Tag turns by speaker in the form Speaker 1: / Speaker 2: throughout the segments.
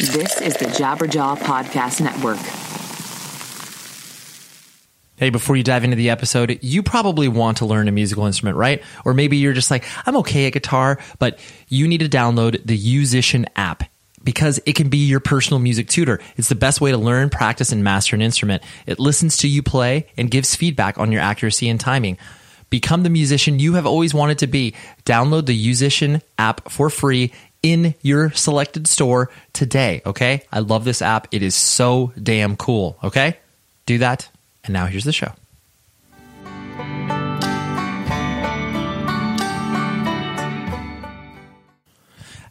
Speaker 1: This is the Jabberjaw Podcast Network.
Speaker 2: Hey, before you dive into the episode, you probably want to learn a musical instrument, right? Or maybe you're just like, I'm okay at guitar, but you need to download the Musician app because it can be your personal music tutor. It's the best way to learn, practice, and master an instrument. It listens to you play and gives feedback on your accuracy and timing. Become the musician you have always wanted to be. Download the Musician app for free in your selected store today. Okay. I love this app. It is so damn cool. Okay. Do that. And now here's the show.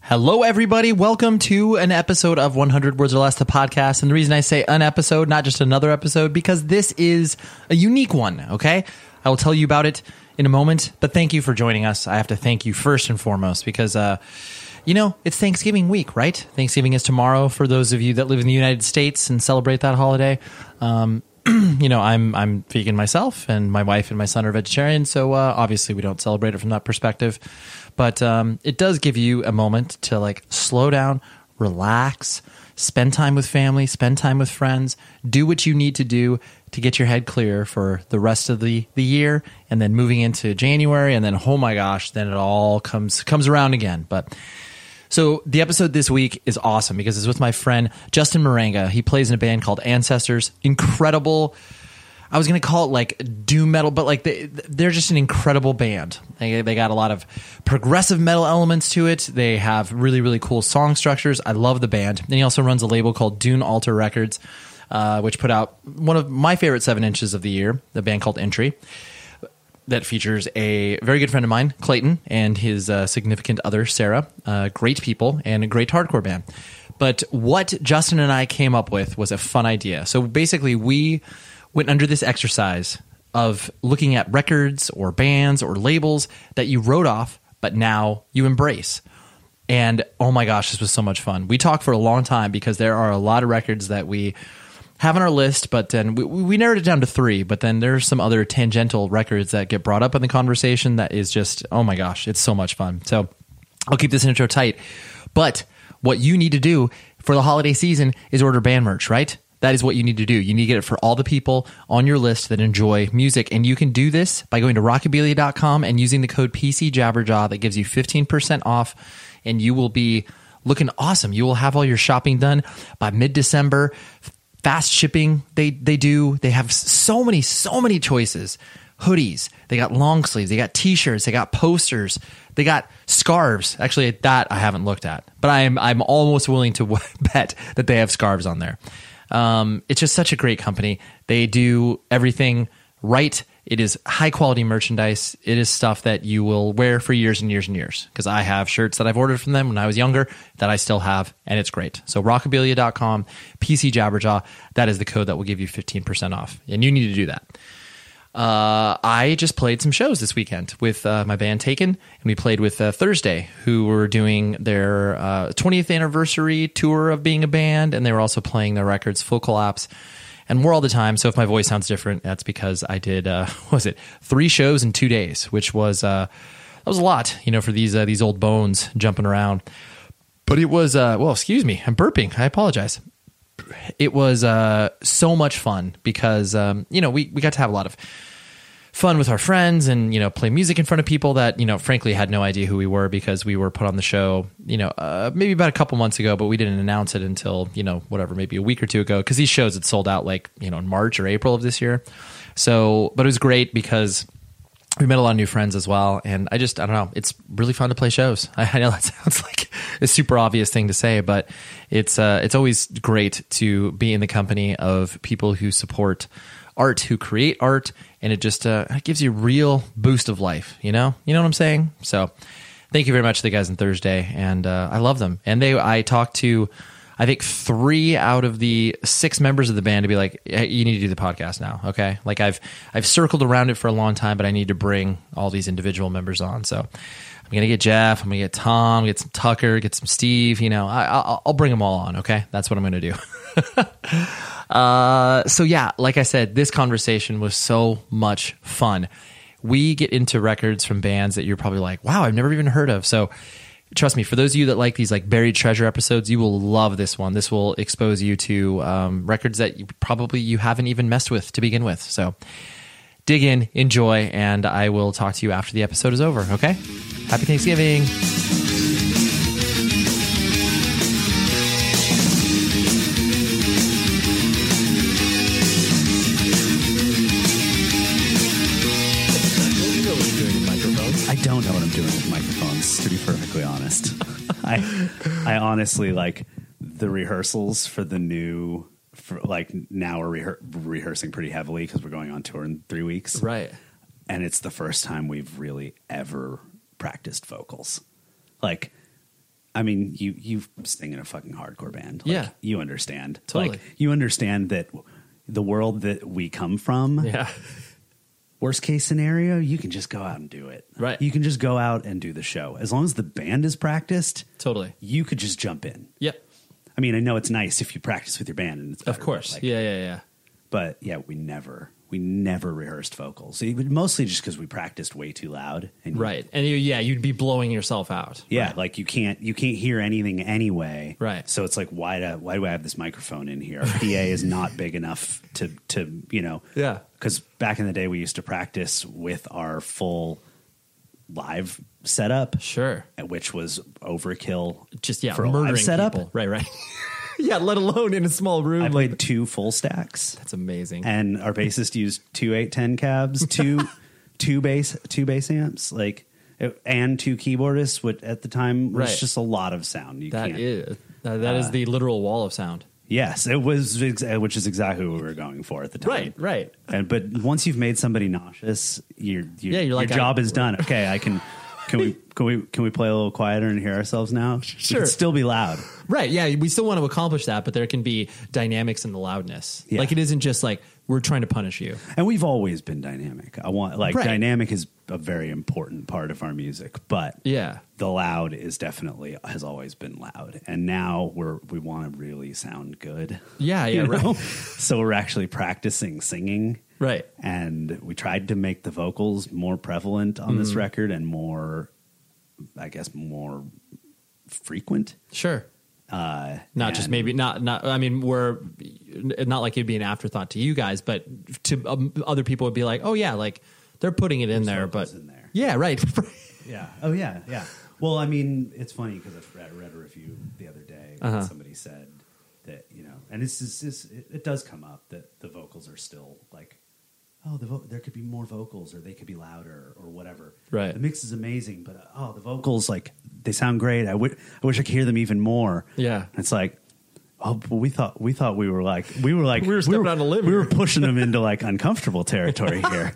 Speaker 2: Hello, everybody. Welcome to an episode of 100 Words or Less, the podcast. And the reason I say an episode, not just another episode, because this is a unique one. Okay. I will tell you about it in a moment. But thank you for joining us. I have to thank you first and foremost because, uh, you know, it's Thanksgiving week, right? Thanksgiving is tomorrow for those of you that live in the United States and celebrate that holiday. Um, you know, I'm I'm vegan myself, and my wife and my son are vegetarian, so uh, obviously we don't celebrate it from that perspective. But um, it does give you a moment to like slow down, relax, spend time with family, spend time with friends, do what you need to do to get your head clear for the rest of the, the year and then moving into January and then oh my gosh, then it all comes comes around again. But so the episode this week is awesome because it's with my friend Justin Moringa. He plays in a band called Ancestors. Incredible I was gonna call it like doom metal, but like they, they're just an incredible band. They, they got a lot of progressive metal elements to it. They have really really cool song structures. I love the band. And he also runs a label called Dune Alter Records, uh, which put out one of my favorite seven inches of the year, the band called Entry. That features a very good friend of mine, Clayton, and his uh, significant other, Sarah. Uh, great people and a great hardcore band. But what Justin and I came up with was a fun idea. So basically, we went under this exercise of looking at records or bands or labels that you wrote off, but now you embrace. And oh my gosh, this was so much fun. We talked for a long time because there are a lot of records that we have on our list, but then we, we narrowed it down to three. But then there's some other tangential records that get brought up in the conversation that is just, oh my gosh, it's so much fun. So I'll keep this intro tight. But what you need to do for the holiday season is order band merch, right? That is what you need to do. You need to get it for all the people on your list that enjoy music. And you can do this by going to rockabilia.com and using the code PCJabberjaw that gives you 15% off and you will be looking awesome. You will have all your shopping done by mid-December. Fast shipping, they they do. They have so many so many choices. Hoodies, they got long sleeves, they got t-shirts, they got posters, they got scarves. Actually, that I haven't looked at, but I'm I'm almost willing to bet that they have scarves on there. Um, it's just such a great company. They do everything right. It is high quality merchandise. It is stuff that you will wear for years and years and years. Because I have shirts that I've ordered from them when I was younger that I still have, and it's great. So rockabilia.com, PC Jabberjaw, that is the code that will give you 15% off. And you need to do that. Uh, I just played some shows this weekend with uh, my band Taken, and we played with uh, Thursday, who were doing their uh, 20th anniversary tour of being a band, and they were also playing their records Full Collapse and War All the Time. So if my voice sounds different, that's because I did uh, what was it three shows in two days, which was uh, that was a lot, you know, for these uh, these old bones jumping around. But it was uh, well, excuse me, I'm burping. I apologize it was uh, so much fun because um, you know we, we got to have a lot of fun with our friends and you know play music in front of people that you know frankly had no idea who we were because we were put on the show you know uh, maybe about a couple months ago but we didn't announce it until you know whatever maybe a week or two ago because these shows had sold out like you know in march or april of this year so but it was great because we met a lot of new friends as well and i just i don't know it's really fun to play shows i, I know that sounds like a super obvious thing to say but it's uh it's always great to be in the company of people who support art who create art and it just uh it gives you a real boost of life you know you know what i'm saying so thank you very much to the guys on thursday and uh, i love them and they i talked to I think three out of the six members of the band to be like, hey, you need to do the podcast now. Okay. Like I've, I've circled around it for a long time, but I need to bring all these individual members on. So I'm going to get Jeff, I'm going to get Tom, get some Tucker, get some Steve, you know, I, I'll, I'll bring them all on. Okay. That's what I'm going to do. Uh, so yeah, like I said, this conversation was so much fun. We get into records from bands that you're probably like, wow, I've never even heard of. So trust me, for those of you that like these like buried treasure episodes, you will love this one. This will expose you to um, records that you probably you haven't even messed with to begin with. So dig in, enjoy, and I will talk to you after the episode is over. Okay. Happy Thanksgiving.
Speaker 3: I don't know what I'm doing with microphones, to be perfectly honest. I, I honestly like the rehearsals for the new, for like now we're rehe- rehearsing pretty heavily because we're going on tour in three weeks.
Speaker 2: Right.
Speaker 3: And it's the first time we've really ever practiced vocals. Like, I mean, you you sing in a fucking hardcore band. Like,
Speaker 2: Yeah.
Speaker 3: You understand.
Speaker 2: Totally.
Speaker 3: Like, you understand that the world that we come from worst case scenario, you can just go out and do it.
Speaker 2: Right.
Speaker 3: You can just go out and do the show. As long as the band is practiced,
Speaker 2: Totally.
Speaker 3: you could just jump in.
Speaker 2: Yep.
Speaker 3: I mean, I know it's nice if you practice with your band and it's
Speaker 2: Of
Speaker 3: better, but,
Speaker 2: course.
Speaker 3: like-
Speaker 2: yeah. Yeah. Yeah.
Speaker 3: But yeah, we never we never rehearsed vocals. It would mostly just because we practiced way too loud and
Speaker 2: Right. And you, yeah, you'd be blowing yourself out.
Speaker 3: Yeah, like you can't you can't hear anything anyway.
Speaker 2: Right.
Speaker 3: So it's like why do why do I have this microphone in here? Our PA is not big enough to to you know.
Speaker 2: Yeah.
Speaker 3: Because back in the day, we used to practice with our full live setup,
Speaker 2: Sure.
Speaker 3: which was overkill.
Speaker 2: Just yeah,
Speaker 3: for a live
Speaker 2: murdering
Speaker 3: setup.
Speaker 2: people. Right, right. yeah, let alone in a small room.
Speaker 3: I
Speaker 2: like
Speaker 3: played two full stacks,
Speaker 2: that's amazing.
Speaker 3: and our bassist used two eight ten cabs, two two bass two bass amps, like and two keyboardists. Which at the time was
Speaker 2: Right.
Speaker 3: just a lot of sound. You
Speaker 2: That
Speaker 3: can't,
Speaker 2: is uh, that is the literal wall of sound.
Speaker 3: Yes, it was, ex- which is exactly what we were going for at the time.
Speaker 2: Right, right.
Speaker 3: And but once you've made somebody nauseous, your your,
Speaker 2: Yeah, you're
Speaker 3: your
Speaker 2: like, I-
Speaker 3: job is done. Okay, I can. Can we can we can we play a little quieter and hear ourselves now? We
Speaker 2: Sure.
Speaker 3: can still be loud.
Speaker 2: Right. Yeah, we still want to accomplish that, but there can be dynamics in the loudness.
Speaker 3: Yeah.
Speaker 2: Like it isn't just like we're trying to punish you.
Speaker 3: And we've always been dynamic. I want like
Speaker 2: Right.
Speaker 3: dynamic is a very important part of our music, but
Speaker 2: Yeah.
Speaker 3: the loud is definitely has always been loud. And now we're we want to really sound good.
Speaker 2: Yeah, yeah,
Speaker 3: you know?
Speaker 2: right.
Speaker 3: so we're actually practicing singing.
Speaker 2: Right.
Speaker 3: and we tried to make the vocals more prevalent on
Speaker 2: Mm-hmm.
Speaker 3: this record and more i guess more frequent
Speaker 2: Sure.
Speaker 3: Uh,
Speaker 2: Not just
Speaker 3: and-
Speaker 2: maybe not not. I mean, we're not like it'd be an afterthought to you guys, but to um, other people would be like, oh yeah, like they're putting it in there, but
Speaker 3: Locals in there.
Speaker 2: yeah, right.
Speaker 3: Yeah. Oh yeah. Yeah. Well, I mean, it's funny because I read- read a review the other day. and
Speaker 2: Uh-huh.
Speaker 3: Somebody said that you know, and this is this it, it does come up that the vocals are still like, oh, the vo- there could be more vocals or they could be louder or whatever.
Speaker 2: Right.
Speaker 3: The mix is amazing, but uh, oh, the vocals like they sound great. I would I wish I could hear them even more.
Speaker 2: Yeah.
Speaker 3: It's like. Oh, but we thought we thought we were like we were like
Speaker 2: We were stepping on a limb
Speaker 3: We were
Speaker 2: here.
Speaker 3: pushing them into like uncomfortable territory here.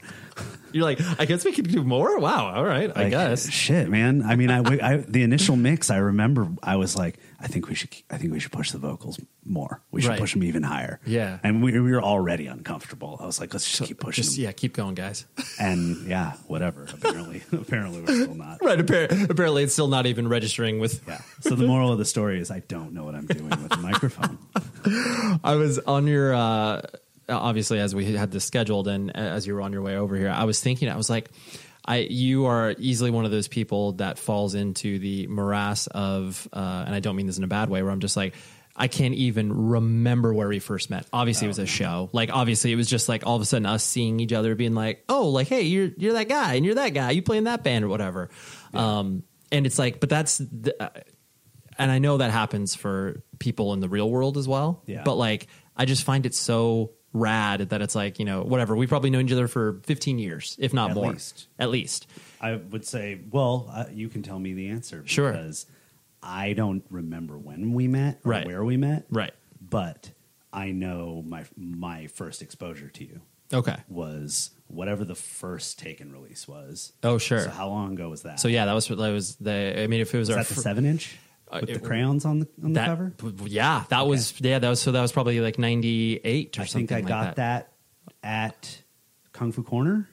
Speaker 2: You're like, I guess we could do more. Wow. All right. I
Speaker 3: Like,
Speaker 2: guess.
Speaker 3: shit, man. I mean, I, I the initial mix. I remember I was like, I think we should, I think we should push the vocals more. We should
Speaker 2: Right.
Speaker 3: push them even higher.
Speaker 2: Yeah.
Speaker 3: and we, we were already uncomfortable. I was like, let's just keep pushing
Speaker 2: Just
Speaker 3: them.
Speaker 2: yeah, keep going, guys.
Speaker 3: And yeah, whatever. Apparently, apparently we're still not.
Speaker 2: right. Apparently, apparently, it's still not even registering with
Speaker 3: Yeah. So the moral of the story is, I don't know what I'm doing with the microphone.
Speaker 2: I was on your uh obviously as we had this scheduled and as you were on your way over here, I was thinking I was like I you are easily one of those people that falls into the morass of uh and I don't mean this in a bad way where I'm just like I can't even remember where we first met. Obviously, it was a show. Like, obviously, it was just like all of a sudden us seeing each other, being like, "Oh, like, hey, you're you're that guy, and you're that guy. You play in that band or whatever." Um, and it's like, but that's the, and I know that happens for people in the real world as well.
Speaker 3: Yeah.
Speaker 2: But like, I just find it so rad that it's like you know whatever we've probably known each other for 15 years, if not
Speaker 3: At
Speaker 2: more,
Speaker 3: least.
Speaker 2: at least.
Speaker 3: I would say, well, uh, you can tell me the answer.
Speaker 2: Sure.
Speaker 3: Because I don't remember when we met or
Speaker 2: Right.
Speaker 3: where we met.
Speaker 2: Right.
Speaker 3: But I know my my first exposure to you
Speaker 2: Okay.
Speaker 3: was whatever the first Taken release was.
Speaker 2: Oh, sure.
Speaker 3: So how long ago was that?
Speaker 2: So yeah, that was that was the. I mean, if it was,
Speaker 3: was
Speaker 2: our
Speaker 3: that the
Speaker 2: fir-
Speaker 3: seven inch
Speaker 2: Uh,
Speaker 3: with
Speaker 2: it-
Speaker 3: the crayons on the on the
Speaker 2: that-
Speaker 3: cover?
Speaker 2: yeah, that was yeah, that was so that was probably like 98 or
Speaker 3: I
Speaker 2: something
Speaker 3: think I
Speaker 2: like
Speaker 3: got that. at Kung Fu Corner.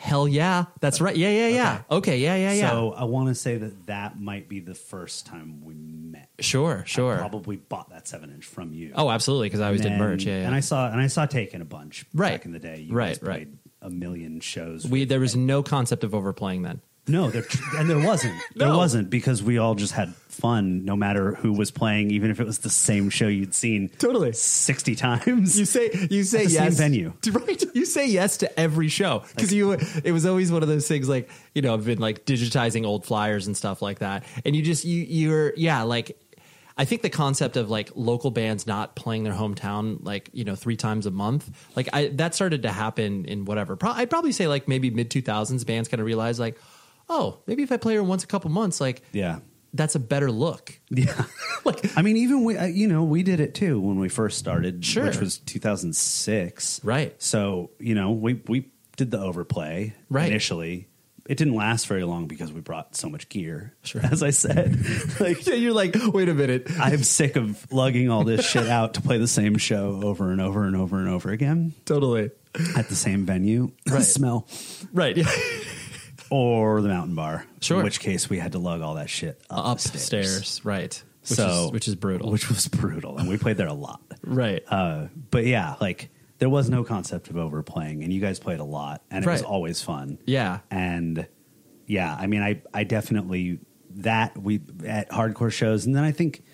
Speaker 2: Hell yeah, that's right. Yeah, yeah, yeah. Okay, yeah, yeah, yeah.
Speaker 3: So I want to say that that might be the first time we met.
Speaker 2: sure, sure.
Speaker 3: I probably bought that seven inch from you.
Speaker 2: oh, absolutely, because I always did
Speaker 3: And-
Speaker 2: merch. Yeah, yeah.
Speaker 3: and I saw and I saw Taken a bunch
Speaker 2: Right.
Speaker 3: back in the day. You
Speaker 2: Right,
Speaker 3: guys
Speaker 2: right.
Speaker 3: played A million shows.
Speaker 2: we there was no concept of overplaying then.
Speaker 3: no, there, and there wasn't. There
Speaker 2: No.
Speaker 3: wasn't because we all just had fun, no matter who was playing, even if it was the same show you'd seen
Speaker 2: Totally.
Speaker 3: sixty times.
Speaker 2: You say you say
Speaker 3: At the same
Speaker 2: yes
Speaker 3: venue.
Speaker 2: right? You say yes to every show because you. It was always one of those things like you know I've been like digitizing old flyers and stuff like that, and you just you you're yeah like. I think the concept of like local bands not playing their hometown like you know three times a month like I that started to happen in whatever Pro- I'd probably say like maybe mid two thousands bands kind of realized like oh maybe if I play her once a couple months like
Speaker 3: yeah,
Speaker 2: that's a better look
Speaker 3: yeah.
Speaker 2: like
Speaker 3: I mean, even we, uh, you know, we did it too when we first started,
Speaker 2: Sure.
Speaker 3: which was 2006.
Speaker 2: Right.
Speaker 3: So, you know, we, we did the overplay
Speaker 2: Right.
Speaker 3: initially. It didn't last very long because we brought so much gear.
Speaker 2: Sure.
Speaker 3: As I said, like,
Speaker 2: yeah you're like wait a minute
Speaker 3: I'm sick of lugging all this shit out to play the same show over and over and over and over again
Speaker 2: totally
Speaker 3: at the same venue.
Speaker 2: Right.
Speaker 3: Smell.
Speaker 2: right yeah.
Speaker 3: Or the mountain bar.
Speaker 2: Sure.
Speaker 3: In which case we had to lug all that shit up the
Speaker 2: upstairs,
Speaker 3: stairs.
Speaker 2: right? Which
Speaker 3: so
Speaker 2: is, which is brutal,
Speaker 3: Which was brutal. And we played there a lot.
Speaker 2: right?
Speaker 3: Uh, but yeah, like there was no concept of overplaying, and you guys played a lot, and it was
Speaker 2: Right.
Speaker 3: always fun.
Speaker 2: Yeah.
Speaker 3: and yeah, I mean, I I definitely that we at hardcore shows, and then I think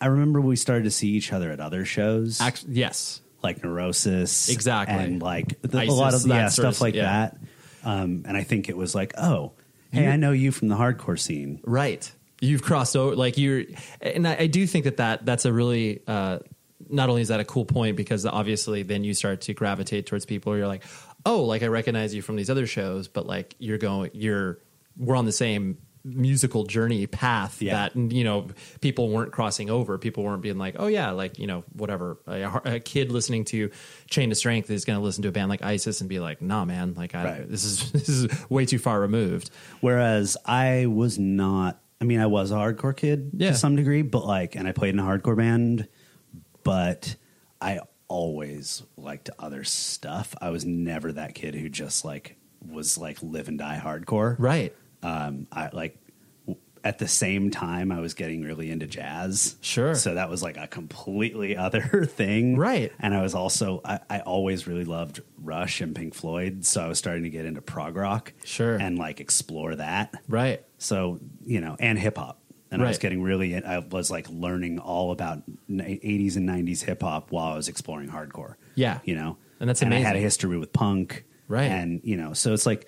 Speaker 3: I remember we started to see each other at other shows,
Speaker 2: Act- yes,
Speaker 3: like Neurosis,
Speaker 2: Exactly.
Speaker 3: and like the, a
Speaker 2: ISIS,
Speaker 3: lot of
Speaker 2: that
Speaker 3: yeah
Speaker 2: sort of
Speaker 3: stuff like
Speaker 2: yeah.
Speaker 3: that. Um, and I think it was like, oh, hey, I know you from the hardcore scene.
Speaker 2: right. You've crossed over, like you're, and I, I do think that that that's a really. Uh, not only is that a cool point because obviously then you start to gravitate towards people. You're like, oh, like I recognize you from these other shows, but like you're going, you're we're on the same musical journey path
Speaker 3: Yeah.
Speaker 2: that you know people weren't crossing over people weren't being like oh yeah like you know whatever a, a kid listening to chain to strength is going to listen to a band like isis and be like nah man like I,
Speaker 3: Right.
Speaker 2: this is this is way too far removed
Speaker 3: Whereas I was not, I mean, I was a hardcore kid
Speaker 2: Yeah.
Speaker 3: to some degree, but like, and I played in a hardcore band, but I always liked other stuff. I was never that kid who just like was like live and die hardcore.
Speaker 2: right
Speaker 3: Um, I like w- at the same time, I was getting really into jazz.
Speaker 2: Sure.
Speaker 3: So that was like a completely other thing.
Speaker 2: Right.
Speaker 3: And I was also, I, I always really loved Rush and Pink Floyd. So I was starting to get into prog rock.
Speaker 2: Sure.
Speaker 3: And like explore that.
Speaker 2: Right.
Speaker 3: So, you know, and hip hop. and I was
Speaker 2: Right.
Speaker 3: getting really. I was like learning all about eighties and nineties hip hop while I was exploring hardcore.
Speaker 2: Yeah.
Speaker 3: you know,
Speaker 2: And that's
Speaker 3: I had a
Speaker 2: amazing.
Speaker 3: history with punk,
Speaker 2: Right.
Speaker 3: And you know, so it's like,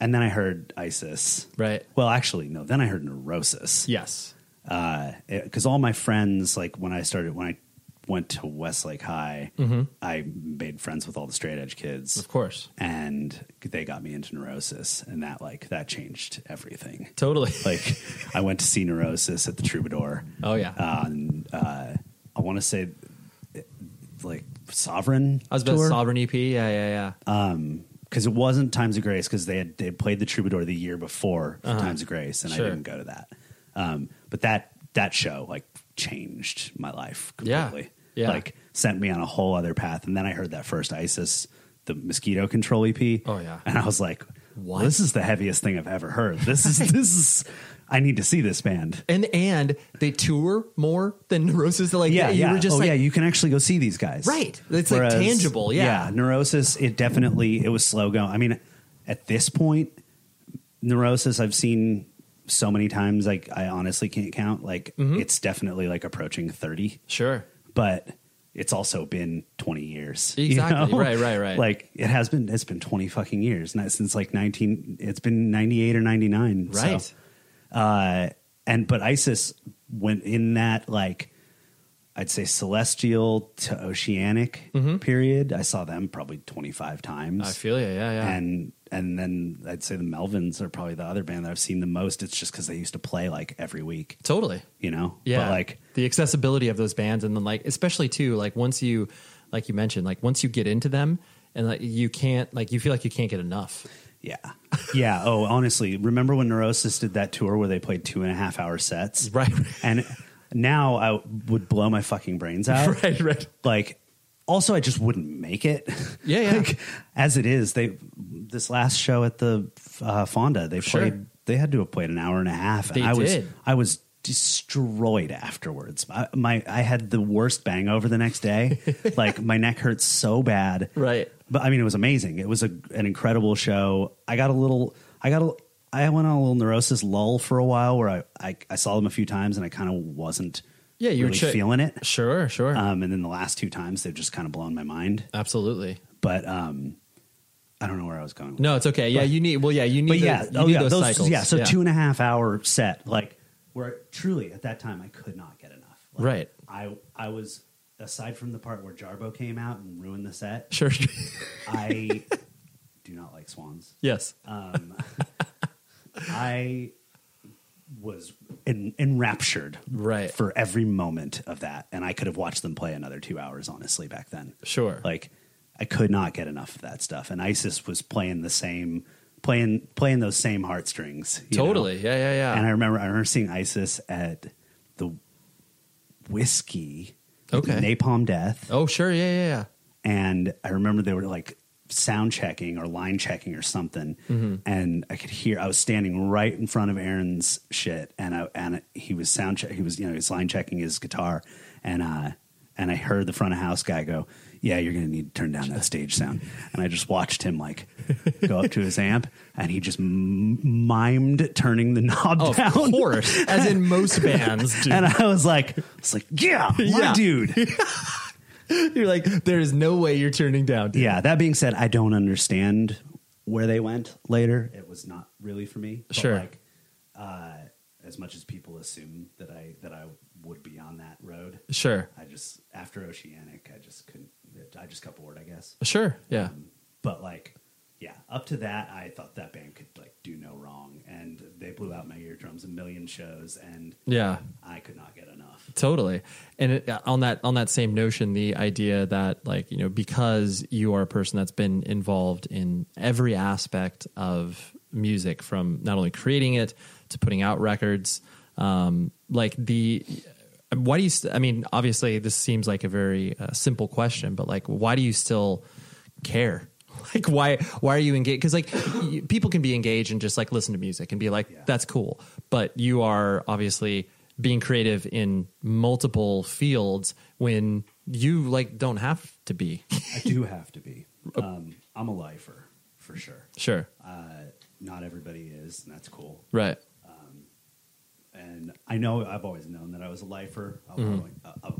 Speaker 3: and then I heard ISIS,
Speaker 2: Right.
Speaker 3: Well, actually, no. Then I heard Neurosis,
Speaker 2: Yes.
Speaker 3: because all my friends like when I started when I went to Westlake High, I made friends with all the straight edge kids,
Speaker 2: Mm-hmm. Of course.
Speaker 3: and they got me into Neurosis, and that like that changed everything.
Speaker 2: Totally.
Speaker 3: Like I went to see Neurosis at the Troubadour.
Speaker 2: oh yeah.
Speaker 3: on uh, I want to say like Sovereign.
Speaker 2: I was about to Sovereign EP. Yeah, yeah, yeah.
Speaker 3: Uh, because it wasn't Times of Grace because they had they had played the Troubadour the year before Times of Grace, and
Speaker 2: Uh-huh. Sure.
Speaker 3: I didn't go to that. Um, but that that show like changed my life
Speaker 2: Yeah.
Speaker 3: completely.
Speaker 2: Yeah.
Speaker 3: like sent me on a whole other path. And then I heard that first ISIS, the Mosquito Control EP.
Speaker 2: Oh, yeah.
Speaker 3: and I was like, well,
Speaker 2: What?
Speaker 3: this is the heaviest thing I've ever heard. This is this is I need to see this band.
Speaker 2: and and they tour more than Neurosis. Like
Speaker 3: Yeah,
Speaker 2: you
Speaker 3: yeah.
Speaker 2: were just
Speaker 3: oh,
Speaker 2: like
Speaker 3: yeah. You can actually go see these guys,
Speaker 2: Right. It's, like, tangible, yeah.
Speaker 3: Neurosis. It definitely it was slow going. I mean, at this point, Neurosis I've seen so many times. Like I honestly can't count. Like
Speaker 2: Mm-hmm.
Speaker 3: it's definitely like approaching thirty,
Speaker 2: sure.
Speaker 3: but it's also been twenty years. you
Speaker 2: Exactly.
Speaker 3: know?
Speaker 2: Right, right, right.
Speaker 3: Like it has been. It's been twenty fucking years not since like nineteen. It's been ninety eight or ninety nine.
Speaker 2: Right.
Speaker 3: uh, and but Isis went in that like I'd say celestial to oceanic period. I saw them probably twenty five times.
Speaker 2: Mm-hmm. I feel you. Yeah, yeah.
Speaker 3: and and then I'd say the Melvins are probably the other band that I've seen the most. It's just because they used to play like every week,
Speaker 2: totally.
Speaker 3: you know.
Speaker 2: Yeah.
Speaker 3: but, like
Speaker 2: the accessibility of those bands and then like especially too like once you like you mentioned like once you get into them and like you can't like you feel like you can't get enough.
Speaker 3: yeah, yeah. Oh, honestly, remember when Neurosis did that tour where they played two and a half hour sets,
Speaker 2: Right.
Speaker 3: And now I would blow my fucking brains out,
Speaker 2: right, right.
Speaker 3: like also I just wouldn't make it.
Speaker 2: Yeah, yeah.
Speaker 3: like as it is, they this last show at the uh, Fonda, they
Speaker 2: Sure.
Speaker 3: played they had to have played an hour and a half and
Speaker 2: They
Speaker 3: I was
Speaker 2: did.
Speaker 3: I was destroyed afterwards. I, my I had the worst bang over the next day. like my neck hurt so bad.
Speaker 2: Right.
Speaker 3: But I mean it was amazing. It was a, an incredible show. I got a little I got a I went on a little neurosis lull for a while where I, I, I saw them a few times and I kind of wasn't
Speaker 2: Yeah, you were
Speaker 3: really
Speaker 2: chi-
Speaker 3: feeling it.
Speaker 2: Sure, sure.
Speaker 3: Um, and then the last two times they've just kind of blown my mind.
Speaker 2: Absolutely.
Speaker 3: But um, I don't know where I was going. With
Speaker 2: No, it's okay. Yeah, you need well yeah, you need
Speaker 3: but
Speaker 2: the-
Speaker 3: yeah,
Speaker 2: you
Speaker 3: oh
Speaker 2: need
Speaker 3: yeah,
Speaker 2: those,
Speaker 3: those,
Speaker 2: cycles.
Speaker 3: yeah. So two and a half hour set, like where truly at that time I could not get enough. Like,
Speaker 2: Right.
Speaker 3: I I was aside from the part where Jarbo came out and ruined the set.
Speaker 2: Sure.
Speaker 3: I do not like swans.
Speaker 2: yes.
Speaker 3: Um, I was en- enraptured
Speaker 2: Right.
Speaker 3: for every moment of that, and I could have watched them play another two hours. Honestly, back then,
Speaker 2: Sure.
Speaker 3: like I could not get enough of that stuff, and ISIS was playing the same, playing playing those same heartstrings. you know?
Speaker 2: Totally. Yeah, yeah, yeah.
Speaker 3: And I remember I remember seeing ISIS at the whiskey,
Speaker 2: Okay.
Speaker 3: Napalm Death,
Speaker 2: oh, sure. Yeah, yeah, yeah.
Speaker 3: and I remember they were like sound checking or line checking or something,
Speaker 2: Mm-hmm.
Speaker 3: and I could hear I was standing right in front of Aaron's shit, and I and he was sound check he was you know he's line checking his guitar, and uh and I heard the front of house guy go, yeah, you're gonna need to turn down that stage sound, and I just watched him like go up to his amp, and he just m- mimed turning the knob
Speaker 2: Of
Speaker 3: down.
Speaker 2: course, as in most bands do.
Speaker 3: And I was like, I was like, yeah, my
Speaker 2: Yeah.
Speaker 3: dude.
Speaker 2: You're like, there is no way you're turning down. dude.
Speaker 3: yeah that being said i don't understand where they went later it was not really for me But,
Speaker 2: Sure.
Speaker 3: like uh, as much as people assume that i that i would be on that road
Speaker 2: Sure.
Speaker 3: i just after oceanic i just couldn't i just got bored i guess
Speaker 2: Sure. Yeah.
Speaker 3: but like yeah up to that i thought that band could like do no wrong and they blew out my eardrums a million shows and
Speaker 2: Yeah.
Speaker 3: i could not get enough
Speaker 2: Totally. And it, uh, on that on that same notion, the idea that like you know because you are a person that's been involved in every aspect of music, from not only creating it to putting out records, um, like the why do you? St- I mean, obviously, this seems like a very uh, simple question, but like, why do you still care? Like, why why are you engaged? Because like, you, people can be engaged and just like listen to music and be like, that's cool. But you are obviously being creative in multiple fields when you like don't have to be.
Speaker 3: i do have to be
Speaker 2: Uh,
Speaker 3: um, i'm a lifer for sure
Speaker 2: Sure.
Speaker 3: Uh, not everybody is, and that's cool.
Speaker 2: Right.
Speaker 3: and I know I've always known that I was a lifer. I, uh,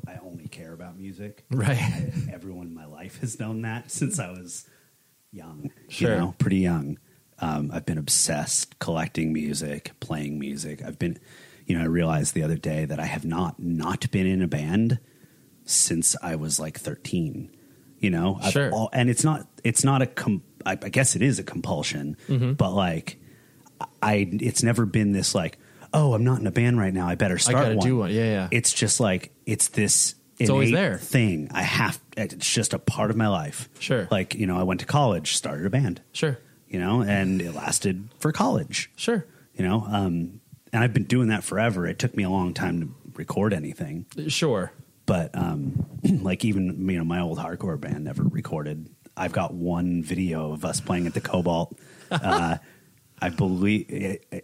Speaker 3: I, I only care about music.
Speaker 2: Mm-hmm. Right.
Speaker 3: I, everyone in my life has known that since I was young.
Speaker 2: Sure.
Speaker 3: You know, pretty young. Um, I've been obsessed collecting music, playing music. I've been, you know, I realized the other day that I have not not been in a band since I was like 13. You know, I've
Speaker 2: Sure.
Speaker 3: al- and it's not it's not a com- I, I guess it is a compulsion,
Speaker 2: Mm-hmm.
Speaker 3: but like I it's never been this like oh I'm not in a band right now I better start
Speaker 2: gotta do one. Yeah, yeah.
Speaker 3: It's just like it's this
Speaker 2: It's always
Speaker 3: innate
Speaker 2: there.
Speaker 3: thing I have. It's just a part of my life.
Speaker 2: Sure.
Speaker 3: Like you know I went to college, started a band.
Speaker 2: Sure.
Speaker 3: You know, and it lasted for college.
Speaker 2: Sure.
Speaker 3: You know, um, and I've been doing that forever. It took me a long time to record anything
Speaker 2: Sure.
Speaker 3: but um, like even you know my old hardcore band never recorded. I've got one video of us playing at the Cobalt. Uh, I believe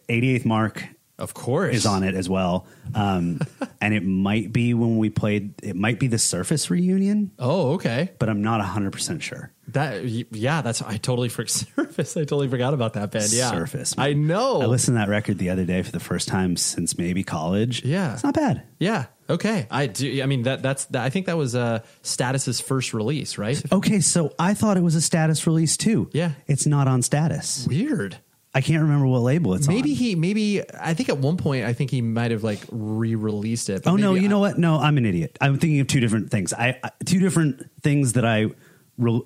Speaker 3: 88th Mark
Speaker 2: Of course.
Speaker 3: is on it as well, um, and it might be when we played. It might be the Surface reunion,
Speaker 2: Oh, okay.
Speaker 3: but I'm not 100 percent sure.
Speaker 2: That y- yeah, that's I totally for Surface. I totally forgot about that band. Yeah.
Speaker 3: Surface.
Speaker 2: I
Speaker 3: man.
Speaker 2: know.
Speaker 3: I listened to that record the other day for the first time since maybe college.
Speaker 2: Yeah.
Speaker 3: it's not bad.
Speaker 2: Yeah. Okay. I do. I mean that. That's. That, I think that was uh, Status's first release, right?
Speaker 3: Okay, so I thought it was a status release too.
Speaker 2: Yeah.
Speaker 3: it's not on status.
Speaker 2: Weird.
Speaker 3: I can't remember what label it's on.
Speaker 2: Maybe he. Maybe I think at one point I think he might have like re-released it. but
Speaker 3: Oh no,
Speaker 2: maybe
Speaker 3: you
Speaker 2: I-
Speaker 3: know what? No, I'm an idiot. I'm thinking of two different things. I, I two different things that I re,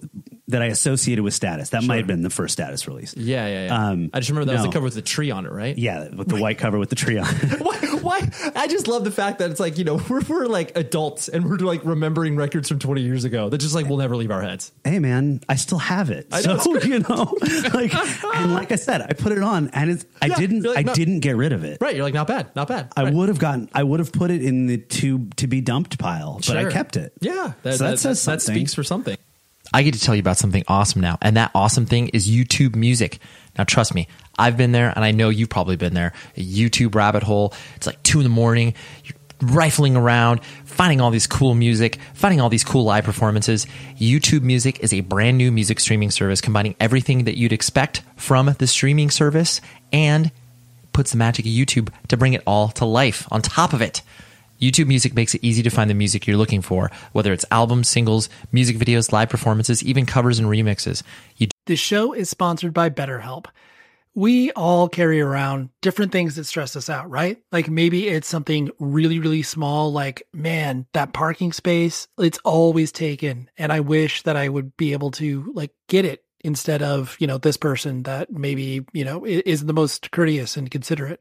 Speaker 3: that I associated with status. That might have been the first status release.
Speaker 2: Yeah, yeah, yeah.
Speaker 3: Um,
Speaker 2: I just remember that was the
Speaker 3: no.
Speaker 2: cover with the tree on it, right?
Speaker 3: Yeah, with the white cover with the tree on. it.
Speaker 2: Why, why? I just love the fact that it's like you know we're, we're like adults and we're like remembering records from 20 years ago that just like will never leave our heads.
Speaker 3: hey man, I still have it.
Speaker 2: I know,
Speaker 3: so you know, like and like I said, I put it on and it's I
Speaker 2: Yeah,
Speaker 3: didn't
Speaker 2: you're like,
Speaker 3: I
Speaker 2: no-
Speaker 3: didn't get rid of it.
Speaker 2: Right? You're like not bad, not bad.
Speaker 3: I
Speaker 2: Right.
Speaker 3: would have gotten I would have put it in the to to be dumped pile, but I
Speaker 2: Sure.
Speaker 3: kept it.
Speaker 2: Yeah,
Speaker 3: so that, says
Speaker 2: that
Speaker 3: something.
Speaker 2: speaks for something. I get to tell you about something awesome now, and that awesome thing is YouTube Music. Now, trust me, I've been there, and I know you've probably been there. A YouTube rabbit hole. It's like two in the morning. You're rifling around, finding all these cool music, finding all these cool live performances. YouTube Music is a brand new music streaming service combining everything that you'd expect from the streaming service and puts the magic of YouTube to bring it all to life on top of it. YouTube Music makes it easy to find the music you're looking for, whether it's albums, singles, music videos, live performances, even covers and remixes. You
Speaker 4: This show is sponsored by BetterHelp. We all carry around different things that stress us out, right? Like maybe it's something really, really small, like, man, that parking space, it's always taken. And I wish that I would be able to like get it instead of, you know, this person that maybe, you know, i- isn't the most courteous and considerate.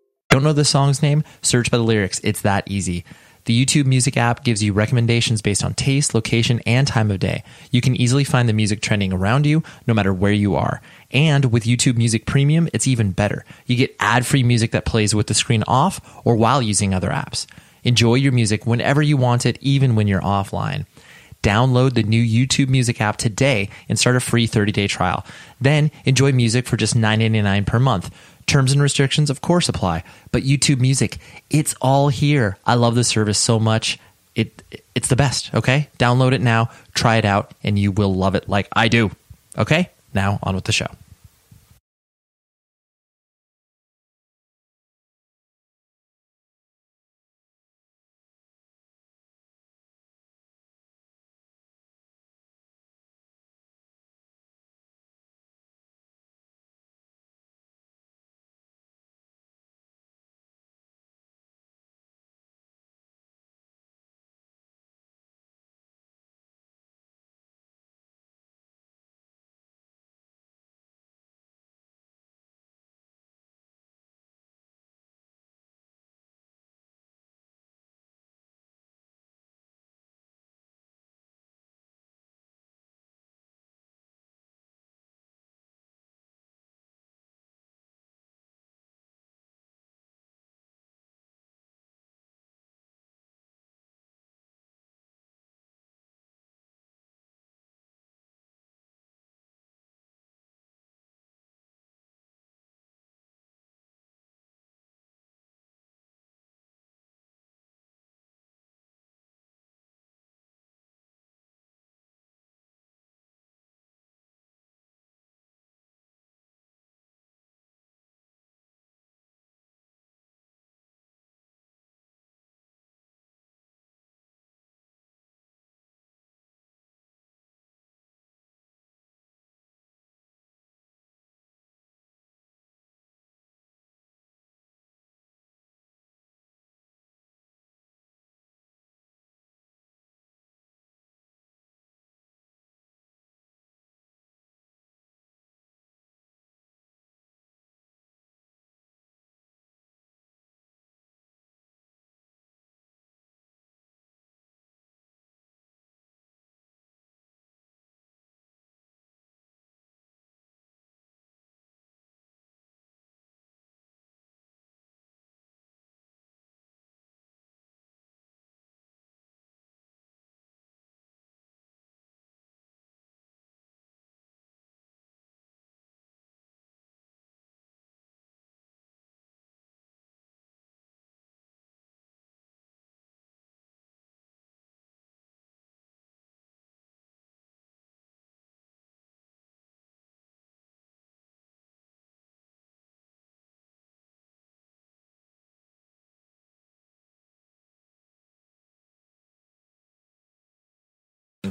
Speaker 2: Don't know the song's name? Search by the lyrics. It's that easy. The YouTube Music app gives you recommendations based on taste, location, and time of day. You can easily find the music trending around you, no matter where you are. And with YouTube Music Premium, it's even better. You get ad free music that plays with the screen off or while using other apps. Enjoy your music whenever you want it, even when you're offline. Download the new YouTube Music app today and start a free 30-day trial. Then enjoy music for just $9.99 per month. Terms and restrictions, of course, apply. But YouTube Music, it's all here. I love the service so much. It it's the best. Okay, download it now, try it out, and you will love it like I do. Okay, now on with the show.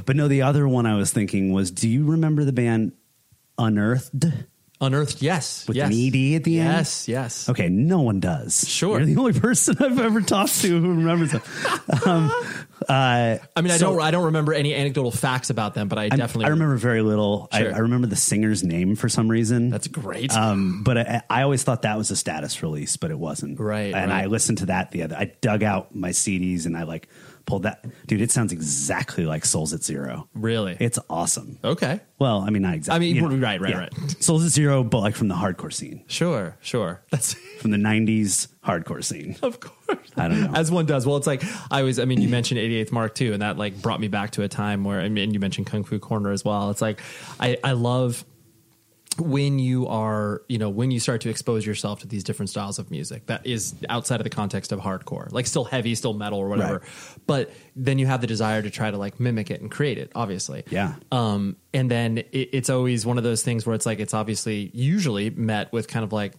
Speaker 3: But no, the other one I was thinking was, do you remember the band Unearthed
Speaker 2: Unearthed, yes,
Speaker 3: with
Speaker 2: yes.
Speaker 3: an ED at the end?
Speaker 2: Yes, yes.
Speaker 3: Okay, no one does.
Speaker 2: Sure.
Speaker 3: you're the only person I've ever talked to who remembers them. um, uh,
Speaker 2: I mean, I
Speaker 3: so
Speaker 2: don't I don't remember any anecdotal facts about them, but I
Speaker 3: I'm-
Speaker 2: definitely
Speaker 3: I remember very little.
Speaker 2: Sure.
Speaker 3: I, I remember the singer's name for some reason.
Speaker 2: That's great.
Speaker 3: Um, but I, I always thought that was a status release, but it wasn't.
Speaker 2: Right,
Speaker 3: And
Speaker 2: right.
Speaker 3: I listened to that the other. I dug out my CDs and I like pulled that. Dude, it sounds exactly like Souls at Zero.
Speaker 2: Really?
Speaker 3: It's awesome.
Speaker 2: okay.
Speaker 3: Well, I mean, not exactly.
Speaker 2: I mean, right, right, right.
Speaker 3: Souls at Zero, but like from the hardcore scene,
Speaker 2: Sure, sure. That's
Speaker 3: from the '90s hardcore scene.
Speaker 2: of course.
Speaker 3: I don't know.
Speaker 2: As one does. Well, it's like I was. I mean, you mentioned 88th Mark too, and that like brought me back to a time where. I mean, and you mentioned Kung Fu Corner as well. It's like I I love when you are, you know, when you start to expose yourself to these different styles of music that is outside of the context of hardcore, like still heavy, still metal or whatever, but then you have the desire to try to like mimic it and create it, obviously.
Speaker 3: Yeah.
Speaker 2: Um, and then it, it's always one of those things where it's like, it's obviously usually met with kind of like,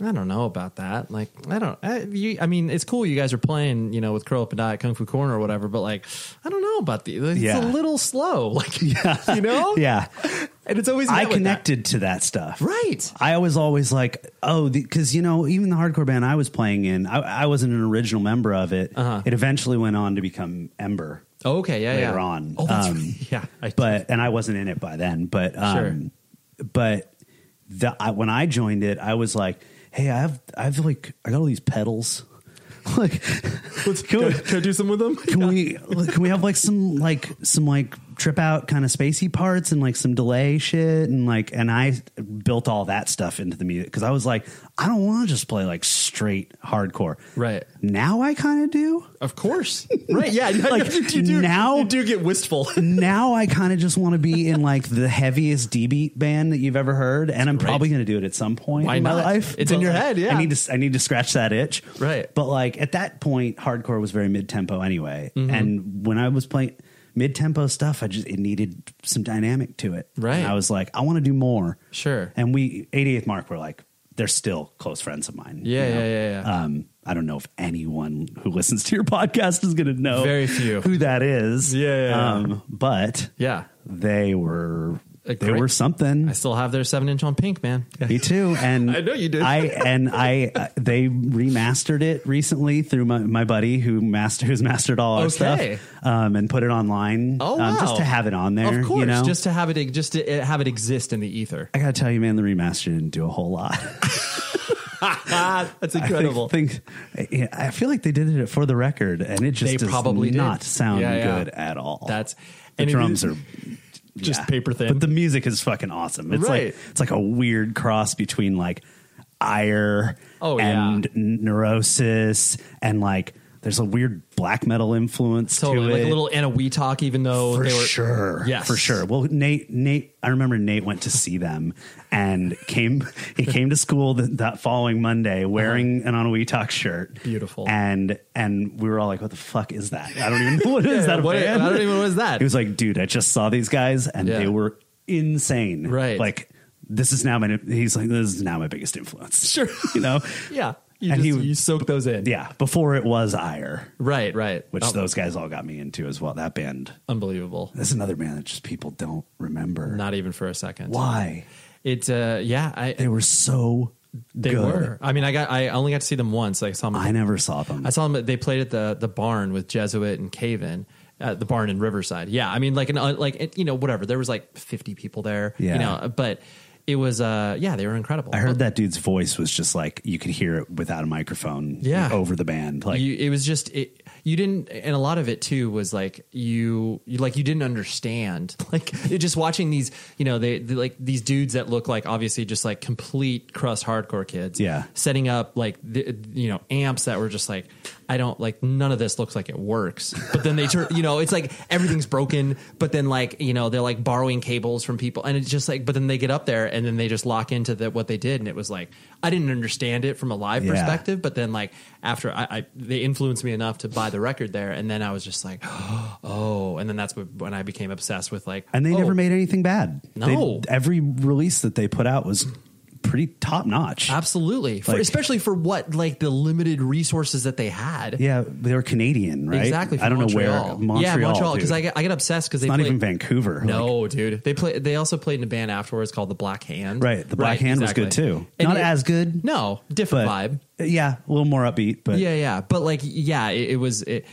Speaker 2: I don't know about that. Like, I don't, I, you, I mean, it's cool you guys are playing, you know, with Curl Up and Die at Kung Fu Corner or whatever, but like, I don't know about the, it's
Speaker 3: Yeah.
Speaker 2: a little slow. Like, you know?
Speaker 3: Yeah.
Speaker 2: And it's always,
Speaker 3: I
Speaker 2: met with that.
Speaker 3: connected to that stuff.
Speaker 2: Right.
Speaker 3: I was always like, oh, because you know, even the hardcore band I was playing in, I, I wasn't an original member of it. It eventually went on to become Ember.
Speaker 2: Uh-huh. Oh, okay, yeah,
Speaker 3: later
Speaker 2: yeah.
Speaker 3: on.
Speaker 2: Oh, that's
Speaker 3: Um,
Speaker 2: right. yeah. I,
Speaker 3: but and I wasn't in it by then. But um, but the I, when I joined it, I was like, hey, I have I have like I got all these pedals. like, can, we,
Speaker 2: I do some with them?
Speaker 3: can we can we have like some like some like trip out kind of spacey parts and like some delay shit and like and I built all that stuff into the music because I was like I don't want to just play like straight hardcore
Speaker 2: Right.
Speaker 3: now I kind of do
Speaker 2: Of course, right? Yeah,
Speaker 3: Like, now-
Speaker 2: you do get wistful.
Speaker 3: now I kind of just want to be in like the heaviest D beat band that you've ever heard, and I'm probably going to do it at some point
Speaker 2: Why
Speaker 3: in my
Speaker 2: not?
Speaker 3: life.
Speaker 2: It's in
Speaker 3: But,
Speaker 2: your
Speaker 3: like,
Speaker 2: head, yeah.
Speaker 3: I need to I need to scratch that itch,
Speaker 2: Right.
Speaker 3: But like at that point, hardcore was very mid tempo anyway,
Speaker 2: Mm-hmm.
Speaker 3: and when I was playing mid tempo stuff, I just it needed some dynamic to it,
Speaker 2: Right.
Speaker 3: And I was like, I want to do more,
Speaker 2: Sure.
Speaker 3: And we 88th Mark were like, they're still close friends of mine,
Speaker 2: Yeah,
Speaker 3: you know?
Speaker 2: yeah, yeah, yeah.
Speaker 3: Um, I don't know if anyone who listens to your podcast is going to know
Speaker 2: Very few.
Speaker 3: who that is.
Speaker 2: Yeah, yeah, yeah.
Speaker 3: Um, but
Speaker 2: yeah,
Speaker 3: they were
Speaker 2: A
Speaker 3: they
Speaker 2: great-
Speaker 3: were something.
Speaker 2: I still have their seven inch on pink, man.
Speaker 3: Me too. And
Speaker 2: I know you did.
Speaker 3: I and I uh, they remastered it recently through my, my buddy who master who's mastered all our
Speaker 2: Okay.
Speaker 3: stuff um, and put it online.
Speaker 2: Oh,
Speaker 3: um, just
Speaker 2: wow.
Speaker 3: to have it on there.
Speaker 2: of course,
Speaker 3: you know?
Speaker 2: just to have it, just to eh, have it exist in the ether.
Speaker 3: I gotta tell you, man, the remaster didn't do a whole lot.
Speaker 2: Ah, that's
Speaker 3: I
Speaker 2: incredible.
Speaker 3: think, think yeah, I feel like they did it for the record, and it just
Speaker 2: They
Speaker 3: does
Speaker 2: probably did.
Speaker 3: not sound
Speaker 2: Yeah, yeah.
Speaker 3: good at all.
Speaker 2: that's
Speaker 3: the
Speaker 2: and it
Speaker 3: drums
Speaker 2: is-
Speaker 3: are
Speaker 2: just
Speaker 3: Yeah.
Speaker 2: paper thin.
Speaker 3: But the music is fucking awesome. It's
Speaker 2: Right.
Speaker 3: like it's like a weird cross between like ire
Speaker 2: Oh,
Speaker 3: and
Speaker 2: yeah.
Speaker 3: n- neurosis and like there's a weird black metal influence
Speaker 2: totally
Speaker 3: to
Speaker 2: like
Speaker 3: it.
Speaker 2: a little Anna Wee talk, even though
Speaker 3: for
Speaker 2: they were
Speaker 3: sure.
Speaker 2: Yes.
Speaker 3: For sure. Well, Nate, Nate, I remember Nate went to see them and came, he came to school th- that following Monday wearing an On We Talk shirt.
Speaker 2: Uh-huh. Beautiful.
Speaker 3: And, and we were all like, what the fuck is that? I don't even know what is
Speaker 2: Yeah,
Speaker 3: that. a
Speaker 2: what-
Speaker 3: band?
Speaker 2: I don't even know what is that.
Speaker 3: He was like, dude, I just saw these guys and
Speaker 2: Yeah.
Speaker 3: they were insane.
Speaker 2: Right.
Speaker 3: Like, this is now my, he's like, this is now my biggest influence.
Speaker 2: Sure.
Speaker 3: You know?
Speaker 2: Yeah, you
Speaker 3: And
Speaker 2: just,
Speaker 3: he-
Speaker 2: you soak those in.
Speaker 3: Yeah. Before it was ire.
Speaker 2: right, right.
Speaker 3: Which
Speaker 2: Oh,
Speaker 3: those guys all got me into as well. That band
Speaker 2: unbelievable.
Speaker 3: that's another band that just people don't remember.
Speaker 2: Not even for a second.
Speaker 3: Why
Speaker 2: It's uh, yeah, I
Speaker 3: they were so
Speaker 2: they
Speaker 3: good.
Speaker 2: were. I mean, I got I only got to see them once. Like I saw them
Speaker 3: I never saw them.
Speaker 2: I saw them. They played at the the barn with Jesuit and Caven, uh, the barn in Riverside. Yeah, I mean, like an uh, like it, you know whatever. There was like fifty people there.
Speaker 3: Yeah.
Speaker 2: you know, but it was uh yeah they were incredible.
Speaker 3: I heard that dude's voice was just like you could hear it without a microphone.
Speaker 2: Yeah.
Speaker 3: over the band. Like
Speaker 2: you, it was just it, you didn't, and a lot of it too was like you, you like you didn't understand. Like you're just watching these, you know, they, they like these dudes that look like obviously just like complete crust hardcore kids.
Speaker 3: Yeah.
Speaker 2: setting up like the, you know amps that were just like I don't like none of this looks like it works. But then they turn, you know, it's like everything's broken. But then like you know they're like borrowing cables from people, and it's just like. But then they get up there and then they just lock into the, what they did, and it was like I didn't understand it from a live
Speaker 3: Yeah.
Speaker 2: perspective perspective, But then, like after I, I they influenced me enough to buy the record there, and then I was just like, oh. And then that's what, when I became obsessed with like.
Speaker 3: and they
Speaker 2: oh,
Speaker 3: never made anything bad. They-
Speaker 2: No.
Speaker 3: every release that they put out was pretty top notch.
Speaker 2: absolutely, for,
Speaker 3: Like-
Speaker 2: especially for what like the limited resources that they had.
Speaker 3: Yeah, they were Canadian, right?
Speaker 2: Exactly.
Speaker 3: I don't
Speaker 2: from
Speaker 3: know where Montreal.
Speaker 2: Yeah, Montreal. Because
Speaker 3: dude.
Speaker 2: I get I get obsessed because they
Speaker 3: it's not
Speaker 2: play-
Speaker 3: even Vancouver. Like,
Speaker 2: No, dude. They play. They also played in a band afterwards called the Black Hand.
Speaker 3: right. The Black Hand was good
Speaker 2: exactly.
Speaker 3: too.
Speaker 2: And
Speaker 3: Not
Speaker 2: it-
Speaker 3: as good.
Speaker 2: No, different
Speaker 3: but
Speaker 2: vibe.
Speaker 3: Yeah, a little more upbeat. But
Speaker 2: yeah yeah but like yeah it, it was it,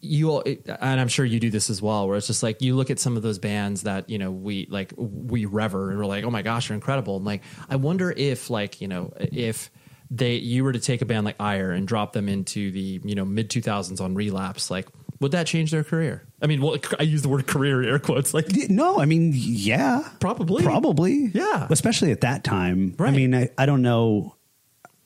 Speaker 2: you all it, and i'm sure you do this as well where it's just like you look at some of those bands that you know we like we rever and we're like oh my gosh you're incredible and like i wonder if like you know if they you were to take a band like ire and drop them into the you know mid 2000s on relapse like would that change their career i mean well i use the word career in air quotes like
Speaker 3: Y- No, I mean, yeah,
Speaker 2: Probably.
Speaker 3: probably,
Speaker 2: Yeah.
Speaker 3: Especially at that time.
Speaker 2: Right.
Speaker 3: I mean, I, I don't know.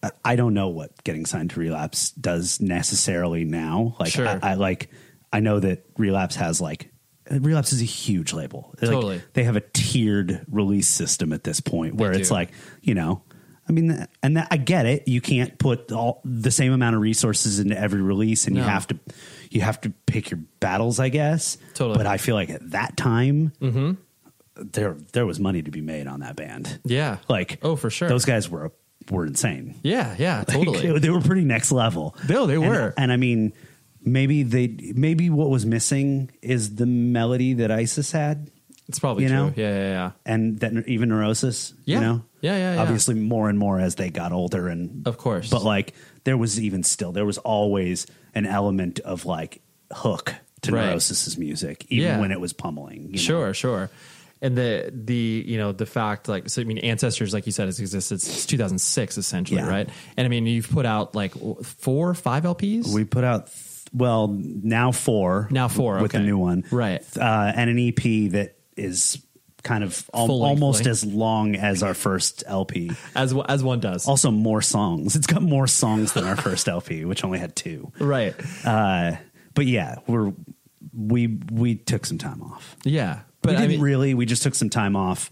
Speaker 3: I- I don't know what getting signed to Relapse does necessarily now. Like,
Speaker 2: Sure.
Speaker 3: I, I like, I know that Relapse has like relapse is a huge label. Like,
Speaker 2: Totally.
Speaker 3: they have a tiered release system at this point where it's
Speaker 2: do.
Speaker 3: like you know. I mean, and that, I get it. You can't put all the same amount of resources into every release, and you
Speaker 2: No.
Speaker 3: have to you have to pick your battles, I guess.
Speaker 2: Totally. Mm-hmm.
Speaker 3: But I feel like at that time, there there was money to be made on that band.
Speaker 2: Yeah.
Speaker 3: Like
Speaker 2: Oh, for sure.
Speaker 3: those guys were were insane.
Speaker 2: Yeah, yeah,
Speaker 3: Like,
Speaker 2: totally.
Speaker 3: they, were pretty next level.
Speaker 2: No, they
Speaker 3: And-
Speaker 2: were.
Speaker 3: And I mean, maybe they maybe what was missing is the melody that Isis had,
Speaker 2: it's probably
Speaker 3: you
Speaker 2: true.
Speaker 3: know?
Speaker 2: Yeah, yeah, yeah.
Speaker 3: and that even Neurosis.
Speaker 2: Yeah.
Speaker 3: You know,
Speaker 2: Yeah, yeah, yeah.
Speaker 3: Obviously, more and more as they got older, and
Speaker 2: Of course.
Speaker 3: But like, there was even still there was always an element of like hook to
Speaker 2: Right.
Speaker 3: Neurosis's music, even
Speaker 2: Yeah.
Speaker 3: when it was pummeling. you know?
Speaker 2: Sure, sure. And the the you know the fact like so I mean ancestors like you said has existed since 2006 essentially
Speaker 3: Yeah.
Speaker 2: right and I mean you've put out like w- four five LPs
Speaker 3: We put out th- well now four
Speaker 2: Now four,
Speaker 3: with
Speaker 2: okay.
Speaker 3: the new one,
Speaker 2: Right.
Speaker 3: Uh, and an EP that is kind of al-
Speaker 2: Full length,
Speaker 3: almost
Speaker 2: like-
Speaker 3: as long as our first LP.
Speaker 2: as one- as one does
Speaker 3: Also, more songs. It's got more songs than our first LP, which only had two.
Speaker 2: right
Speaker 3: Uh, but yeah, we're we we took some time off.
Speaker 2: yeah
Speaker 3: we
Speaker 2: but I
Speaker 3: didn't
Speaker 2: mean
Speaker 3: really. We just took some time off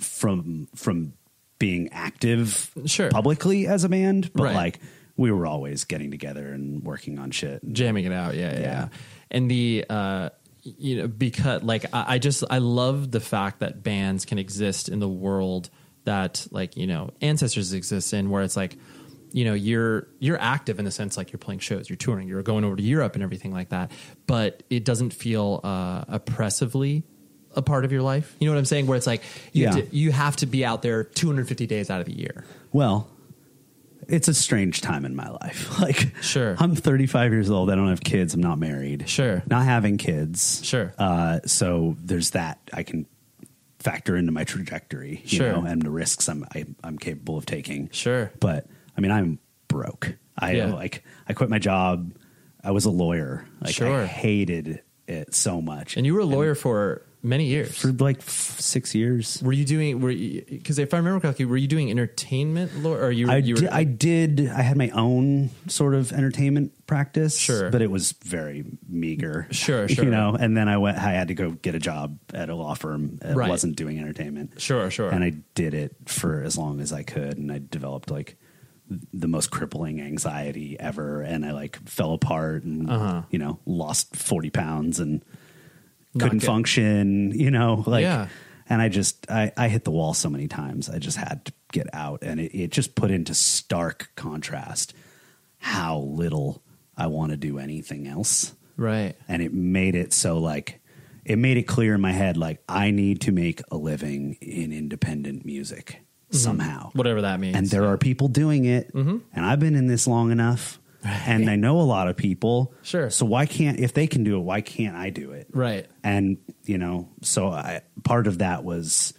Speaker 3: from from being active
Speaker 2: Sure.
Speaker 3: publicly as a band, but
Speaker 2: Right.
Speaker 3: like we were always getting together and working on shit.
Speaker 2: jamming it out. Yeah, yeah. yeah. And the uh, you know because like I, I just I love the fact that bands can exist in the world that like you know ancestors exist in, where it's like you know you're you're active in the sense like you're playing shows, you're touring, you're going over to Europe and everything like that, but it doesn't feel uh, oppressively a part of your life. You know what I'm saying? Where it's like you
Speaker 3: Yeah.
Speaker 2: have to, you have to be out there 250 days out of the year.
Speaker 3: Well, it's a strange time in my life. Like,
Speaker 2: Sure.
Speaker 3: I'm 35 years old. I don't have kids. I'm not married.
Speaker 2: Sure.
Speaker 3: Not having kids.
Speaker 2: Sure.
Speaker 3: Uh, so there's that I can factor into my trajectory, you
Speaker 2: Sure.
Speaker 3: know, and the risks I'm, I, I'm capable of taking.
Speaker 2: Sure.
Speaker 3: But I mean, I'm broke. I
Speaker 2: Yeah.
Speaker 3: like, I quit my job. I was a lawyer. Like,
Speaker 2: Sure.
Speaker 3: I hated it so much.
Speaker 2: And you were a lawyer for many years.
Speaker 3: for like f- six years.
Speaker 2: Were you doing? Were because if I remember correctly, were you doing entertainment law? Or you?
Speaker 3: I,
Speaker 2: you were,
Speaker 3: di- I did. I had my own sort of entertainment practice,
Speaker 2: Sure.
Speaker 3: but it was very meager.
Speaker 2: Sure, sure.
Speaker 3: You know, and then I went. I had to go get a job at a law firm. It
Speaker 2: Right.
Speaker 3: wasn't doing entertainment.
Speaker 2: Sure, sure.
Speaker 3: And I did it for as long as I could, and I developed like the most crippling anxiety ever, and I like fell apart, and
Speaker 2: Uh-huh.
Speaker 3: you know, lost forty pounds, and
Speaker 2: Not
Speaker 3: couldn't
Speaker 2: good.
Speaker 3: function. You know, like
Speaker 2: Yeah.
Speaker 3: and I just I, I hit the wall so many times. I just had to get out, and it, it just put into stark contrast how little I want to do anything else,
Speaker 2: right.
Speaker 3: and it made it so like it made it clear in my head like I need to make a living in independent music somehow,
Speaker 2: Mm-hmm. Whatever that means. Mm-hmm.
Speaker 3: and there are people doing it, and I've been in this long enough. And I know a lot of people.
Speaker 2: Sure.
Speaker 3: So why can't if they can do it, why can't I do it?
Speaker 2: right.
Speaker 3: and you know so i part of that was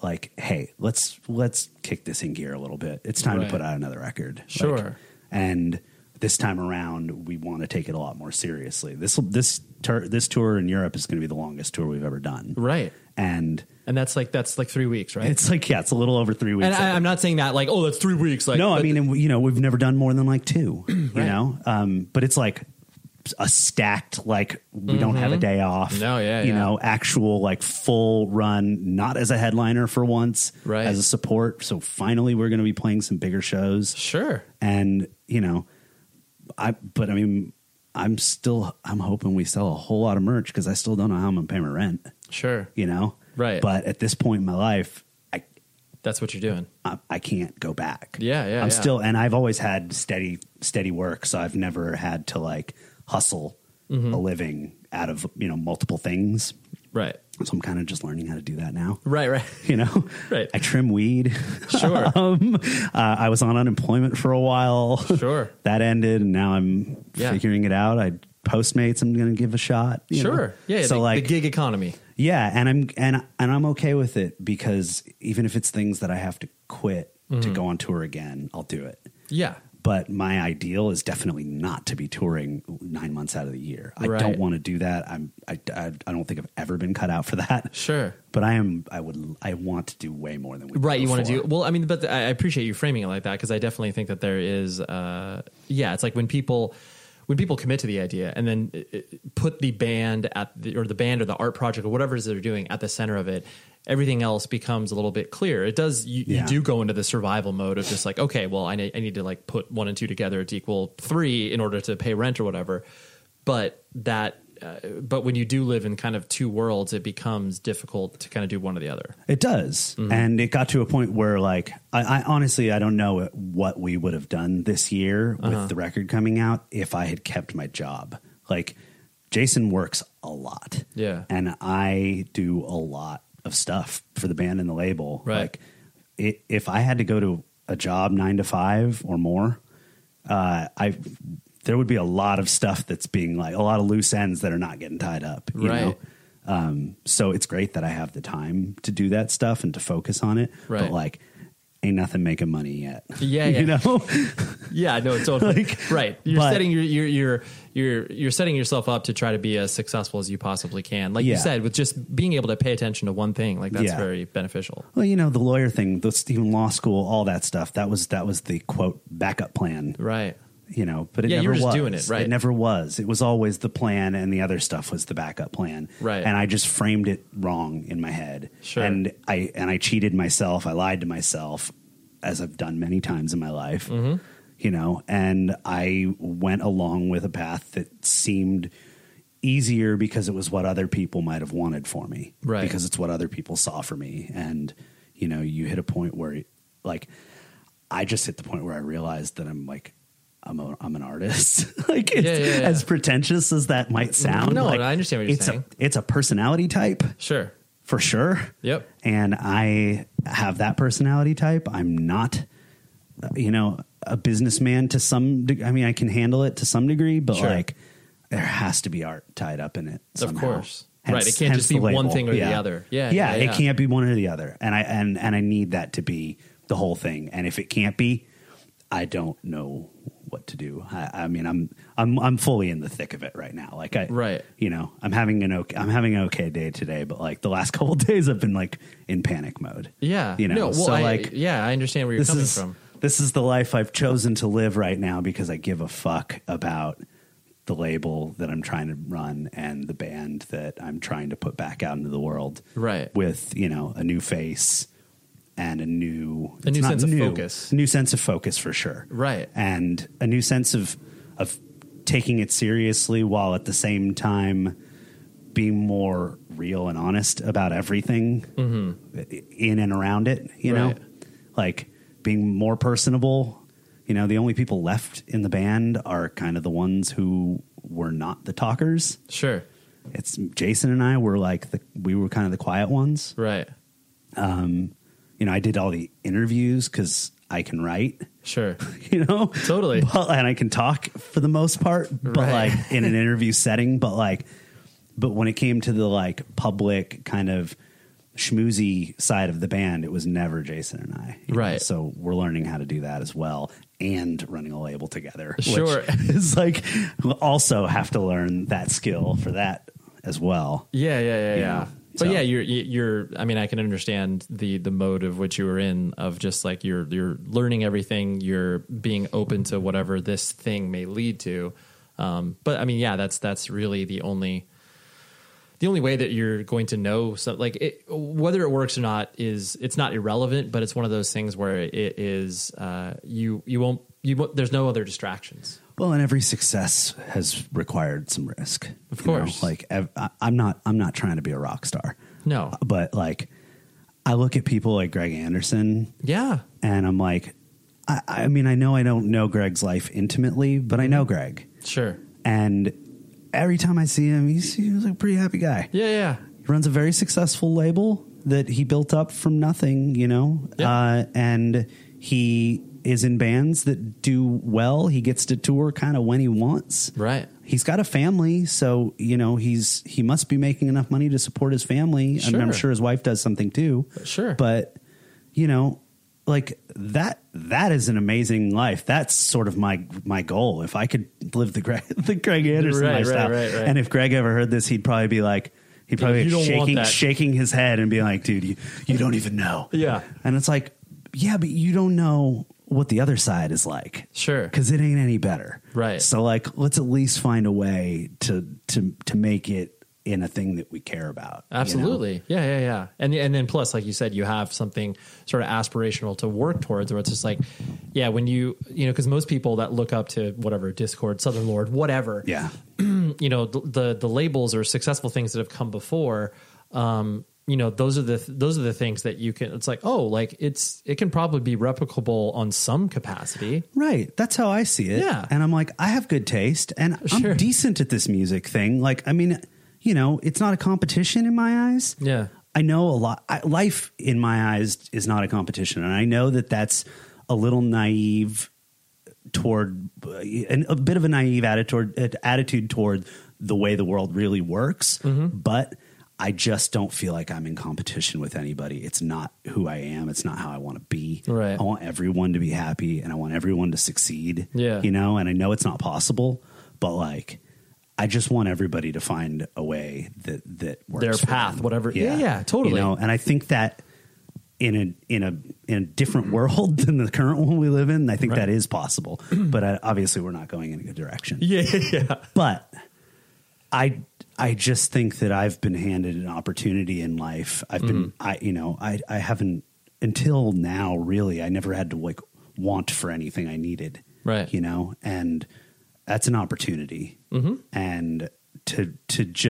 Speaker 3: like hey let's let's kick this in gear a little bit it's time
Speaker 2: Right.
Speaker 3: to put out another record Like,
Speaker 2: Sure.
Speaker 3: and this time around we want to take it a lot more seriously this this tur- this tour in europe is going to be the longest tour we've ever done
Speaker 2: Right.
Speaker 3: and
Speaker 2: And that's like that's like three weeks, right?
Speaker 3: it's like yeah it's a little over 3 weeks
Speaker 2: and I,
Speaker 3: I
Speaker 2: I'm not saying that like oh that's three weeks. Like
Speaker 3: no i
Speaker 2: but-
Speaker 3: mean and, we- you know we've never done more than like 2 you know um but it's like a stacked like we don't have a day off
Speaker 2: Mm-hmm. No, yeah,
Speaker 3: you
Speaker 2: yeah.
Speaker 3: know actual like full run not as a headliner for once
Speaker 2: Right.
Speaker 3: as a support so finally we're going to be playing some bigger shows
Speaker 2: sure.
Speaker 3: and you know i but i mean i'm still i'm hoping we sell a whole lot of merch because i still don't know how i'm gonna pay my rent
Speaker 2: Sure.
Speaker 3: you know
Speaker 2: Right.
Speaker 3: but at this point in my life i
Speaker 2: That's what you're doing.
Speaker 3: I, I can't go back.
Speaker 2: Yeah, yeah, yeah.
Speaker 3: I'm still, and I've always had steady, steady work, so I've never had to like hustle
Speaker 2: Mm-hmm.
Speaker 3: a living out of you know multiple things.
Speaker 2: Right.
Speaker 3: So I'm kind of just learning how to do that now.
Speaker 2: Right. Right.
Speaker 3: You know,
Speaker 2: Right.
Speaker 3: I trim weed.
Speaker 2: Sure.
Speaker 3: um, uh, I was on unemployment for a while.
Speaker 2: Sure.
Speaker 3: that ended, and now I'm
Speaker 2: Yeah.
Speaker 3: figuring it out. I Postmates, I'm going to give a shot. you know?
Speaker 2: sure. Yeah.
Speaker 3: So
Speaker 2: the,
Speaker 3: like
Speaker 2: the gig economy.
Speaker 3: yeah, and I'm and and I'm okay with it because even if it's things that I have to quit
Speaker 2: Mm.
Speaker 3: to go on tour again, I'll do it.
Speaker 2: Yeah.
Speaker 3: But my ideal is definitely not to be touring nine months out of the year. I
Speaker 2: Right.
Speaker 3: don't want to do that. I'm I, I, I don't think I've ever been cut out for that.
Speaker 2: Sure.
Speaker 3: But I am I would I want to do way more than we
Speaker 2: Right,
Speaker 3: did
Speaker 2: you want to do
Speaker 3: before.
Speaker 2: well. I mean, but I I appreciate you framing it like that because I definitely think that there is, uh, yeah, it's like when people when people commit to the idea and then it- it- put the band at the, or the band or the art project or whatever it is they're doing at the center of it, everything else becomes a little bit clearer. It does. You,
Speaker 3: Yeah.
Speaker 2: you do go into the survival mode of just like, okay, well, I need, I need to like put one and two together to equal three in order to pay rent or whatever. But that. Uh, but when you do live in kind of two worlds, it becomes difficult to kind of do one or the other.
Speaker 3: It does.
Speaker 2: Mm-hmm.
Speaker 3: And it got to a point where, like, I, I honestly, I don't know what we would have done this year
Speaker 2: Uh-huh.
Speaker 3: with the record coming out if I had kept my job. Like, Jason works a lot.
Speaker 2: Yeah.
Speaker 3: And I do a lot of stuff for the band and the label.
Speaker 2: Right.
Speaker 3: Like, i if I had to go to a job nine to five or more, uh, I there would be a lot of stuff that's being like a lot of loose ends that are not getting tied up. You
Speaker 2: Right.
Speaker 3: Know? Um, so it's great that I have the time to do that stuff and to focus on it.
Speaker 2: Right.
Speaker 3: But like, ain't nothing making money yet.
Speaker 2: Yeah, yeah.
Speaker 3: you know.
Speaker 2: Yeah, no, totally. right. You're
Speaker 3: but-
Speaker 2: setting your you're you're you're you're setting yourself up to try to be as successful as you possibly can. Like you
Speaker 3: Yeah.
Speaker 2: said, with just being able to pay attention to one thing, like that's
Speaker 3: Yeah.
Speaker 2: very beneficial.
Speaker 3: well, you know the lawyer thing, the Stephen Law School, all that stuff. That was that was the quote backup plan.
Speaker 2: Right.
Speaker 3: You know, but it
Speaker 2: Yeah, you
Speaker 3: never
Speaker 2: were just
Speaker 3: was.
Speaker 2: doing it, right.
Speaker 3: It never was. It was always the plan, and the other stuff was the backup plan.
Speaker 2: Right.
Speaker 3: And I just framed it wrong in my head.
Speaker 2: Sure.
Speaker 3: And I and I cheated myself. I lied to myself, as I've done many times in my life.
Speaker 2: Mm-hmm.
Speaker 3: You know, and I went along with a path that seemed easier because it was what other people might have wanted for me.
Speaker 2: Right.
Speaker 3: Because it's what other people saw for me, and you know, you hit a point where, like, I just hit the point where I realized that I'm like. I'm, a, I'm an artist. like it's,
Speaker 2: Yeah, yeah, yeah.
Speaker 3: as pretentious as that might sound.
Speaker 2: No,
Speaker 3: like,
Speaker 2: I understand what you're
Speaker 3: it's
Speaker 2: saying.
Speaker 3: A, it's a personality type
Speaker 2: Sure.
Speaker 3: for sure.
Speaker 2: Yep.
Speaker 3: And I have that personality type. I'm not, uh, you know, a businessman to some. De- I mean, I can handle it to some degree, but
Speaker 2: Sure.
Speaker 3: like, there has to be art tied up in it. somehow.
Speaker 2: course. Right, it can't
Speaker 3: hence
Speaker 2: just be
Speaker 3: the
Speaker 2: one
Speaker 3: label.
Speaker 2: thing or the other. Yeah,
Speaker 3: yeah,
Speaker 2: yeah, yeah.
Speaker 3: It can't be one or the other. And I and and I need that to be the whole thing. And if it can't be, I don't know what to do. I, I mean, I'm I'm I'm fully in the thick of it right now. Like I
Speaker 2: Right.
Speaker 3: you know, I'm having an okay, I'm having an okay day today, but like the last couple of days, I've been like in panic mode.
Speaker 2: Yeah.
Speaker 3: you know,
Speaker 2: No, well,
Speaker 3: so
Speaker 2: I,
Speaker 3: like
Speaker 2: yeah, I understand where you're
Speaker 3: this
Speaker 2: coming
Speaker 3: is
Speaker 2: from.
Speaker 3: this is the life I've chosen to live right now because I give a fuck about the label that I'm trying to run and the band that I'm trying to put back out into the world.
Speaker 2: Right.
Speaker 3: with you know a new face and a new
Speaker 2: A
Speaker 3: it's
Speaker 2: new
Speaker 3: not
Speaker 2: sense of focus.
Speaker 3: new sense of focus for sure,
Speaker 2: Right.
Speaker 3: and a new sense of of taking it seriously while at the same time being more real and honest about everything
Speaker 2: Mm-hmm.
Speaker 3: in and around it, you
Speaker 2: Right.
Speaker 3: know, like being more personable. You know, the only people left in the band are kind of the ones who were not the talkers.
Speaker 2: Sure.
Speaker 3: It's Jason and I were like the we were kind of the quiet ones. Um,
Speaker 2: Right.
Speaker 3: You know, I did all the interviews because I can write.
Speaker 2: Sure.
Speaker 3: you know
Speaker 2: Totally.
Speaker 3: But- and i can talk for the most part but
Speaker 2: Right.
Speaker 3: like in an interview setting but like but when it came to the like public kind of schmoozy side of the band it was never jason and i you know?
Speaker 2: Right.
Speaker 3: so we're learning how to do that as well and running a label together
Speaker 2: Sure.
Speaker 3: which is like we'll also have to learn that skill for that as well
Speaker 2: Yeah, yeah, yeah, yeah.
Speaker 3: You know,
Speaker 2: But
Speaker 3: so-
Speaker 2: yeah, you're you're. I mean, I can understand the the mode of which you were in of just like you're you're learning everything. You're being open to whatever this thing may lead to. Um, but I mean, yeah, that's that's really the only the only way that you're going to know some like it, whether it works or not is it's not irrelevant, but it's one of those things where it is uh, you you won't you won't, there's no other distractions.
Speaker 3: Well, and every success has required some risk. Of
Speaker 2: course.
Speaker 3: like ev- I- I'm not, I'm not trying to be a rock star.
Speaker 2: No.
Speaker 3: but like, I look at people like Greg Anderson,
Speaker 2: Yeah,
Speaker 3: and I'm like, I, I mean, I know I don't know Greg's life intimately, but I know
Speaker 2: Mm-hmm.
Speaker 3: Greg,
Speaker 2: sure.
Speaker 3: and every time I see him, he's, he's like a pretty happy guy.
Speaker 2: Yeah, yeah.
Speaker 3: He runs a very successful label that he built up from nothing, you know?
Speaker 2: Yeah.
Speaker 3: Uh, and he is in bands that do well. He gets to tour kind of when he wants.
Speaker 2: Right.
Speaker 3: He's got a family, so you know he's he must be making enough money to support his family. I mean, I'm
Speaker 2: Sure.
Speaker 3: sure his wife does something too.
Speaker 2: Sure.
Speaker 3: but you know, like that that is an amazing life. That's sort of my my goal. If I could live the Greg the Greg Anderson
Speaker 2: Right, right,
Speaker 3: lifestyle,
Speaker 2: right, right.
Speaker 3: and if Greg ever heard this, he'd probably be like, he'd probably
Speaker 2: you
Speaker 3: be
Speaker 2: don't want
Speaker 3: shaking
Speaker 2: that.
Speaker 3: shaking his head and be like, dude, you you don't even know.
Speaker 2: Yeah.
Speaker 3: and it's like, yeah, but you don't know what the other side is like.
Speaker 2: Sure.
Speaker 3: Because it ain't any better.
Speaker 2: Right.
Speaker 3: So like let's at least find a way to to to make it in a thing that we care about. you know?
Speaker 2: Absolutely. Yeah, yeah, yeah. And and then plus, like you said, you have something sort of aspirational to work towards, where it's just like, yeah, when you you know, because most people that look up to whatever Discord, Southern Lord, whatever,
Speaker 3: Yeah.
Speaker 2: you know, the, the the labels or successful things that have come before, um, you know, those are the those are the things that you can. It's like, oh, like it's it can probably be replicable on some capacity.
Speaker 3: Right. That's how I see it.
Speaker 2: Yeah.
Speaker 3: And I'm like, I have good taste and
Speaker 2: Sure.
Speaker 3: I'm decent at this music thing. Like, I mean, you know, it's not a competition in my eyes.
Speaker 2: Yeah.
Speaker 3: I know a lot. I, life in my eyes is not a competition. And I know that that's a little naive toward and a bit of a naive attitude attitude toward the way the world really works
Speaker 2: Mm-hmm.
Speaker 3: but i just don't feel like i'm in competition with anybody it's not who i am it's not how i want to be
Speaker 2: Right.
Speaker 3: i want everyone to be happy and i want everyone to succeed
Speaker 2: Yeah.
Speaker 3: you know and i know it's not possible but like i just want everybody to find a way that that works
Speaker 2: Their
Speaker 3: for
Speaker 2: path,
Speaker 3: them.
Speaker 2: whatever- yeah, yeah, totally.
Speaker 3: you know and i think that in a in a in a different world than the current one we live in. I think that is possible, but I, obviously we're not going in a good direction.
Speaker 2: Yeah, yeah.
Speaker 3: But I I just think that I've been handed an opportunity in life. I've been
Speaker 2: Mm-hmm.
Speaker 3: I you know I I haven't until now really. I never had to like want for anything I needed.
Speaker 2: Right.
Speaker 3: You know, and that's an opportunity.
Speaker 2: Mm-hmm.
Speaker 3: And to to just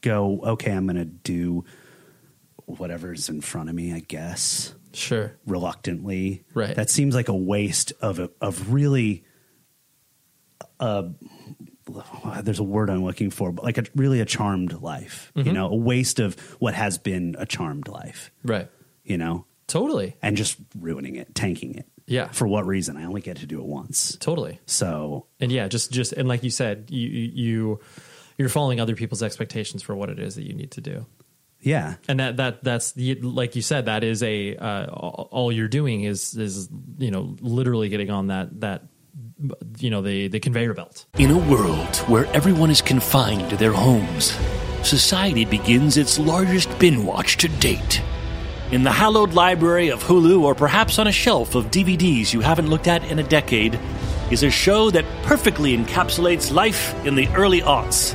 Speaker 3: go okay, I'm going to do whatever's in front of me. I guess.
Speaker 2: Sure.
Speaker 3: Reluctantly.
Speaker 2: Right.
Speaker 3: That seems like a waste of a, of really. Uh, there's a word I'm looking for, but like a really a charmed life. You
Speaker 2: Mhm.
Speaker 3: know, a waste of what has been a charmed life.
Speaker 2: Right.
Speaker 3: You know.
Speaker 2: Totally.
Speaker 3: And just ruining it, tanking it.
Speaker 2: Yeah.
Speaker 3: For what reason? I only get to do it once.
Speaker 2: Totally.
Speaker 3: So
Speaker 2: and yeah just just and like you said you you you- you're following other people's expectations for what it is that you need to do
Speaker 3: yeah.
Speaker 2: and that that that's the like you said that is a uh, all all you're doing is is you know literally getting on that that you know the the conveyor belt
Speaker 5: In a world where everyone is confined to their homes, society begins its largest bin watch to date. In the hallowed library of Hulu, or perhaps on a shelf of DVDs you haven't looked at in a decade, is a show that perfectly encapsulates life in the early aughts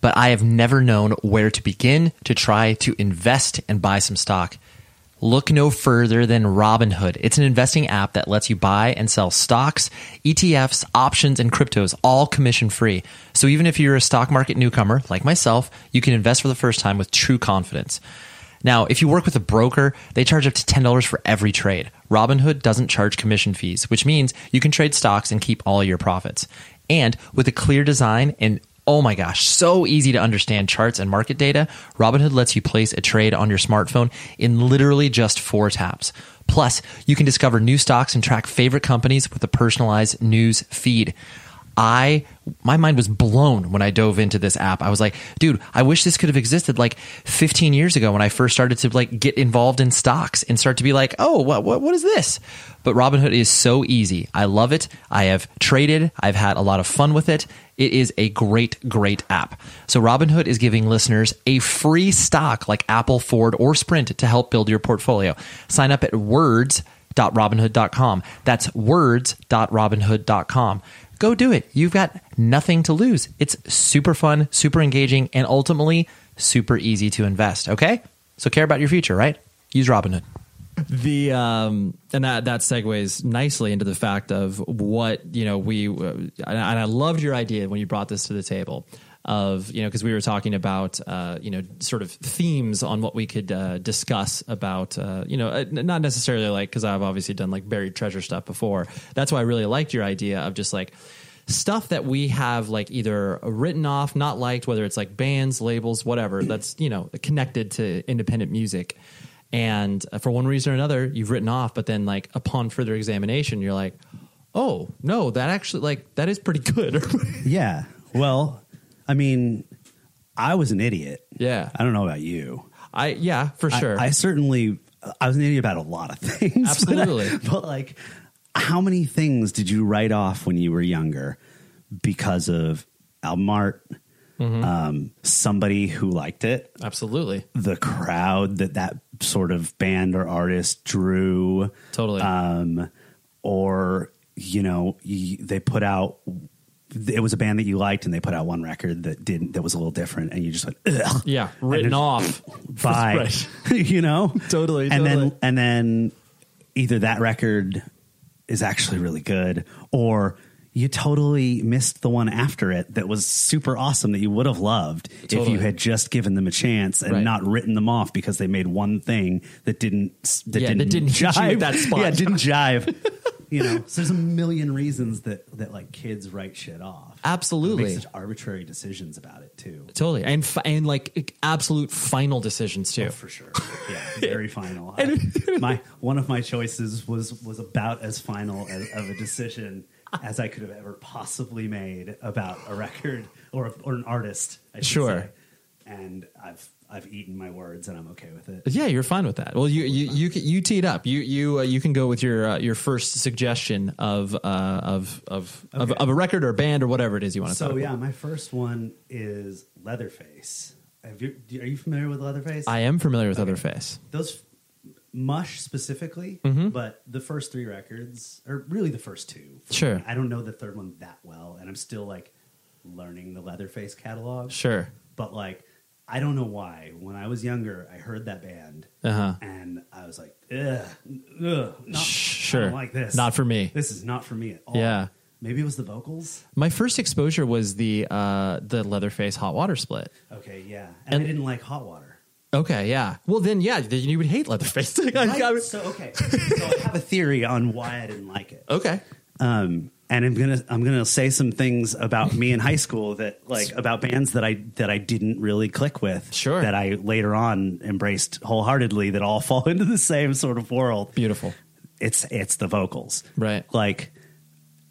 Speaker 6: but I have never known where to begin to try to invest and buy some stock. Look no further than Robinhood. It's an investing app that lets you buy and sell stocks, ETFs, options, and cryptos, all commission free. So even if you're a stock market newcomer like myself, you can invest for the first time with true confidence. Now, if you work with a broker, they charge up to $10 for every trade. Robinhood doesn't charge commission fees, which means you can trade stocks and keep all your profits. And with a clear design and oh my gosh, so easy to understand charts and market data, Robinhood lets you place a trade on your smartphone in literally just four taps. Plus, you can discover new stocks and track favorite companies with a personalized news feed. I my mind was blown when I dove into this app. I was like, dude, I wish this could have existed like 15 years ago when I first started to like get involved in stocks and start to be like, oh, what what what is this? But Robinhood is so easy. I love it. I have traded. I've had a lot of fun with it. It is a great, great app. So Robinhood is giving listeners a free stock like Apple, Ford, or Sprint to help build your portfolio. Sign up at words.robinhood.com. That's words.robinhood.com go do it. You've got nothing to lose. It's super fun, super engaging, and ultimately super easy to invest. Okay? So care about your future, right? Use Robinhood.
Speaker 2: the um and that that segues nicely into the fact of what you know we uh, and i loved your idea when you brought this to the table of you know because we were talking about uh you know sort of themes on what we could uh discuss about uh you know uh, n- not necessarily like because i've obviously done like buried treasure stuff before that's why i really liked your idea of just like stuff that we have like either written off, not liked, whether it's like bands, labels, whatever, that's, you know, connected to independent music. And uh, for one reason or another, you've written off, but then like upon further examination, you're like, oh, no, that actually, like, that is pretty good.
Speaker 3: yeah. Well, I mean, I was an idiot.
Speaker 2: yeah.
Speaker 3: I don't know about you.
Speaker 2: I yeah, for sure.
Speaker 3: I, certainly I was an idiot about a lot of things.
Speaker 2: Absolutely.
Speaker 3: But, I- but, like how many things did you write off when you were younger because of album art?
Speaker 2: Mhm.
Speaker 3: Um, somebody who liked it.
Speaker 2: Absolutely.
Speaker 3: The crowd that that sort of band or artist drew.
Speaker 2: Totally.
Speaker 3: Um, or, you know, y- they put out, it was a band that you liked and they put out one record that didn't, that was a little different. And you just went, ugh
Speaker 2: yeah, written
Speaker 3: just-
Speaker 2: off.
Speaker 3: by
Speaker 2: Right.
Speaker 3: you know
Speaker 2: Totally,
Speaker 3: and
Speaker 2: totally.
Speaker 3: then and then either that record is actually really good or you totally missed the one after it that was super awesome that you would have loved if you
Speaker 2: Totally.
Speaker 3: had just given them a chance and
Speaker 2: Right.
Speaker 3: not written them off because they made one thing that didn't that
Speaker 2: Yeah,
Speaker 3: didn't
Speaker 2: that didn't hit you
Speaker 3: jive
Speaker 2: at that spot.
Speaker 3: yeah didn't jive you know so there's a million reasons that that like kids write shit off
Speaker 2: Absolutely.
Speaker 3: They make such arbitrary decisions about it too
Speaker 2: Totally. And fi- and like e, absolute final decisions too.
Speaker 3: Oh, for sure. Yeah, very final. I- my one of my choices was was about as final as, of a decision as I could have ever possibly made about a record or or an artist. I should
Speaker 2: Sure.
Speaker 3: say. And I've I've eaten my words, and I'm okay with it.
Speaker 2: Yeah, you're fine with that. Well, you you you can- you teed up. You you uh, you can go with your uh, your first suggestion of uh, of of, of
Speaker 3: Okay.
Speaker 2: of a record or band or whatever it is you want to.
Speaker 3: So
Speaker 2: talk
Speaker 3: yeah,
Speaker 2: about.
Speaker 3: my first one is Leatherface. Have you, are you familiar with Leatherface?
Speaker 2: I am familiar with Otherface.
Speaker 3: those mush specifically
Speaker 2: Mhm.
Speaker 3: but the first three records or really the first two
Speaker 2: Sure.
Speaker 3: i don't know the third one that well and i'm still like learning the leatherface catalog
Speaker 2: Sure.
Speaker 3: but like i don't know why when i was younger i heard that band
Speaker 2: Uh-huh.
Speaker 3: and i was like ugh, ugh not, sure
Speaker 2: Sure.
Speaker 3: like this
Speaker 2: Not for me.
Speaker 3: this is not for me at all
Speaker 2: Yeah.
Speaker 3: maybe it was the vocals
Speaker 2: My first exposure was the uh, the Leatherface Hot Water split.
Speaker 3: okay yeah and, i didn't like hot water
Speaker 2: Okay, yeah. Well, then yeah, then you would hate Leatherface. Like, I- I
Speaker 3: Right?
Speaker 2: would-
Speaker 3: so okay so i have a theory on why i didn't like it
Speaker 2: okay.
Speaker 3: um, and I'm gonna I'm gonna say some things about me in high school that like about bands that I that I didn't really click with. Sure. That I later on embraced wholeheartedly that all fall into the same sort of world.
Speaker 2: Beautiful.
Speaker 3: It's it's the vocals.
Speaker 2: Right.
Speaker 3: Like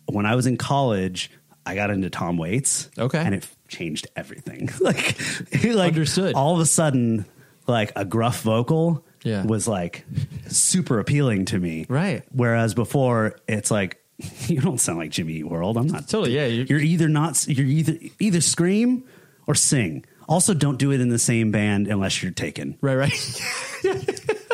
Speaker 3: when I was in college, I got into Tom Waits.
Speaker 2: Okay.
Speaker 3: And it f- changed everything. like, like understood. All of a sudden, like a gruff vocal
Speaker 2: Yeah.
Speaker 3: was like super appealing to me.
Speaker 2: Right.
Speaker 3: Whereas before it's like you don't sound like Jimmy Eat World. I'm not
Speaker 2: totally. Yeah. You're,
Speaker 3: either not you're either either scream or sing. Also, don't do it in the same band unless you're taken.
Speaker 2: Right. Right.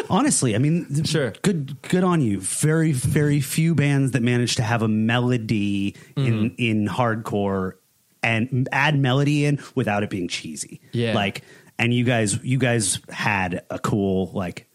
Speaker 3: Honestly, I mean, sure. Good, good on you. Very, very few bands that manage to have a melody
Speaker 2: Mm-hmm.
Speaker 3: in in hardcore and add melody in without it being cheesy.
Speaker 2: Yeah.
Speaker 3: like and you guys, you guys had a cool like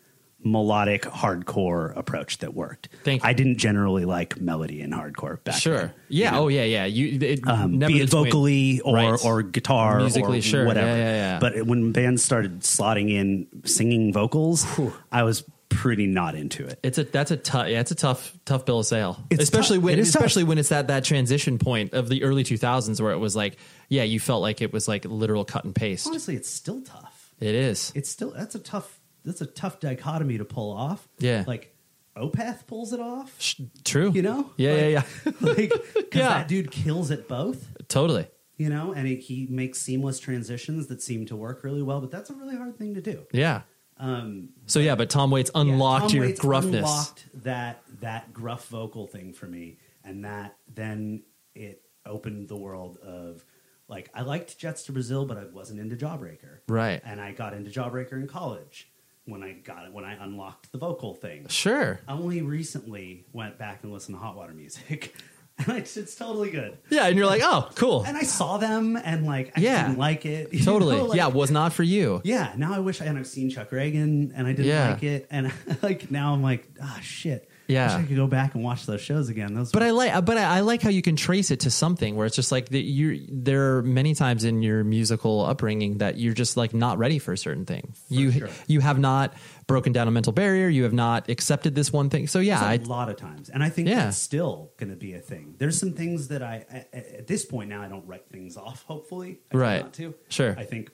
Speaker 3: melodic hardcore approach that worked.
Speaker 2: Thank you.
Speaker 3: I didn't generally like melody in hardcore back
Speaker 2: sure.
Speaker 3: then,
Speaker 2: yeah.
Speaker 3: you know?
Speaker 2: Oh, yeah. Yeah. You it
Speaker 3: um,
Speaker 2: never
Speaker 3: be it
Speaker 2: gets away-
Speaker 3: vocally or,
Speaker 2: Right.
Speaker 3: or guitar
Speaker 2: Musically,
Speaker 3: or
Speaker 2: sure.
Speaker 3: whatever.
Speaker 2: Yeah, yeah, yeah.
Speaker 3: But when bands started slotting in singing vocals, I was pretty not into it.
Speaker 2: It's a that's a tough yeah it's a tough tough bill of sale
Speaker 3: It's
Speaker 2: especially
Speaker 3: tough.
Speaker 2: when
Speaker 3: It is tough.
Speaker 2: especially when it's that that transition point of the early 2000s where it was like yeah you felt like it was like literal cut and paste
Speaker 3: Honestly, it's still tough.
Speaker 2: it is
Speaker 3: It's still that's a tough that's a tough dichotomy to pull off.
Speaker 2: Yeah.
Speaker 3: like Opeth pulls it off.
Speaker 2: true
Speaker 3: You know,
Speaker 2: yeah yeah yeah
Speaker 3: like because that dude kills at both.
Speaker 2: totally
Speaker 3: You know, and it, he makes seamless transitions that seem to work really well. But that's a really hard thing to do.
Speaker 2: yeah
Speaker 3: Um,
Speaker 2: so yeah but Tom Waits unlocked
Speaker 3: Tom
Speaker 2: your
Speaker 3: Waits
Speaker 2: gruffness
Speaker 3: Unlocked that that gruff vocal thing for me, and that then it opened the world of like I liked Jets to Brazil, but I wasn't into Jawbreaker.
Speaker 2: Right.
Speaker 3: and I got into Jawbreaker in college when I got it when I unlocked the vocal thing.
Speaker 2: Sure.
Speaker 3: I only recently went back and listened to Hot Water Music. and it's, it's totally good.
Speaker 2: yeah and you're like oh cool
Speaker 3: And I saw them and like I
Speaker 2: Yeah.
Speaker 3: didn't like it. you
Speaker 2: totally
Speaker 3: know, like-
Speaker 2: yeah was not for you
Speaker 3: yeah, now I wish I and I've seen Chuck Reagan and I didn't
Speaker 2: Yeah.
Speaker 3: like it and like now I'm like ah shit.
Speaker 2: Yeah.
Speaker 3: wish I could go back and watch those shows again. Those
Speaker 2: But I like, but I, I like how you can trace it to something where it's just like that. You there are many times in your musical upbringing that you're just like not ready for a certain thing. you you have not broken down a mental barrier. You have not accepted this one thing. So yeah,
Speaker 3: There's
Speaker 2: I,
Speaker 3: a lot of times, and I think
Speaker 2: Yeah.
Speaker 3: that's still going to be a thing. There's some things that I at, at this point now I don't write things off. Hopefully, I try
Speaker 2: Right.
Speaker 3: Not to
Speaker 2: Sure.
Speaker 3: I think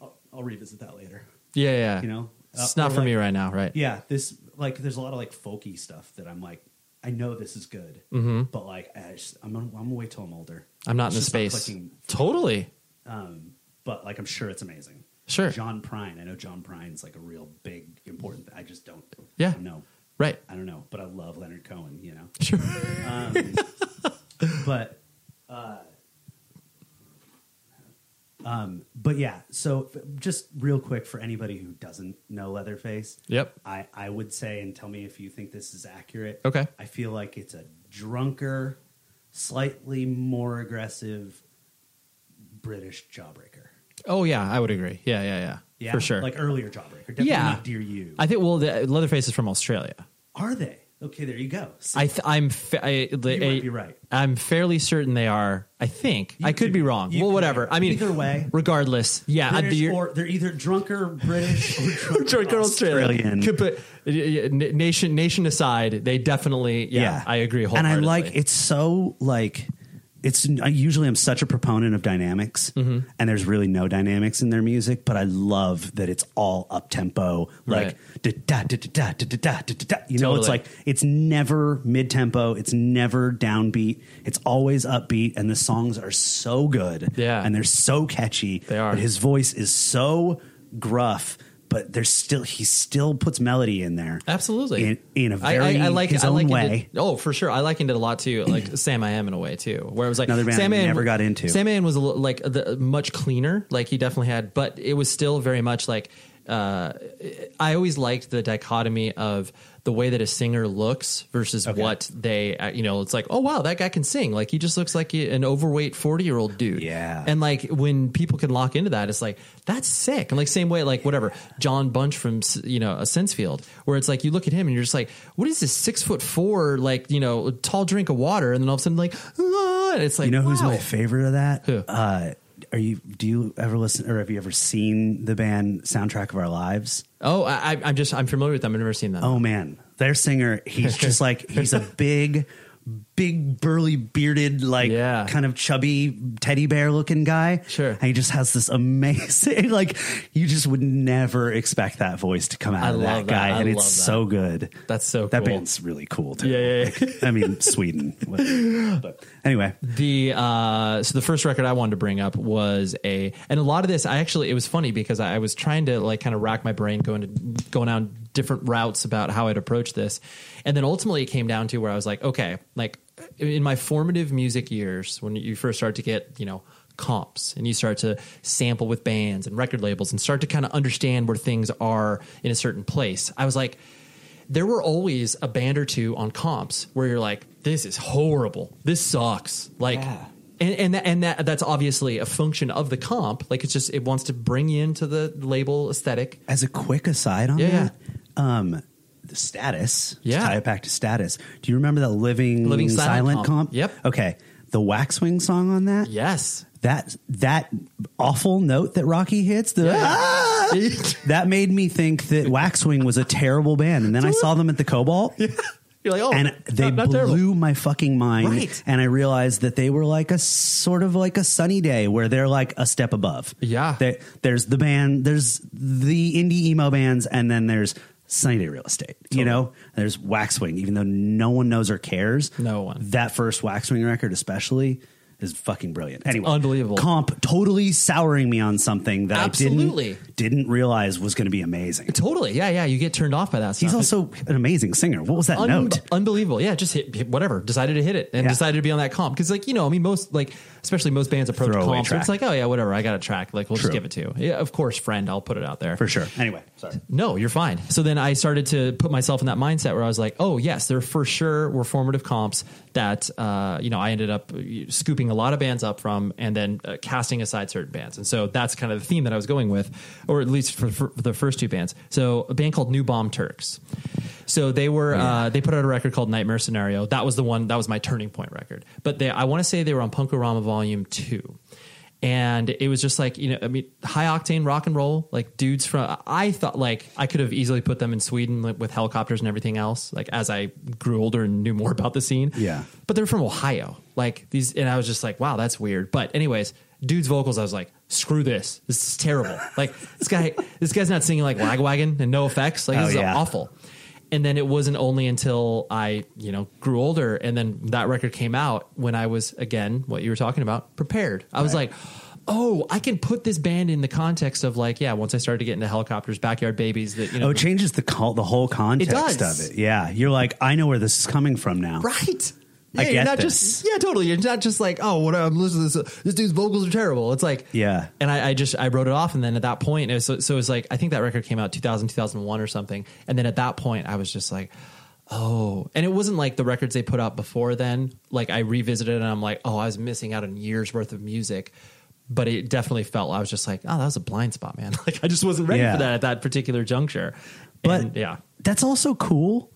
Speaker 3: I'll, I'll revisit that later.
Speaker 2: yeah, yeah.
Speaker 3: You know,
Speaker 2: it's
Speaker 3: Uh,
Speaker 2: not
Speaker 3: or
Speaker 2: for me
Speaker 3: like-
Speaker 2: right now, right?
Speaker 3: Yeah, this like there's a lot of like folky stuff that I'm like I know this is good,
Speaker 2: Mhm.
Speaker 3: but like I just, I'm gonna, I'm gonna wait till I'm older.
Speaker 2: I'm not in
Speaker 3: It's
Speaker 2: the
Speaker 3: just not
Speaker 2: space.
Speaker 3: clicking.
Speaker 2: Totally.
Speaker 3: Um, but like I'm sure it's amazing.
Speaker 2: Sure.
Speaker 3: John Prine. I know John Prine's like a real big important. I just don't.
Speaker 2: Yeah.
Speaker 3: I don't know.
Speaker 2: Right.
Speaker 3: I don't know, but I love Leonard Cohen. You know. Sure. Um, but. Uh, um, but yeah, so f- just real quick for anybody who doesn't know Leatherface,
Speaker 2: Yep.
Speaker 3: I, I would say, and tell me if you think this is accurate.
Speaker 2: Okay.
Speaker 3: I feel like it's a drunker, slightly more aggressive British jawbreaker.
Speaker 2: Oh yeah, I would agree. Yeah, yeah, yeah.
Speaker 3: Yeah.
Speaker 2: for sure.
Speaker 3: Like earlier jawbreaker. Definitely
Speaker 2: Yeah.
Speaker 3: not Dear You.
Speaker 2: I think well, the, Leatherface is from Australia.
Speaker 3: Are they? Okay, there you go. See,
Speaker 2: I th- I'm fa- I,
Speaker 3: you might be right.
Speaker 2: am fairly certain they are. I think I could be wrong. Well, whatever. I mean,
Speaker 3: Either way.
Speaker 2: regardless, yeah, I-
Speaker 3: British
Speaker 2: you're-
Speaker 3: or they're either drunker British or drunker,
Speaker 2: Drunk girl Australian. Could put- uh, yeah, na- nation nation aside, they definitely yeah, I agree
Speaker 3: and I
Speaker 2: wholeheartedly.
Speaker 3: like it's so like it's I usually I'm such a proponent of dynamics,
Speaker 2: Mhm.
Speaker 3: and there's really no dynamics in their music, but I love that it's all up tempo, like da da da da da da da da da. You know, it's
Speaker 2: Totally.
Speaker 3: like it's never mid tempo, it's never downbeat, it's always upbeat, and the songs are so good, yeah, and they're so catchy. They are. But his voice is so gruff. But there's still he still puts melody in there,
Speaker 2: absolutely
Speaker 3: in, in a
Speaker 2: I-
Speaker 3: very
Speaker 2: I, I like
Speaker 3: his
Speaker 2: I
Speaker 3: own
Speaker 2: likened
Speaker 3: way.
Speaker 2: It, oh, for sure, I likened it a lot to like Sam I Am in a way too, where it was like
Speaker 3: Another band
Speaker 2: Sam
Speaker 3: I
Speaker 2: Am
Speaker 3: never got into.
Speaker 2: Sam I Am was a, li- like the, much cleaner, like he definitely had, but it was still very much like uh, I always liked the dichotomy of the way that a singer looks versus what they uh, you know it's like oh wow that guy can sing like he just looks like he- an overweight 40 year old dude yeah and like when people can lock into that it's like that's sick and like same way like whatever john bunch from S- you know a sensefield where it's like you look at him and you're just like what is this six foot four like you know tall drink of water and then all of a sudden like ah, and it's like
Speaker 3: you know
Speaker 2: wow.
Speaker 3: who's my favorite of that? Uh, are you? Do you ever listen, or have you ever seen the band soundtrack of our lives?
Speaker 2: oh I, I- i'm just i'm familiar with them i've never seen them
Speaker 3: Oh man, their singer, he's just like he's a big, big burly bearded like kind of chubby teddy bear looking guy sure and he just has this amazing like you just would never expect that voice to come out
Speaker 2: I
Speaker 3: of
Speaker 2: love
Speaker 3: that guy
Speaker 2: that. I
Speaker 3: and it's
Speaker 2: love that.
Speaker 3: so good
Speaker 2: that's so
Speaker 3: that
Speaker 2: cool.
Speaker 3: band's really cool too yeah, yeah, i mean sweden but anyway
Speaker 2: the uh so the first record i wanted to bring up was a and a lot of this i actually it was funny because i, I was trying to like kind of rack my brain going to going down different routes about how i'd approach this and then ultimately it came down to where i was like okay like in my formative music years when you first start to get you know comps and you start to sample with bands and record labels and start to kind of understand where things are in a certain place i was like there were always a band or two on comps where you're like, this is horrible. This sucks. Like, and and that, and that that's obviously a function of the comp. Like, it's just it wants to bring you into the label aesthetic.
Speaker 3: as a quick aside on
Speaker 2: Yeah.
Speaker 3: that, um, the status, yeah,
Speaker 2: Yeah.
Speaker 3: tie it back to status. Do you remember that living
Speaker 2: Living Silent comp.
Speaker 3: comp? Yep. Okay, the Waxwing song on that.
Speaker 2: Yes,
Speaker 3: that that awful note that Rocky hits. The "Ah!" that made me think that Waxwing was a terrible band, and then I saw them at the Cobalt.
Speaker 2: You're like, oh,
Speaker 3: and they
Speaker 2: not- not
Speaker 3: blew
Speaker 2: terrible.
Speaker 3: my fucking mind,
Speaker 2: Right.
Speaker 3: and I realized that they were like a sort of like a sunny day where they're like a step above.
Speaker 2: Yeah,
Speaker 3: There- there's the band, there's the indie emo bands, and then there's Sunny Day Real Estate. You know, And there's Waxwing. Even though no one knows or cares, no one. That first Waxwing record, especially, is fucking brilliant. Anyway, unbelievable comp totally souring me on something that I
Speaker 2: Absolutely.
Speaker 3: didn't didn't realize was going to be amazing.
Speaker 2: Totally, yeah, yeah. You get turned off by that.
Speaker 3: He's also an amazing singer. What was that
Speaker 2: Un-
Speaker 3: note?
Speaker 2: Unbelievable. Yeah, just hit, hit whatever. Decided to hit it and
Speaker 3: Yeah.
Speaker 2: decided to be on that comp because, like, you know, I mean, most like especially most bands approach
Speaker 3: Throwaway
Speaker 2: comps. where It's
Speaker 3: track.
Speaker 2: like, oh yeah, whatever. I got a track. Like, we'll
Speaker 3: True.
Speaker 2: just give it to you. Yeah, of course, friend. I'll put it out there
Speaker 3: for sure. Anyway, sorry.
Speaker 2: No, you're fine. So then I started to put myself in that mindset where I was like, oh yes, there for sure were formative comps that uh, you know I ended up uh, scooping a lot of bands up from, and then uh, casting aside certain bands. And so that's kind of the theme that I was going with, or at least for, for the first two bands. So a band called New Bomb Turks. So they were uh, they put out a record called Nightmare Scenario. That was the one that was my turning point record. But they I want to say they were on Punkorama Volume Two and it was just like you know i mean high octane rock and roll like dudes from i thought like i could have easily put them in sweden like, with helicopters and everything else like as i grew older and knew more about the scene
Speaker 3: Yeah.
Speaker 2: but they're from ohio like these and i was just like wow that's weird but anyways dude's vocals i was like screw this this is terrible like this guy this guy's not singing like wagwagon and no effects like
Speaker 3: Oh,
Speaker 2: this is
Speaker 3: yeah.
Speaker 2: awful and then it wasn't only until I, you know, grew older and then that record came out when I was again what you were talking about, prepared. I was
Speaker 3: Right.
Speaker 2: like, "Oh, I can put this band in the context of like, yeah, once I started to get into helicopters, backyard babies that, you know,
Speaker 3: oh, it changes the col- the whole context
Speaker 2: does.
Speaker 3: of it. Yeah, you're like, I know where this is coming from now.
Speaker 2: Right.
Speaker 3: I
Speaker 2: Yeah,
Speaker 3: get
Speaker 2: you're not
Speaker 3: this.
Speaker 2: just yeah, totally. You're not just like, oh, what I'm listening to this, this dude's vocals are terrible. It's like
Speaker 3: Yeah.
Speaker 2: and I, I just I wrote it off, and then at that point, it was, so, so it was like I think that record came out 2000, 2001 or something, and then at that point, I was just like, oh, and it wasn't like the records they put out before then. Like I revisited, it and I'm like, oh, I was missing out on years worth of music, but it definitely felt I was just like, oh, that was a blind spot, man. like I just wasn't ready
Speaker 3: Yeah.
Speaker 2: for that at that particular juncture.
Speaker 3: But-
Speaker 2: And, yeah,
Speaker 3: That's also cool.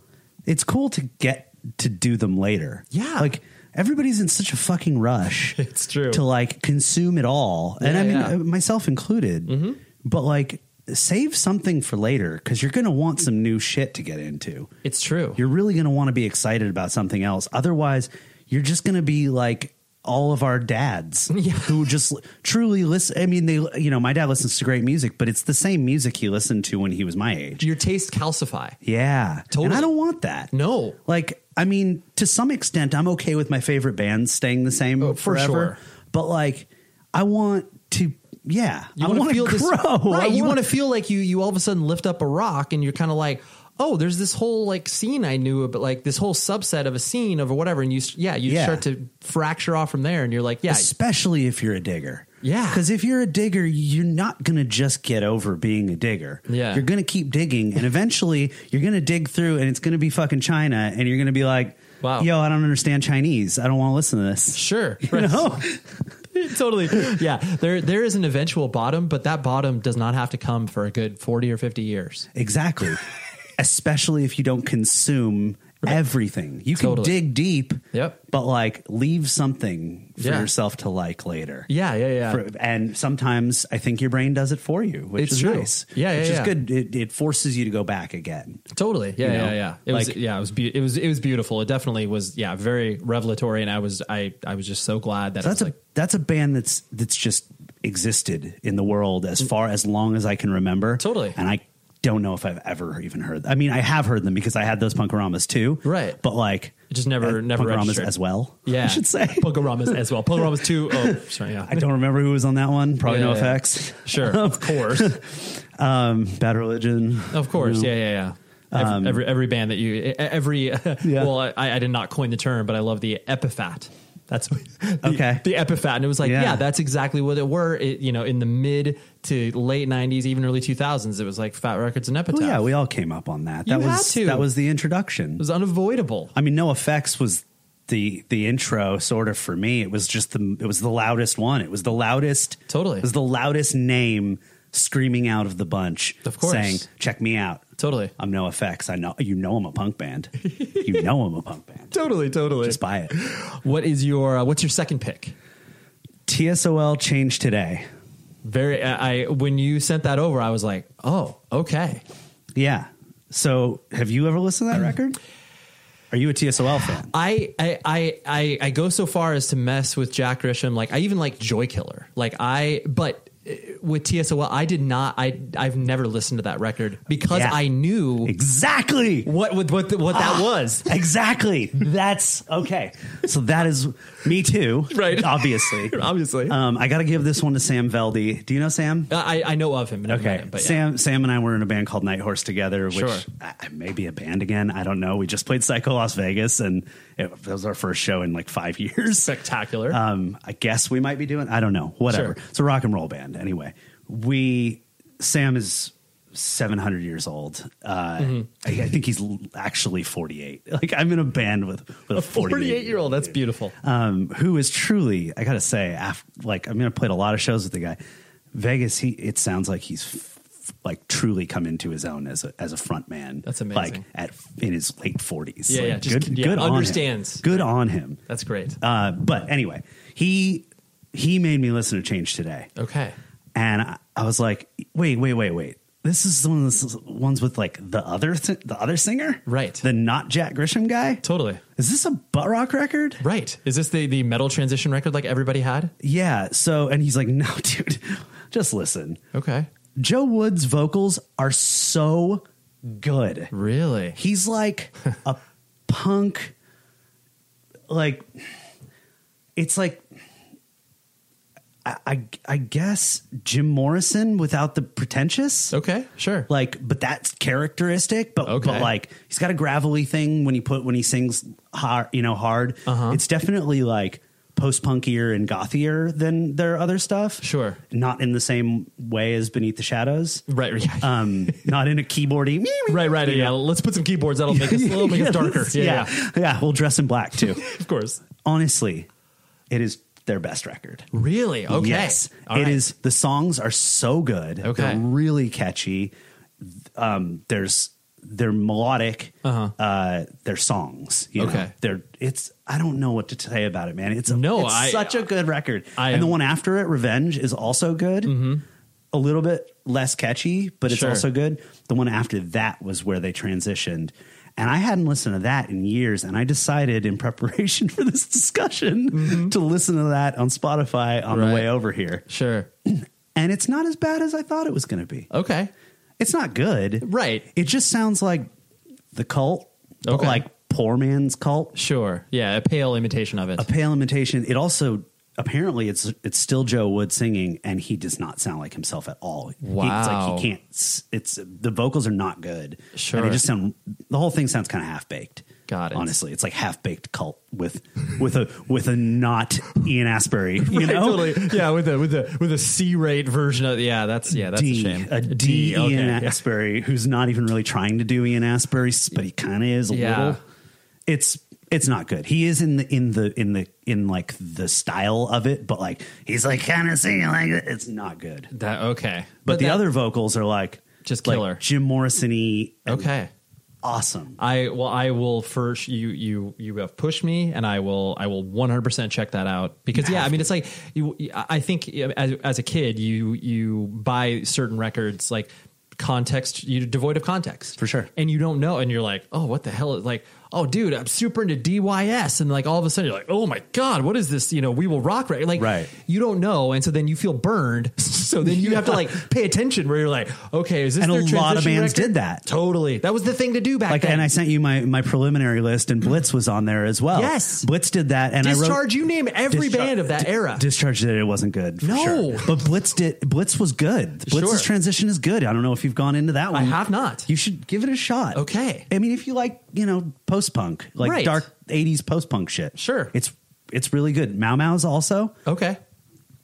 Speaker 3: It's cool to get to do them later. Yeah. Like everybody's in such a fucking rush.
Speaker 2: It's true.
Speaker 3: To like consume it all. and
Speaker 2: Yeah,
Speaker 3: I mean,
Speaker 2: yeah. Mm-hmm.
Speaker 3: uh, myself included. But like, save something for later because you're going to want some new shit to get into.
Speaker 2: It's true.
Speaker 3: You're really going to want to be excited about something else. Otherwise, you're just going to be like, all of our dads who just l- truly listen. I mean, they, you know, my dad listens to great music, but it's the same music he listened to when he was my age.
Speaker 2: your tastes calcify.
Speaker 3: Yeah. Totally. And I don't want that.
Speaker 2: No.
Speaker 3: Like, I mean, to some extent, I'm okay with my favorite bands staying the same
Speaker 2: Oh, for
Speaker 3: forever.
Speaker 2: sure.
Speaker 3: But like, I want to, yeah, I
Speaker 2: wanna
Speaker 3: want to grow.
Speaker 2: this- right,
Speaker 3: I
Speaker 2: you
Speaker 3: wanna-
Speaker 2: want to feel like you you all of a sudden lift up a rock and you're kind of like, oh, there's this whole like scene I knew, but like this whole subset of a scene of or whatever, and you s- yeah you
Speaker 3: Yeah.
Speaker 2: start to fracture off from there, and you're like, yeah,
Speaker 3: especially if you're a digger.
Speaker 2: Yeah.
Speaker 3: Because if you're a digger, you're not going to just get over being a digger.
Speaker 2: Yeah.
Speaker 3: You're going to keep digging and eventually you're going to dig through and it's going to be fucking China and you're going to be like, wow. yo, I don't understand Chinese. I don't want to listen to this.
Speaker 2: Sure.
Speaker 3: You know?
Speaker 2: totally, yeah. There there is an eventual bottom, but that bottom does not have to come for a good forty or fifty years.
Speaker 3: Exactly. Especially if you don't consume everything. You can
Speaker 2: Totally.
Speaker 3: dig deep,
Speaker 2: Yep.
Speaker 3: but like leave something for
Speaker 2: Yeah.
Speaker 3: yourself to like later.
Speaker 2: Yeah, yeah, yeah.
Speaker 3: For- and sometimes I think your brain does it for you, which
Speaker 2: It's
Speaker 3: is
Speaker 2: true.
Speaker 3: nice.
Speaker 2: Yeah, yeah,
Speaker 3: which is
Speaker 2: yeah.
Speaker 3: good. It, it forces you to go back again.
Speaker 2: Totally. Yeah,
Speaker 3: You
Speaker 2: yeah,
Speaker 3: know?
Speaker 2: yeah. It was
Speaker 3: Like-
Speaker 2: yeah, it was be- it was it was beautiful. It definitely was yeah, very revelatory and I was I I was just so glad that
Speaker 3: So
Speaker 2: it
Speaker 3: that's
Speaker 2: was
Speaker 3: a that's a band that's that's just existed in the world as
Speaker 2: Mm.
Speaker 3: far as long as I can remember. Totally. And I don't know if I've ever even heard. I mean, I have heard them because I had those Punkaramas too. Right. But like,
Speaker 2: just never never
Speaker 3: Punkaramas
Speaker 2: registered.
Speaker 3: as well.
Speaker 2: Yeah.
Speaker 3: I should say
Speaker 2: Punkaramas as well. Punkaramas too. Oh, sorry, yeah.
Speaker 3: I don't remember who was on that one. Probably
Speaker 2: Yeah,
Speaker 3: no
Speaker 2: yeah, yeah.
Speaker 3: effects.
Speaker 2: Sure, of course.
Speaker 3: um, Bad Religion.
Speaker 2: Of course.
Speaker 3: you know.
Speaker 2: Yeah, yeah, yeah. Every,
Speaker 3: Um,
Speaker 2: every every band that you e- every well I, I did not coin the term but I love the epiphat that's what- the, okay the epiphat and it was like yeah.
Speaker 3: Yeah.
Speaker 2: that's exactly what it were it, you know in the mid to late 90s even early 2000s it was like Fat Records and Epitaph
Speaker 3: Well, yeah, we all came up on that. That
Speaker 2: You had
Speaker 3: was
Speaker 2: to.
Speaker 3: that was the introduction. It
Speaker 2: was unavoidable.
Speaker 3: I mean, no effects was the the intro sort of for me. It was just the it was the loudest one. It was the loudest. Totally. It was the loudest name screaming out of the bunch. Of
Speaker 2: course.
Speaker 3: saying check me out.
Speaker 2: Totally.
Speaker 3: I'm no effects. I know you know I'm a punk band. you know I'm a punk band.
Speaker 2: Totally, totally.
Speaker 3: Just buy it.
Speaker 2: What is your uh, what's your second pick?
Speaker 3: TSOL change today.
Speaker 2: Very. I I- when you sent that over, I was like, oh, okay.
Speaker 3: Yeah. So have you ever listened to that record? Are you a TSOL fan?
Speaker 2: I I, I I I go so far as to mess with Jack Grisham. Like I even like Joy Killer. Like I but. uh, With TSOL, I did not. I I've never listened to that record because
Speaker 3: Yeah.
Speaker 2: I knew
Speaker 3: exactly
Speaker 2: what what what, what that
Speaker 3: Ah,
Speaker 2: was.
Speaker 3: Exactly. That's okay. So that is me too. Right. Obviously.
Speaker 2: obviously.
Speaker 3: Um, I got to give this one to Sam Veldi. Do you know Sam?
Speaker 2: I I know of him. but never met him, but yeah.
Speaker 3: Sam Sam and I were in a band called Night Horse together, which
Speaker 2: Sure.
Speaker 3: I, I may be a band again. I don't know. We just played Psycho Las Vegas, and it, that was our first show in like five years.
Speaker 2: Spectacular.
Speaker 3: Um, I guess we might be doing. I don't know. Whatever.
Speaker 2: Sure.
Speaker 3: It's a rock and roll band anyway. We Sam is. 700 years old. Uh,
Speaker 2: Mhm.
Speaker 3: I, I think he's l- actually 48. Like I'm in a band with, with a 48
Speaker 2: 48 year old. That's beautiful.
Speaker 3: um, who is truly, I gotta say, af like I mean, I played a lot of shows with the guy. Vegas, he it sounds like he's f- f- like truly come into his own as a as a front man. That's
Speaker 2: amazing.
Speaker 3: Like at in his late forties.
Speaker 2: Yeah,
Speaker 3: like,
Speaker 2: yeah, just- yeah,
Speaker 3: on him.
Speaker 2: understands.
Speaker 3: Good on him.
Speaker 2: That's great.
Speaker 3: Uh, but anyway, he he made me listen to Change today,
Speaker 2: Okay.
Speaker 3: and I, I was like, wait, wait, wait, wait. This is one of those ones with like the other th- the other singer, right? The not Jack Grisham guy.
Speaker 2: Totally.
Speaker 3: Is this a butt rock record?
Speaker 2: Right. Is this the the metal transition record like everybody had?
Speaker 3: Yeah. So, and he's like, no, dude, just listen.
Speaker 2: Okay.
Speaker 3: Joe Wood's vocals are so good.
Speaker 2: Really?
Speaker 3: He's like a punk, like, it's like, I, I, I guess Jim Morrison without the pretentious.
Speaker 2: Okay, sure.
Speaker 3: Like, but that's characteristic. But
Speaker 2: Okay.
Speaker 3: but like, he's got a gravelly thing when he put when he sings hard. You know, hard.
Speaker 2: Uh-huh.
Speaker 3: It's definitely like post punkier and gothier than their other stuff. Sure. Not in the same way as Beneath the Shadows.
Speaker 2: Right. right.
Speaker 3: Um. not in a keyboardy.
Speaker 2: Right, right. Yeah, let's put some keyboards. That'll make us, that'll make us darker. Yeah, yeah.
Speaker 3: yeah. Yeah. We'll dress in black too.
Speaker 2: of course.
Speaker 3: Honestly, it is their best record.
Speaker 2: Really? Okay.
Speaker 3: Yes.
Speaker 2: All
Speaker 3: it
Speaker 2: right.
Speaker 3: is. The songs are so good.
Speaker 2: Okay.
Speaker 3: They're really catchy. Um, there's they're melodic. Uh-huh. Uh, they're songs. You
Speaker 2: Okay.
Speaker 3: Know? They're it's I don't know what to say about it, man. It's
Speaker 2: No,
Speaker 3: it's
Speaker 2: I-
Speaker 3: such a good record.
Speaker 2: I- Mm-hmm.
Speaker 3: and the one after it, Revenge, is also good. A little bit less catchy, but it's
Speaker 2: Sure.
Speaker 3: also good. The one after that was where they transitioned. And I hadn't listened to that in years, and I decided in preparation for this discussion
Speaker 2: Mm-hmm.
Speaker 3: to listen to that on Spotify on the
Speaker 2: Right.
Speaker 3: way over here.
Speaker 2: Sure.
Speaker 3: And it's not as bad as I thought it was going to be.
Speaker 2: Okay.
Speaker 3: It's not good.
Speaker 2: Right.
Speaker 3: It just sounds like the cult, but
Speaker 2: Okay.
Speaker 3: like poor man's cult.
Speaker 2: Sure. Yeah, a pale imitation of it.
Speaker 3: A pale imitation. It also apparently it's it's still Joe Wood singing, and he does not sound like himself at all. He- it's
Speaker 2: Wow.
Speaker 3: like he can't. s- It's the vocals are not good.
Speaker 2: Sure.
Speaker 3: and they just sound. The whole thing sounds kind of half baked.
Speaker 2: Got it.
Speaker 3: Honestly, it's like half baked cult with with a with a not Ian Asbury. You
Speaker 2: Right,
Speaker 3: know,
Speaker 2: totally. Yeah, with a with a with a C rate version of yeah, that's yeah, that's
Speaker 3: D,
Speaker 2: a shame.
Speaker 3: A D,
Speaker 2: okay,
Speaker 3: Ian
Speaker 2: yeah.
Speaker 3: Asbury, who's not even really trying to do Ian Asbury, but he kind of is a
Speaker 2: Yeah.
Speaker 3: little. It's it's not good. He is in the in the in the in like the style of it, but like he's like kind of singing like it. it's not good.
Speaker 2: That okay.
Speaker 3: But, the
Speaker 2: that-
Speaker 3: other vocals are like just
Speaker 2: killer.
Speaker 3: Jim Morrison y.
Speaker 2: Okay. Uh,
Speaker 3: awesome.
Speaker 2: I well, I will first. You you you have pushed me, and I will I will one hundred percent check that out because yeah, I mean it's like you, I think as as a kid you you buy certain records like context you devoid of context for sure, and you don't know, and you're like oh what the hell is like oh dude I'm super into DYS, and like all of a sudden you're like oh my god what is this you know we will rock right like right. you don't know, and so then you feel burned, so then you have to like pay attention where you're like okay is this
Speaker 3: And a
Speaker 2: their
Speaker 3: lot of
Speaker 2: transition
Speaker 3: bands
Speaker 2: record?
Speaker 3: did that.
Speaker 2: totally that was the thing to do back
Speaker 3: like,
Speaker 2: then
Speaker 3: and I sent you my my preliminary list, and Blitz was on there as well.
Speaker 2: Yes.
Speaker 3: Blitz did that, and I wrote
Speaker 2: Discharge, you name every band of that
Speaker 3: Di-
Speaker 2: era.
Speaker 3: Discharge did it. It wasn't good. For
Speaker 2: No.
Speaker 3: sure. but Blitz did. Blitz was good. Blitz's
Speaker 2: Sure.
Speaker 3: transition is good. I don't know if you've gone into that one. I have
Speaker 2: not.
Speaker 3: You should give it a shot.
Speaker 2: Okay.
Speaker 3: I mean, if you like, you know, post punk, like
Speaker 2: Right.
Speaker 3: dark '80s post punk shit,
Speaker 2: sure,
Speaker 3: it's it's really good. Mau Mau's also
Speaker 2: okay.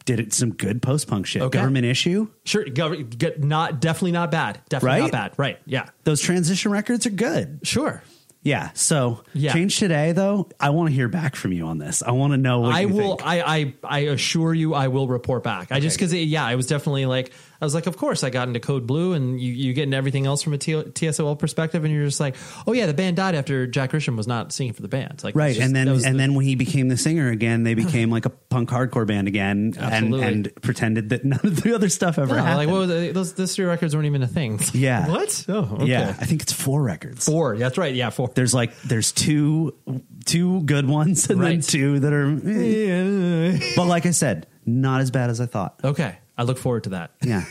Speaker 3: Did it some good post punk shit.
Speaker 2: Okay.
Speaker 3: Government issue.
Speaker 2: Sure, gov- get not definitely not bad. Definitely not
Speaker 3: Right?
Speaker 2: bad. Right? Yeah.
Speaker 3: Those transition records are good.
Speaker 2: Sure.
Speaker 3: Yeah. So
Speaker 2: Yeah.
Speaker 3: change today though. I want to hear back from you on this. I want to know what
Speaker 2: I
Speaker 3: you
Speaker 2: will.
Speaker 3: think.
Speaker 2: I, I I assure you, I will report back. I just because yeah, I was definitely like I was like, of course, I got into Code Blue, and you you get into everything else from a T- TSOL perspective, and you're just like, oh yeah, the band died after Jack Grisham was not singing for the band. Like it's
Speaker 3: right.
Speaker 2: just-
Speaker 3: and then
Speaker 2: that
Speaker 3: and
Speaker 2: was the-
Speaker 3: then when he became the singer again, they became like a punk hardcore band again and,
Speaker 2: Absolutely.
Speaker 3: and pretended that none of the other stuff ever
Speaker 2: Yeah, like
Speaker 3: happened.
Speaker 2: what was it? those those three records weren't even a thing.
Speaker 3: yeah.
Speaker 2: What? Oh, okay.
Speaker 3: Yeah. I think it's four records.
Speaker 2: Four. That's right. Yeah, four.
Speaker 3: There's like there's two two good ones and then two that are eh. But like I said, not as bad as I thought.
Speaker 2: Okay. I look forward to that.
Speaker 3: Yeah.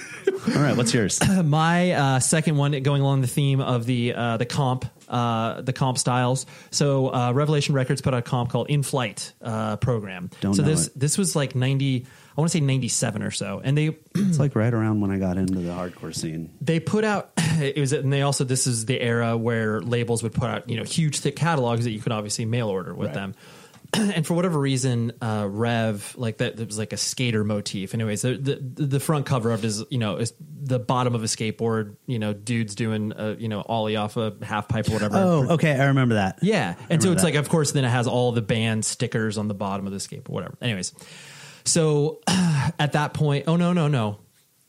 Speaker 3: All right, what's yours?
Speaker 2: My uh, second one, going along the theme of the uh, the comp uh, the comp styles. So uh, Revelation Records put out a comp called In Flight uh, program.
Speaker 3: Don't
Speaker 2: so
Speaker 3: know
Speaker 2: this
Speaker 3: it.
Speaker 2: this was like ninety, I want to say ninety seven or so, and they
Speaker 3: It's like right around when I got into the hardcore scene.
Speaker 2: they put out it was and they also this is the era where labels would put out you know huge thick catalogs that you could obviously mail order with
Speaker 3: Right.
Speaker 2: them and for whatever reason uh rev like that there was like a skater motif anyways the, the the front cover of it is you know is the bottom of a skateboard you know dudes doing uh, you know ollie off a half pipe or whatever
Speaker 3: Oh, okay, I remember that.
Speaker 2: yeah. And so
Speaker 3: remember
Speaker 2: it's
Speaker 3: that.
Speaker 2: like, of course, then it has all the band stickers on the bottom of the skateboard, whatever. Anyways, so at that point, oh no, no, no,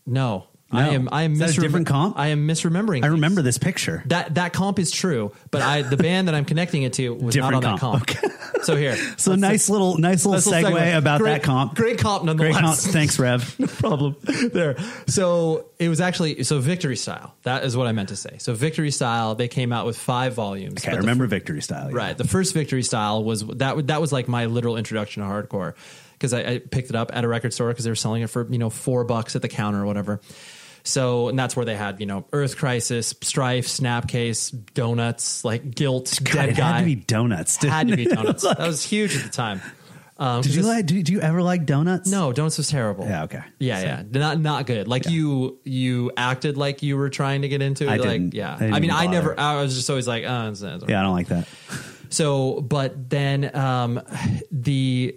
Speaker 2: no. I
Speaker 3: No.
Speaker 2: am. I am.
Speaker 3: Is that a different
Speaker 2: comp. I am misremembering.
Speaker 3: I remember this picture.
Speaker 2: That that comp is true, but I the band that I'm connecting it to was
Speaker 3: Different
Speaker 2: not on
Speaker 3: comp.
Speaker 2: that comp. So here,
Speaker 3: So nice little nice little
Speaker 2: Nice
Speaker 3: segue,
Speaker 2: little segue.
Speaker 3: about
Speaker 2: Great-
Speaker 3: that comp.
Speaker 2: great comp
Speaker 3: Great comp.
Speaker 2: nonetheless.
Speaker 3: Thanks, Rev.
Speaker 2: no problem there. So it was actually so victory style. That is what I meant to say. So victory style. They came out with five volumes.
Speaker 3: Okay,
Speaker 2: but
Speaker 3: I
Speaker 2: the
Speaker 3: remember Victory Style. yeah.
Speaker 2: Right. The first victory style was that that was like my literal introduction to hardcore because I, I picked it up at a record store because they were selling it for you know four bucks at the counter or whatever. So and that's where they had you know Earth Crisis, Strife, Snapcase, Donuts, like Guilt,
Speaker 3: God,
Speaker 2: Dead
Speaker 3: it
Speaker 2: Guy.
Speaker 3: had to be donuts. Didn't
Speaker 2: Had to be
Speaker 3: it?
Speaker 2: Donuts. that was huge at the time. Um,
Speaker 3: Did
Speaker 2: 'cause
Speaker 3: you
Speaker 2: this-
Speaker 3: like? Do, do you ever like donuts?
Speaker 2: No, donuts was terrible.
Speaker 3: Yeah. Okay.
Speaker 2: Yeah, yeah, not not good. Like you, you acted like you were trying to get into it.
Speaker 3: I
Speaker 2: like,
Speaker 3: didn't.
Speaker 2: yeah.
Speaker 3: I
Speaker 2: I,
Speaker 3: didn't
Speaker 2: mean,
Speaker 3: even
Speaker 2: I
Speaker 3: bother.
Speaker 2: never. I was just always like, oh, it's, it's
Speaker 3: Yeah, I don't like that.
Speaker 2: so, but then um, the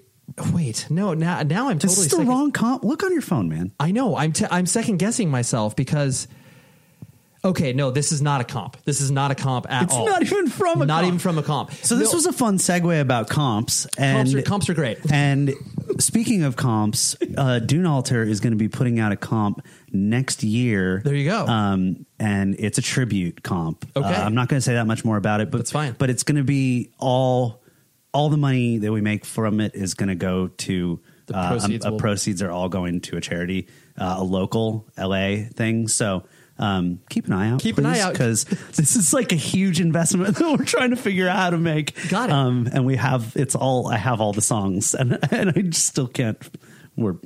Speaker 2: wait, no, now now I'm totally
Speaker 3: This is the
Speaker 2: second-
Speaker 3: wrong comp. Look on your phone, man.
Speaker 2: I know I'm t- I'm second guessing myself because okay, no, this is not a comp. This is not a comp at
Speaker 3: It's
Speaker 2: all.
Speaker 3: not even from a
Speaker 2: not
Speaker 3: comp.
Speaker 2: even from a comp.
Speaker 3: So this
Speaker 2: No,
Speaker 3: was a fun segue about comps and
Speaker 2: Comps are- comps are great.
Speaker 3: And speaking of comps, uh, Dune Alter is going to be putting out a comp next year. There
Speaker 2: you go.
Speaker 3: Um, and it's a tribute comp.
Speaker 2: Okay.
Speaker 3: Uh, I'm not going to say that much more about it, but it's fine. But it's going to be all all the money that we make from it is going to go to. uh,
Speaker 2: proceeds
Speaker 3: um, uh,
Speaker 2: will-
Speaker 3: proceeds are all going to a charity, uh, a local LA thing. So um, keep an eye out.
Speaker 2: Keep an eye out.
Speaker 3: because this is like a huge investment that we're trying to figure out how to make. Got it. Um, and we have it's all I have all the songs, and and I just still can't. We're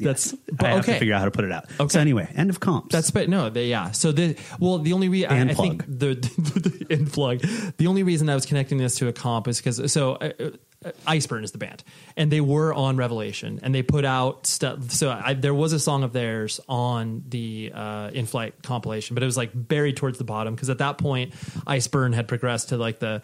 Speaker 3: that's I have
Speaker 2: okay.
Speaker 3: to figure out how to put it out. So anyway, end of comps.
Speaker 2: That's but no, they, yeah. So the well, the only reason
Speaker 3: And
Speaker 2: I, I think the, the, and plug. The only reason I was connecting this to a comp is because so uh, uh, Iceburn is the band, and they were on Revelation, and they put out stuff. So I, there was a song of theirs on the uh, In Flight compilation, but it was like buried towards the bottom because at that point Iceburn had progressed to like the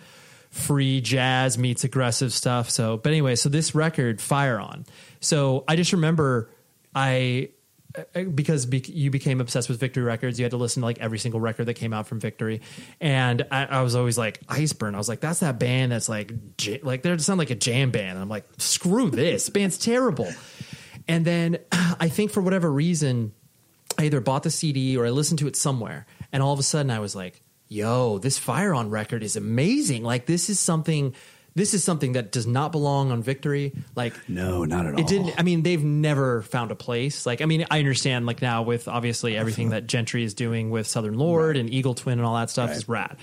Speaker 2: free jazz meets aggressive stuff. So, but anyway, so this record Fire On. So I just remember I uh, because bec you became obsessed with Victory Records, you had to listen to like every single record that came out from Victory, and I, I was always like Iceburn. I was like, that's that band that's like j- like they sound like a jam band. And I'm like, screw this band's terrible. And then I think for whatever reason, I either bought the CD or I listened to it somewhere, and all of a sudden I was like, yo, this fire on record is amazing. Like this is something this is something that does not belong on victory. Like
Speaker 3: No, not at all.
Speaker 2: it didn't. I mean, they've never found a place. Like, I mean, I understand. Like now, with obviously everything that Gentry is doing with Southern Lord and Eagle Twin and all that stuff is rad.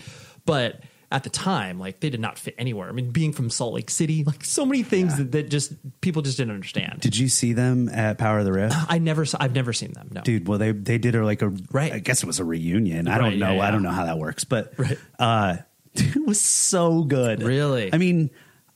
Speaker 2: But at the time, like they did not fit anywhere. I mean, being from Salt Lake City, like so many things that, that just people just didn't understand.
Speaker 3: Did you see them at Power of the Rift?
Speaker 2: I never, saw, I've never seen them. No,
Speaker 3: Dude, well they they did a, like a right. I guess it was a reunion.
Speaker 2: Right,
Speaker 3: I don't
Speaker 2: yeah,
Speaker 3: know.
Speaker 2: yeah.
Speaker 3: I don't know how that works, but
Speaker 2: Right.
Speaker 3: uh, it was so good. Really? I mean,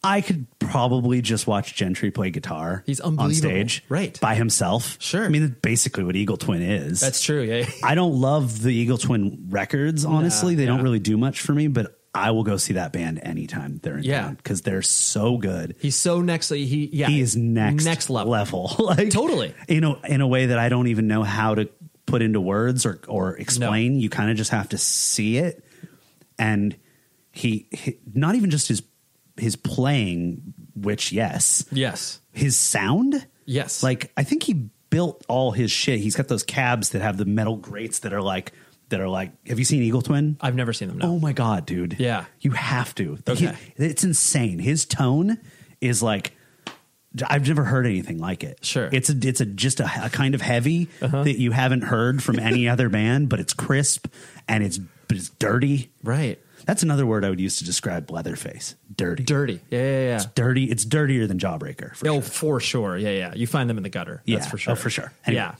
Speaker 3: I could probably just watch Gentry play guitar.
Speaker 2: He's
Speaker 3: on
Speaker 2: unbelievable.
Speaker 3: stage, right? By himself. Sure. I mean, that's basically what Eagle Twin is.
Speaker 2: that's true. Yeah,
Speaker 3: I don't love the Eagle Twin records. Honestly,
Speaker 2: Nah,
Speaker 3: they
Speaker 2: yeah.
Speaker 3: don't really do much for me, but. I will go see that band anytime they're in
Speaker 2: Yeah.
Speaker 3: town because they're so good.
Speaker 2: he's so next. He yeah,
Speaker 3: he is next next level, like
Speaker 2: Totally.
Speaker 3: in a in a way that I don't even know how to put into words or or explain. You kind of just have to see it, and he, he not even just his his playing, which yes,
Speaker 2: yes,
Speaker 3: his sound,
Speaker 2: yes.
Speaker 3: Like I think he built all his shit. He's got those cabs that have the metal grates that are like that are like. Have you seen Eagle Twin?
Speaker 2: I've never seen them.
Speaker 3: Oh my god, dude!
Speaker 2: Yeah,
Speaker 3: you have to.
Speaker 2: Okay.
Speaker 3: He- it's insane. His tone is like I've never heard anything like it. Sure, it's a it's a just a, a kind of heavy
Speaker 2: Uh-huh.
Speaker 3: that you haven't heard from any other band, but it's crisp and it's but it's dirty.
Speaker 2: Right.
Speaker 3: That's another word I would use to describe Leatherface. Dirty.
Speaker 2: Dirty. Yeah, yeah, yeah.
Speaker 3: It's dirty. It's dirtier than Jawbreaker. For
Speaker 2: oh, for sure. Yeah, yeah. You find them in the gutter. That's
Speaker 3: Yeah.
Speaker 2: for sure.
Speaker 3: Oh, for sure. Anyway.
Speaker 2: Yeah.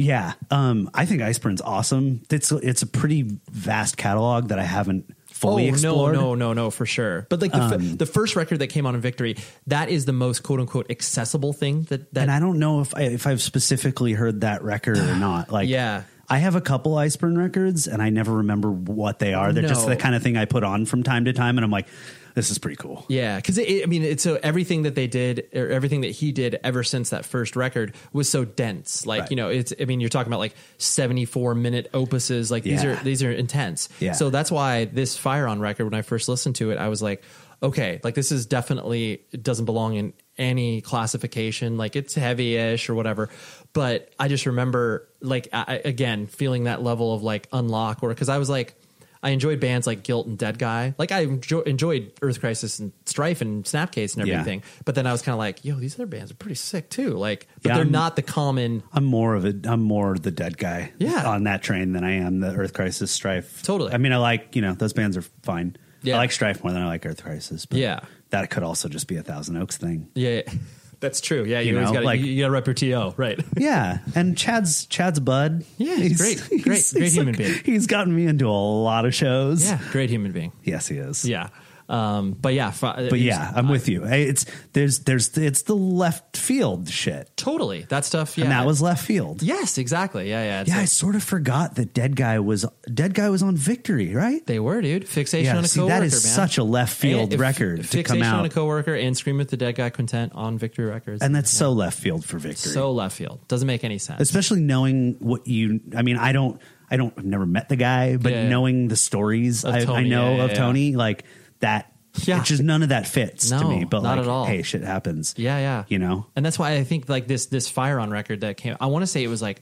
Speaker 3: Yeah, um, I think Iceburn's awesome. It's it's a pretty vast catalog that I haven't fully
Speaker 2: oh,
Speaker 3: explored.
Speaker 2: No, no, no, no, for sure. But like the, f-
Speaker 3: Um,
Speaker 2: the first record that came out in Victory, that is the most quote unquote accessible thing that that
Speaker 3: and I don't know if I, if I've specifically heard that record or not. Like, yeah, I have a couple Iceburn records, and I never remember what they are. They're just
Speaker 2: No.
Speaker 3: the kind of thing I put on from time to time, and I'm like, this is pretty cool.
Speaker 2: Yeah, because it, it- I mean, it's so everything that they did, or everything that he did ever since that first record was so dense. Like you know, it's I mean, you're talking about like 74 minute opuses. Like these
Speaker 4: Yeah.
Speaker 2: are these are intense.
Speaker 4: Yeah.
Speaker 2: So that's why this Fire on record, when I first listened to it, I was like, okay, like this is definitely it doesn't belong in any classification. Like it's heavy ish or whatever. But I just remember like I, I- again feeling that level of like unlock, or because I was like. I enjoyed bands like Guilt and Dead Guy. Like I enjo- enjoyed Earth Crisis and Strife and Snapcase and
Speaker 3: Yeah.
Speaker 2: everything. But then I was kind of like, yo, these other bands are pretty sick too. Like, but
Speaker 3: Yeah,
Speaker 2: they're
Speaker 3: I'm-
Speaker 2: not the common.
Speaker 3: I'm more of a I'm more the dead guy yeah. on that train than I am the Earth Crisis Strife. Totally. I mean, I like you know those bands are fine.
Speaker 2: Yeah.
Speaker 3: I like Strife more than I like Earth Crisis. But
Speaker 2: Yeah.
Speaker 3: that could also just be a Thousand Oaks thing.
Speaker 2: Yeah, yeah. that's true. Yeah, you,
Speaker 3: You
Speaker 2: always
Speaker 3: know,
Speaker 2: gotta,
Speaker 3: like-
Speaker 2: you, you gotta rep your TO, right?
Speaker 3: Yeah, and Chad's Chad's bud.
Speaker 2: Yeah, he's great, great, great human being.
Speaker 3: He's gotten me into a lot of shows.
Speaker 2: Yeah, great human being.
Speaker 3: Yes, he is.
Speaker 2: Yeah, um, but yeah, fi- uh,
Speaker 3: but yeah, I'm with you. Hey, It's there's there's it's the left field shit.
Speaker 2: totally that stuff. Yeah,
Speaker 3: And that was left field.
Speaker 2: yes, exactly. Yeah, yeah, It's
Speaker 3: yeah, I
Speaker 2: like-
Speaker 3: sort of forgot that Dead Guy was Dead Guy was on Victory, right?
Speaker 2: They were, dude. Fixation
Speaker 3: yeah,
Speaker 2: on a
Speaker 3: see,
Speaker 2: coworker.
Speaker 3: That is
Speaker 2: man.
Speaker 3: such a left field
Speaker 2: And if-
Speaker 3: record to
Speaker 2: Fixation
Speaker 3: come
Speaker 2: on a
Speaker 3: out,
Speaker 2: coworker and Scream at the Dead Guy content on Victory Records,
Speaker 3: and that's so left field for Victory.
Speaker 2: so left field. Doesn't make any sense.
Speaker 3: especially knowing what you i mean i don't i don't i've never met the guy but
Speaker 2: Yeah, yeah.
Speaker 3: knowing the stories
Speaker 2: Of
Speaker 3: I, I
Speaker 2: Tony,
Speaker 3: know
Speaker 2: yeah,
Speaker 3: of
Speaker 2: yeah,
Speaker 3: tony like that yeah just none of that fits to
Speaker 2: No,
Speaker 3: me but
Speaker 2: not
Speaker 3: like
Speaker 2: at all.
Speaker 3: hey shit happens
Speaker 2: Yeah, yeah.
Speaker 3: you know
Speaker 2: And that's why I think like this this fire on record that came I want to say it was like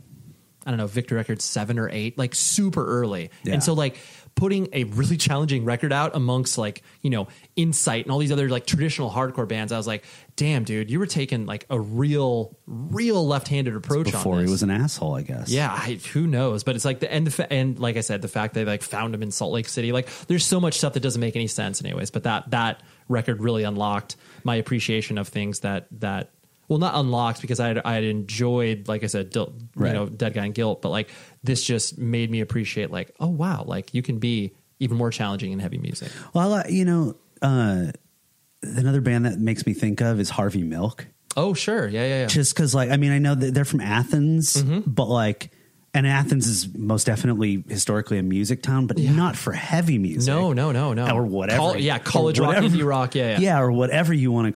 Speaker 2: I don't know, Victor Records 7 or 8, like super early.
Speaker 3: Yeah.
Speaker 2: And so like putting a really challenging record out amongst like, you know, Insight and all these other like traditional hardcore bands, I was like, "Damn, dude, you were taking like a real real left-handed approach on
Speaker 3: before
Speaker 2: this."
Speaker 3: he was an asshole i guess
Speaker 2: Yeah, I, who knows? But it's like the and the fa- and like I said, the fact they like found him in Salt Lake City, like there's so much stuff that doesn't make any sense, anyways. But that that record really unlocked my appreciation of things that that well, not unlocked because I I enjoyed like I said, Dil- you
Speaker 3: Right.
Speaker 2: know, Dead Guy and Guilt, but like this just made me appreciate like oh wow, like you can be even more challenging in heavy music.
Speaker 3: well I like- you know uh another band that makes me think of is harvey milk
Speaker 2: Oh sure, yeah yeah yeah.
Speaker 3: just because like i mean i know that they're from athens
Speaker 2: Mm-hmm.
Speaker 3: but like and athens is most definitely historically a music town but not for heavy music
Speaker 2: no no no no
Speaker 3: or whatever
Speaker 2: Col- yeah college
Speaker 3: Or
Speaker 2: rock
Speaker 3: whatever.
Speaker 2: indie rock yeah yeah,
Speaker 3: yeah or whatever you want to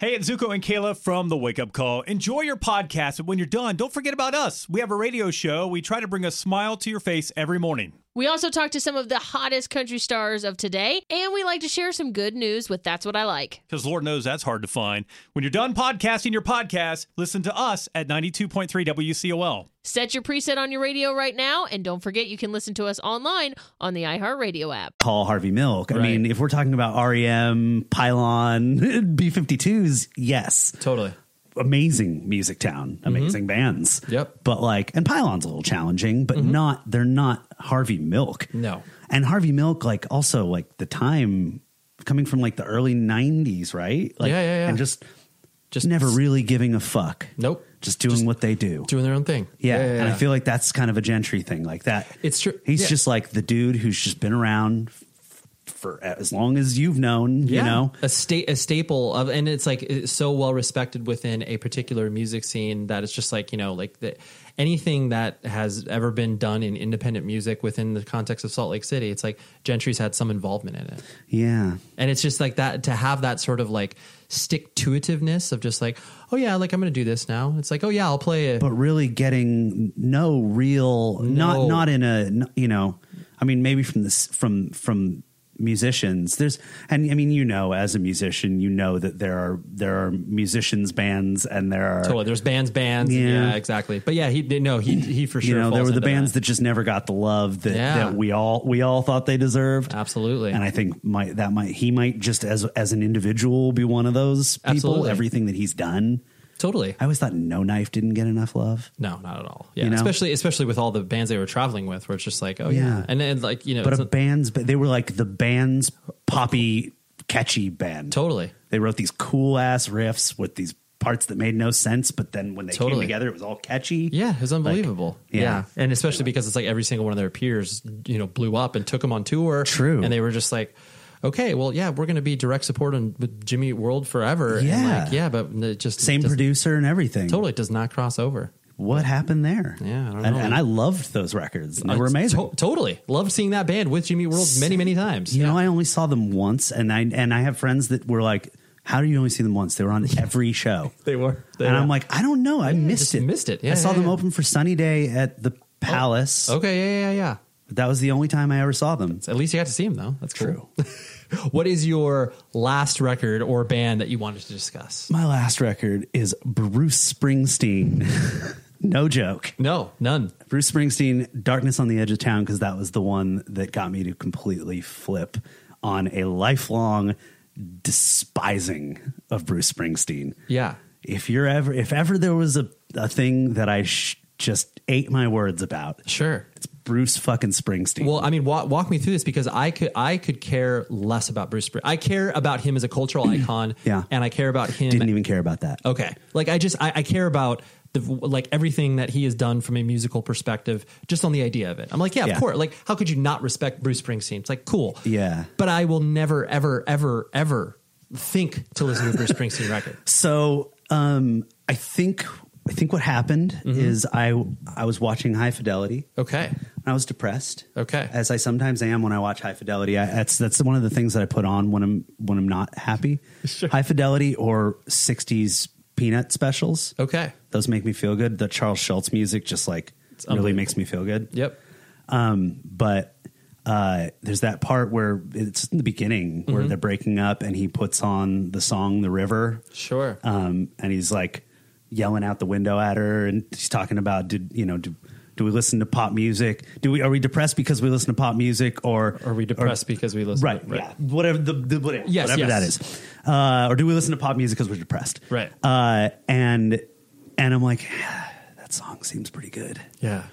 Speaker 7: Hey, it's Zuko and Kayla from The Wake Up Call. Enjoy your podcast, but when you're done, don't forget about us. We have a radio show. We try to bring a smile to your face every morning.
Speaker 8: We also talked to some of the hottest country stars of today, and we like to share some good news with That's What I Like.
Speaker 7: Because Lord knows that's hard to find. When you're done podcasting your podcast, listen to us at 92.3 WCOL.
Speaker 8: Set your preset on your radio right now, and don't forget you can listen to us online on the iHeartRadio app.
Speaker 3: Call Harvey Milk. I mean, if we're talking about REM, Pylon, B 52s, yes.
Speaker 2: Totally.
Speaker 3: Amazing music town, amazing bands.
Speaker 2: Mm-hmm. Yep. Mm-hmm.
Speaker 3: But like, and Pylon's a little challenging, but not, they're not Harvey Milk.
Speaker 2: No.
Speaker 3: And Harvey Milk, like, also, like, the time coming from like the early 90s, right? Like,
Speaker 2: Yeah, yeah, yeah.
Speaker 3: And just,
Speaker 2: just
Speaker 3: never really giving a fuck.
Speaker 2: Nope.
Speaker 3: Just doing what they do.
Speaker 2: Doing their own thing.
Speaker 3: Yeah.
Speaker 2: Yeah, yeah,
Speaker 3: And I
Speaker 2: yeah.
Speaker 3: feel like that's kind of a gentry thing. Like that.
Speaker 2: It's true.
Speaker 3: He's
Speaker 2: Yeah.
Speaker 3: just like the dude who's just been around f- for as long as you've known, you know?
Speaker 2: a state a staple of and it's like it's so well respected within a particular music scene that it's just like you know like the, anything that has ever been done in independent music within the context of salt lake city it's like gentry's had some involvement in it
Speaker 3: Yeah.
Speaker 2: and it's just like that to have that sort of like stick to itiveness of just like oh yeah like i'm gonna do this now it's like oh yeah i'll play it
Speaker 3: But really getting no real, not,
Speaker 2: No.
Speaker 3: not in a, n- you know, I mean, maybe from this, from, from, musicians there's and i mean you know as a musician you know that there are there are musicians bands and there are
Speaker 2: totally there's bands bands yeah,
Speaker 3: Yeah.
Speaker 2: exactly but yeah he no he he for sure
Speaker 3: you know
Speaker 2: falls
Speaker 3: there were the
Speaker 2: into that.
Speaker 3: bands that. just never got the love that,
Speaker 2: Yeah.
Speaker 3: that we all we all thought they deserved
Speaker 2: absolutely
Speaker 3: and i think might that might he might just as as an individual be one of those people
Speaker 2: Absolutely.
Speaker 3: everything that he's done
Speaker 2: totally
Speaker 3: i always thought no knife didn't get enough love
Speaker 2: No, not at all. Yeah,
Speaker 3: You know?
Speaker 2: especially especially with all the bands they were traveling with, where it's just like, oh yeah,
Speaker 3: Yeah.
Speaker 2: and then like you know,
Speaker 3: but
Speaker 2: it's
Speaker 3: a band's but they were like the band's poppy catchy band
Speaker 2: totally
Speaker 3: they wrote these cool ass riffs with these parts that made no sense but then when they came
Speaker 2: Totally.
Speaker 3: together it was all catchy
Speaker 2: yeah, it was unbelievable.
Speaker 3: yeah.
Speaker 2: yeah. and especially because it's like every single one of their peers, you know, blew up and took them on tour. True, and they were just like, okay, well, yeah, we're going to be direct support on with Jimmy Eat World forever. And,
Speaker 3: Yeah.
Speaker 2: like, yeah, but it just
Speaker 3: same
Speaker 2: does-
Speaker 3: producer and everything
Speaker 2: Totally, it does not cross over.
Speaker 3: what happened there
Speaker 2: Yeah, I don't
Speaker 3: and,
Speaker 2: know.
Speaker 3: and i loved those records they
Speaker 2: Uh,
Speaker 3: were amazing
Speaker 2: to- totally loved seeing that band with Jimmy Eat World many many times.
Speaker 3: You know, I only saw them once, and I and I have friends that were like, "How do you only see them once? They were on every show."
Speaker 2: They were, They
Speaker 3: and
Speaker 2: were.
Speaker 3: I'm like, I don't know, I missed it.
Speaker 2: missed it. Yeah,
Speaker 3: I saw
Speaker 2: yeah,
Speaker 3: them
Speaker 2: yeah. Oh,
Speaker 3: open for Sunny Day at the Palace.
Speaker 2: okay, yeah, yeah, yeah.
Speaker 3: That was the only time I ever saw them.
Speaker 2: At least you got to see him though. That's true. what is your last record or band that you wanted to discuss?
Speaker 3: My last record is Bruce Springsteen. no joke.
Speaker 2: No, none.
Speaker 3: Bruce Springsteen, Darkness on the Edge of Town, because that was the one that got me to completely flip on a lifelong despising of Bruce Springsteen.
Speaker 2: Yeah.
Speaker 3: If you're ever, if ever there was a, a thing that I sh- just ate my words about,
Speaker 2: sure,
Speaker 3: it's Bruce fucking Springsteen.
Speaker 2: Well, I mean, walk, walk me through this because I could I could care less about Bruce. Spring- I care about him as a cultural icon.
Speaker 3: Yeah.
Speaker 2: and I care about him.
Speaker 3: Didn't even care about that.
Speaker 2: Okay, like I just I, I care about the like everything that he has done from a musical perspective, just on the idea of it. I'm like, yeah,
Speaker 3: Yeah.
Speaker 2: of course. Like, how could you not respect Bruce Springsteen? It's like cool,
Speaker 3: Yeah.
Speaker 2: but I will never, ever, ever, ever think to listen to a Bruce Springsteen record.
Speaker 3: So Um, I think I think what happened is I I was watching High Fidelity.
Speaker 2: Mm-hmm. Okay.
Speaker 3: And I was depressed.
Speaker 2: Okay.
Speaker 3: As I sometimes am when I watch High Fidelity. I, that's that's one of the things that I put on when I'm when I'm not happy. High Fidelity or 60s peanut specials.
Speaker 2: Okay.
Speaker 3: Those make me feel good. The Charles Schultz music just like really makes me feel good.
Speaker 2: Yep.
Speaker 3: Um, but uh, there's that part where it's in the beginning where
Speaker 2: Mhm.
Speaker 3: they're breaking up and he puts on the song The River.
Speaker 2: Sure.
Speaker 3: Um, and he's like yelling out the window at her and he's talking about did you know do, do we listen to pop music? Do we are we depressed because we listen to pop music or are we
Speaker 2: depressed because we listen to-
Speaker 3: right,
Speaker 2: right.
Speaker 3: Yeah, whatever the, the whatever,
Speaker 2: Yes,
Speaker 3: whatever
Speaker 2: yes.
Speaker 3: that is. Uh, or do we listen to pop music because we're depressed?
Speaker 2: Right.
Speaker 3: Uh, and and I'm like that song seems pretty good.
Speaker 2: Yeah.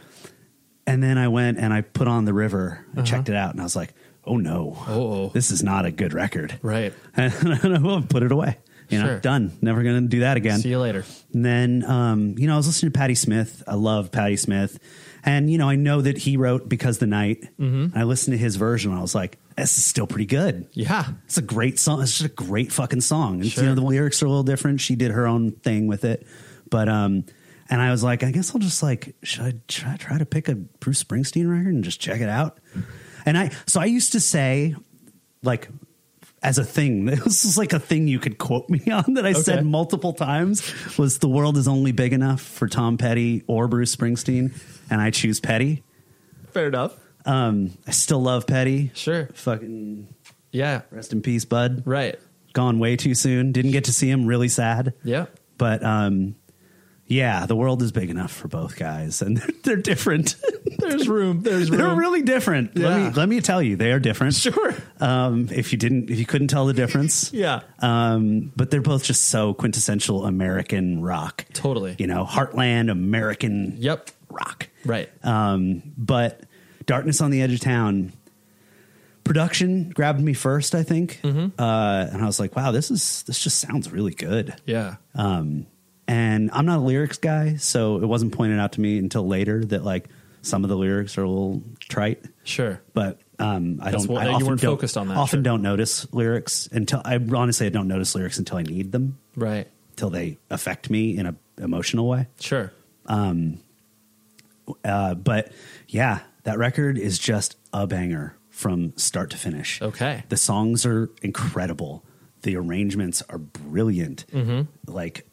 Speaker 3: And then I went and I put on the river.
Speaker 2: Uh-huh.
Speaker 3: I checked it out and I was like, oh no, oh. this is not a good record.
Speaker 2: Right.
Speaker 3: And I put it away. You know,
Speaker 2: Sure.
Speaker 3: done. Never going to do that again.
Speaker 2: See you later.
Speaker 3: And then, um, you know, I was listening to Patti Smith. I love Patti Smith. And, you know, I know that he wrote Because the Night.
Speaker 2: Mhm.
Speaker 3: And I listened to his version. And I was like, this is still pretty good.
Speaker 2: Yeah.
Speaker 3: It's a great song. It's just a great fucking song. And, you know, the lyrics are a little different. She did her own thing with it. But, um, and I was like, I guess I'll just like, should I try, try to pick a Bruce Springsteen record and just check it out? And I, so I used to say, like, as a thing, this is like a thing you could quote me on that I said multiple times was the world is only big enough for Tom Petty or Bruce Springsteen, and I choose Petty.
Speaker 2: Fair enough.
Speaker 3: Um, I still love Petty.
Speaker 2: Sure.
Speaker 3: Fucking
Speaker 2: yeah.
Speaker 3: Rest in peace, bud.
Speaker 2: Right.
Speaker 3: Gone way too soon. Didn't get to see him. Really sad.
Speaker 2: Yeah.
Speaker 3: But um, yeah, the world is big enough for both guys, and they're, they're different.
Speaker 2: There's room. There's room.
Speaker 3: They're really different. Let
Speaker 2: Mm-hmm. Yeah.
Speaker 3: me let me tell you, they are different. Sure. Um, if you didn't, if you couldn't tell the difference,
Speaker 2: Yeah.
Speaker 3: Um, but they're both just so quintessential American rock.
Speaker 2: Totally.
Speaker 3: You know, heartland American.
Speaker 2: Yep.
Speaker 3: Rock.
Speaker 2: Right.
Speaker 3: Um, but Darkness on the Edge of Town production grabbed me first, I think,
Speaker 2: Mm-hmm.
Speaker 3: uh, and I was like, wow, this is this just sounds really good.
Speaker 2: Yeah.
Speaker 3: Um, and I'm not a lyrics guy, so it wasn't pointed out to me until later that like some of the lyrics are a little trite.
Speaker 2: Sure.
Speaker 3: But um, I
Speaker 2: That's
Speaker 3: don't.
Speaker 2: what-
Speaker 3: I
Speaker 2: you
Speaker 3: often
Speaker 2: weren't
Speaker 3: don't-
Speaker 2: focused on that,
Speaker 3: Often
Speaker 2: sure.
Speaker 3: don't notice lyrics until I honestly I don't notice lyrics until I need them.
Speaker 2: Right.
Speaker 3: Till they affect me in a emotional way.
Speaker 2: Sure.
Speaker 3: Um. Uh. But yeah, that record is just a banger from start to finish.
Speaker 2: Okay.
Speaker 3: The songs are incredible. The arrangements are brilliant
Speaker 2: Mm-hmm.
Speaker 3: like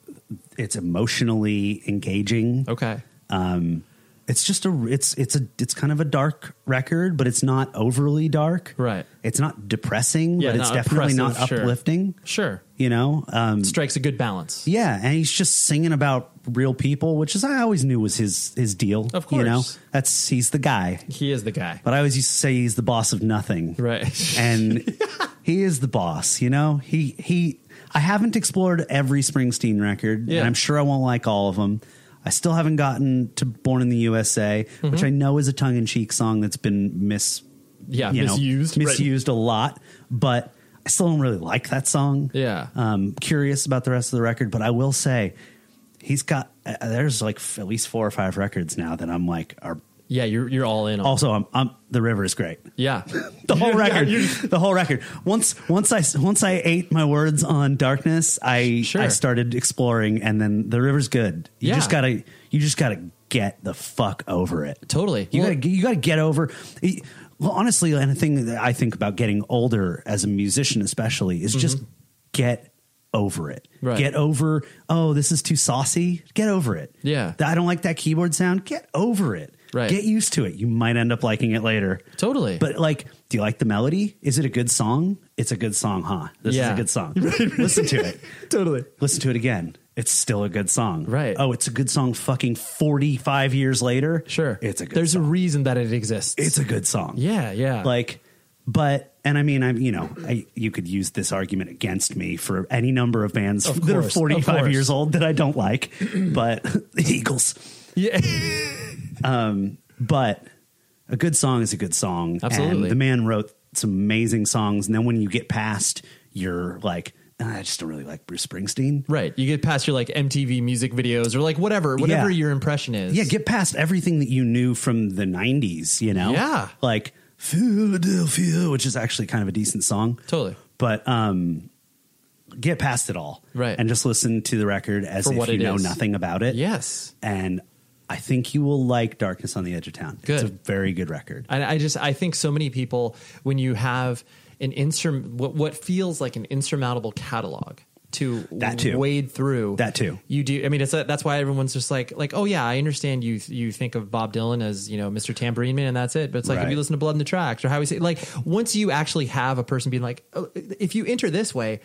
Speaker 3: it's emotionally engaging.
Speaker 2: Okay.
Speaker 3: Um it's just a it's it's a it's kind of a dark record, but it's not overly dark.
Speaker 2: Right.
Speaker 3: It's not depressing,
Speaker 2: Yeah,
Speaker 3: but it's
Speaker 2: not
Speaker 3: definitely not
Speaker 2: oppressive, sure.
Speaker 3: uplifting.
Speaker 2: Sure.
Speaker 3: You know? Um
Speaker 2: Strikes a good balance.
Speaker 3: Yeah, and he's just singing about real people, which is I always knew was his his deal.
Speaker 2: Of
Speaker 3: You know?
Speaker 2: course.
Speaker 3: That's he's the guy.
Speaker 2: He is the guy.
Speaker 3: But I always used to say he's the boss of nothing.
Speaker 2: Right.
Speaker 3: And he is the boss, you know? He he I haven't explored every Springsteen record,
Speaker 2: Yeah.
Speaker 3: and I'm sure I won't like all of them. I still haven't gotten to Born in the USA, which
Speaker 2: Mhm.
Speaker 3: I know is a tongue in cheek song that's been mis
Speaker 2: Yeah,
Speaker 3: you know,
Speaker 2: misused, right.
Speaker 3: misused a lot, but I still don't really like that song.
Speaker 2: Yeah.
Speaker 3: Um curious about the rest of the record, but I will say he's got uh, there's like f- at least four or five records now that I'm like are
Speaker 2: Yeah, you're you're all in on
Speaker 3: also I'm, I'm the river is great
Speaker 2: Yeah.
Speaker 3: the whole record the whole record once once i once i ate my words on darkness i i started exploring and then the river's good you
Speaker 2: Yeah.
Speaker 3: just gotta you just gotta get the fuck over it
Speaker 2: Totally.
Speaker 3: you
Speaker 2: Well-
Speaker 3: gotta you gotta get over it, well, honestly and the thing that i think about getting older as a musician especially is just
Speaker 2: Mhm.
Speaker 3: get over it
Speaker 2: Right.
Speaker 3: get over oh this is too saucy get over it
Speaker 2: Yeah.
Speaker 3: i don't like that keyboard sound get over it
Speaker 2: Right.
Speaker 3: get used to it you might end up liking it later
Speaker 2: Totally.
Speaker 3: but like, do you like the melody? Is it a good song? It's a good song, huh? This is
Speaker 2: Yeah.
Speaker 3: a good song. Listen to it.
Speaker 2: totally.
Speaker 3: Listen to it again. It's still a good song.
Speaker 2: Right.
Speaker 3: Oh, it's a good song fucking 45 years later. Sure. It's a good
Speaker 2: There's a reason that it exists.
Speaker 3: It's a good song.
Speaker 2: Yeah, yeah.
Speaker 3: Like, but and I mean, I'm you know, I you could use this argument against me for any number of bands
Speaker 2: Of
Speaker 3: that are
Speaker 2: course, of
Speaker 3: 45
Speaker 2: course.
Speaker 3: years old that I don't like, but the Eagles.
Speaker 2: Yeah.
Speaker 3: um, but a good song is a good song.
Speaker 2: Absolutely.
Speaker 3: And the man wrote some amazing songs, and then when you get past, you're like, "Ah, I just don't really like Bruce Springsteen.
Speaker 2: Right. You get past your like MTV music videos or like whatever, whatever
Speaker 3: Yeah.
Speaker 2: your impression is.
Speaker 3: Yeah, get past everything that you knew from the '90s. You know,
Speaker 2: Yeah.
Speaker 3: like Philadelphia, which is actually kind of a decent song.
Speaker 2: Totally.
Speaker 3: But um, get past it all,
Speaker 4: Right.
Speaker 3: And just listen to the record as
Speaker 4: For
Speaker 3: if
Speaker 4: what
Speaker 3: you
Speaker 4: it
Speaker 3: know
Speaker 4: is.
Speaker 3: nothing about it. Yes, and I think you will like Darkness on the Edge of Town. It's
Speaker 2: Good.
Speaker 3: a very good record.
Speaker 2: And I just I think so many people when you have an instrum what what feels like an insurmountable catalog to
Speaker 3: That too.
Speaker 2: wade through
Speaker 3: That too.
Speaker 2: you do I mean it's that's why everyone's just like like oh yeah I understand you you think of Bob Dylan as you know Mr. Tambourine Man and that's it but it's like if
Speaker 3: Right.
Speaker 2: you listen to Blood in the Tracks or how we say like once you actually have a person being like oh, if you enter this way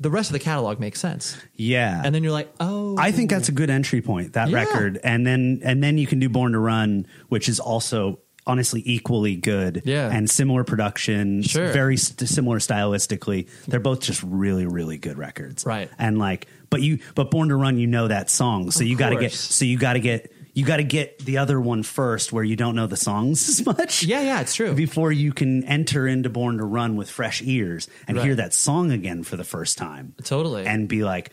Speaker 2: the rest of the catalog makes sense
Speaker 3: Yeah,
Speaker 2: and then you're like oh
Speaker 3: I think that's a good entry point that
Speaker 2: Yeah.
Speaker 3: record, and then and then you can do Born to Run, which is also honestly equally good. Yeah, and similar production,
Speaker 2: Sure.
Speaker 3: very st- similar stylistically. They're both just really really good records,
Speaker 2: Right.
Speaker 3: And like, but you but Born to Run, you know that song, so
Speaker 2: Of
Speaker 3: you got to get
Speaker 2: course.
Speaker 3: so you got to get. You got to get the other one first, where you don't know the songs as much. Yeah,
Speaker 2: yeah, it's true.
Speaker 3: Before you can enter into Born to Run with fresh ears and
Speaker 2: Right.
Speaker 3: hear that song again for the first time,
Speaker 2: totally
Speaker 3: and be like,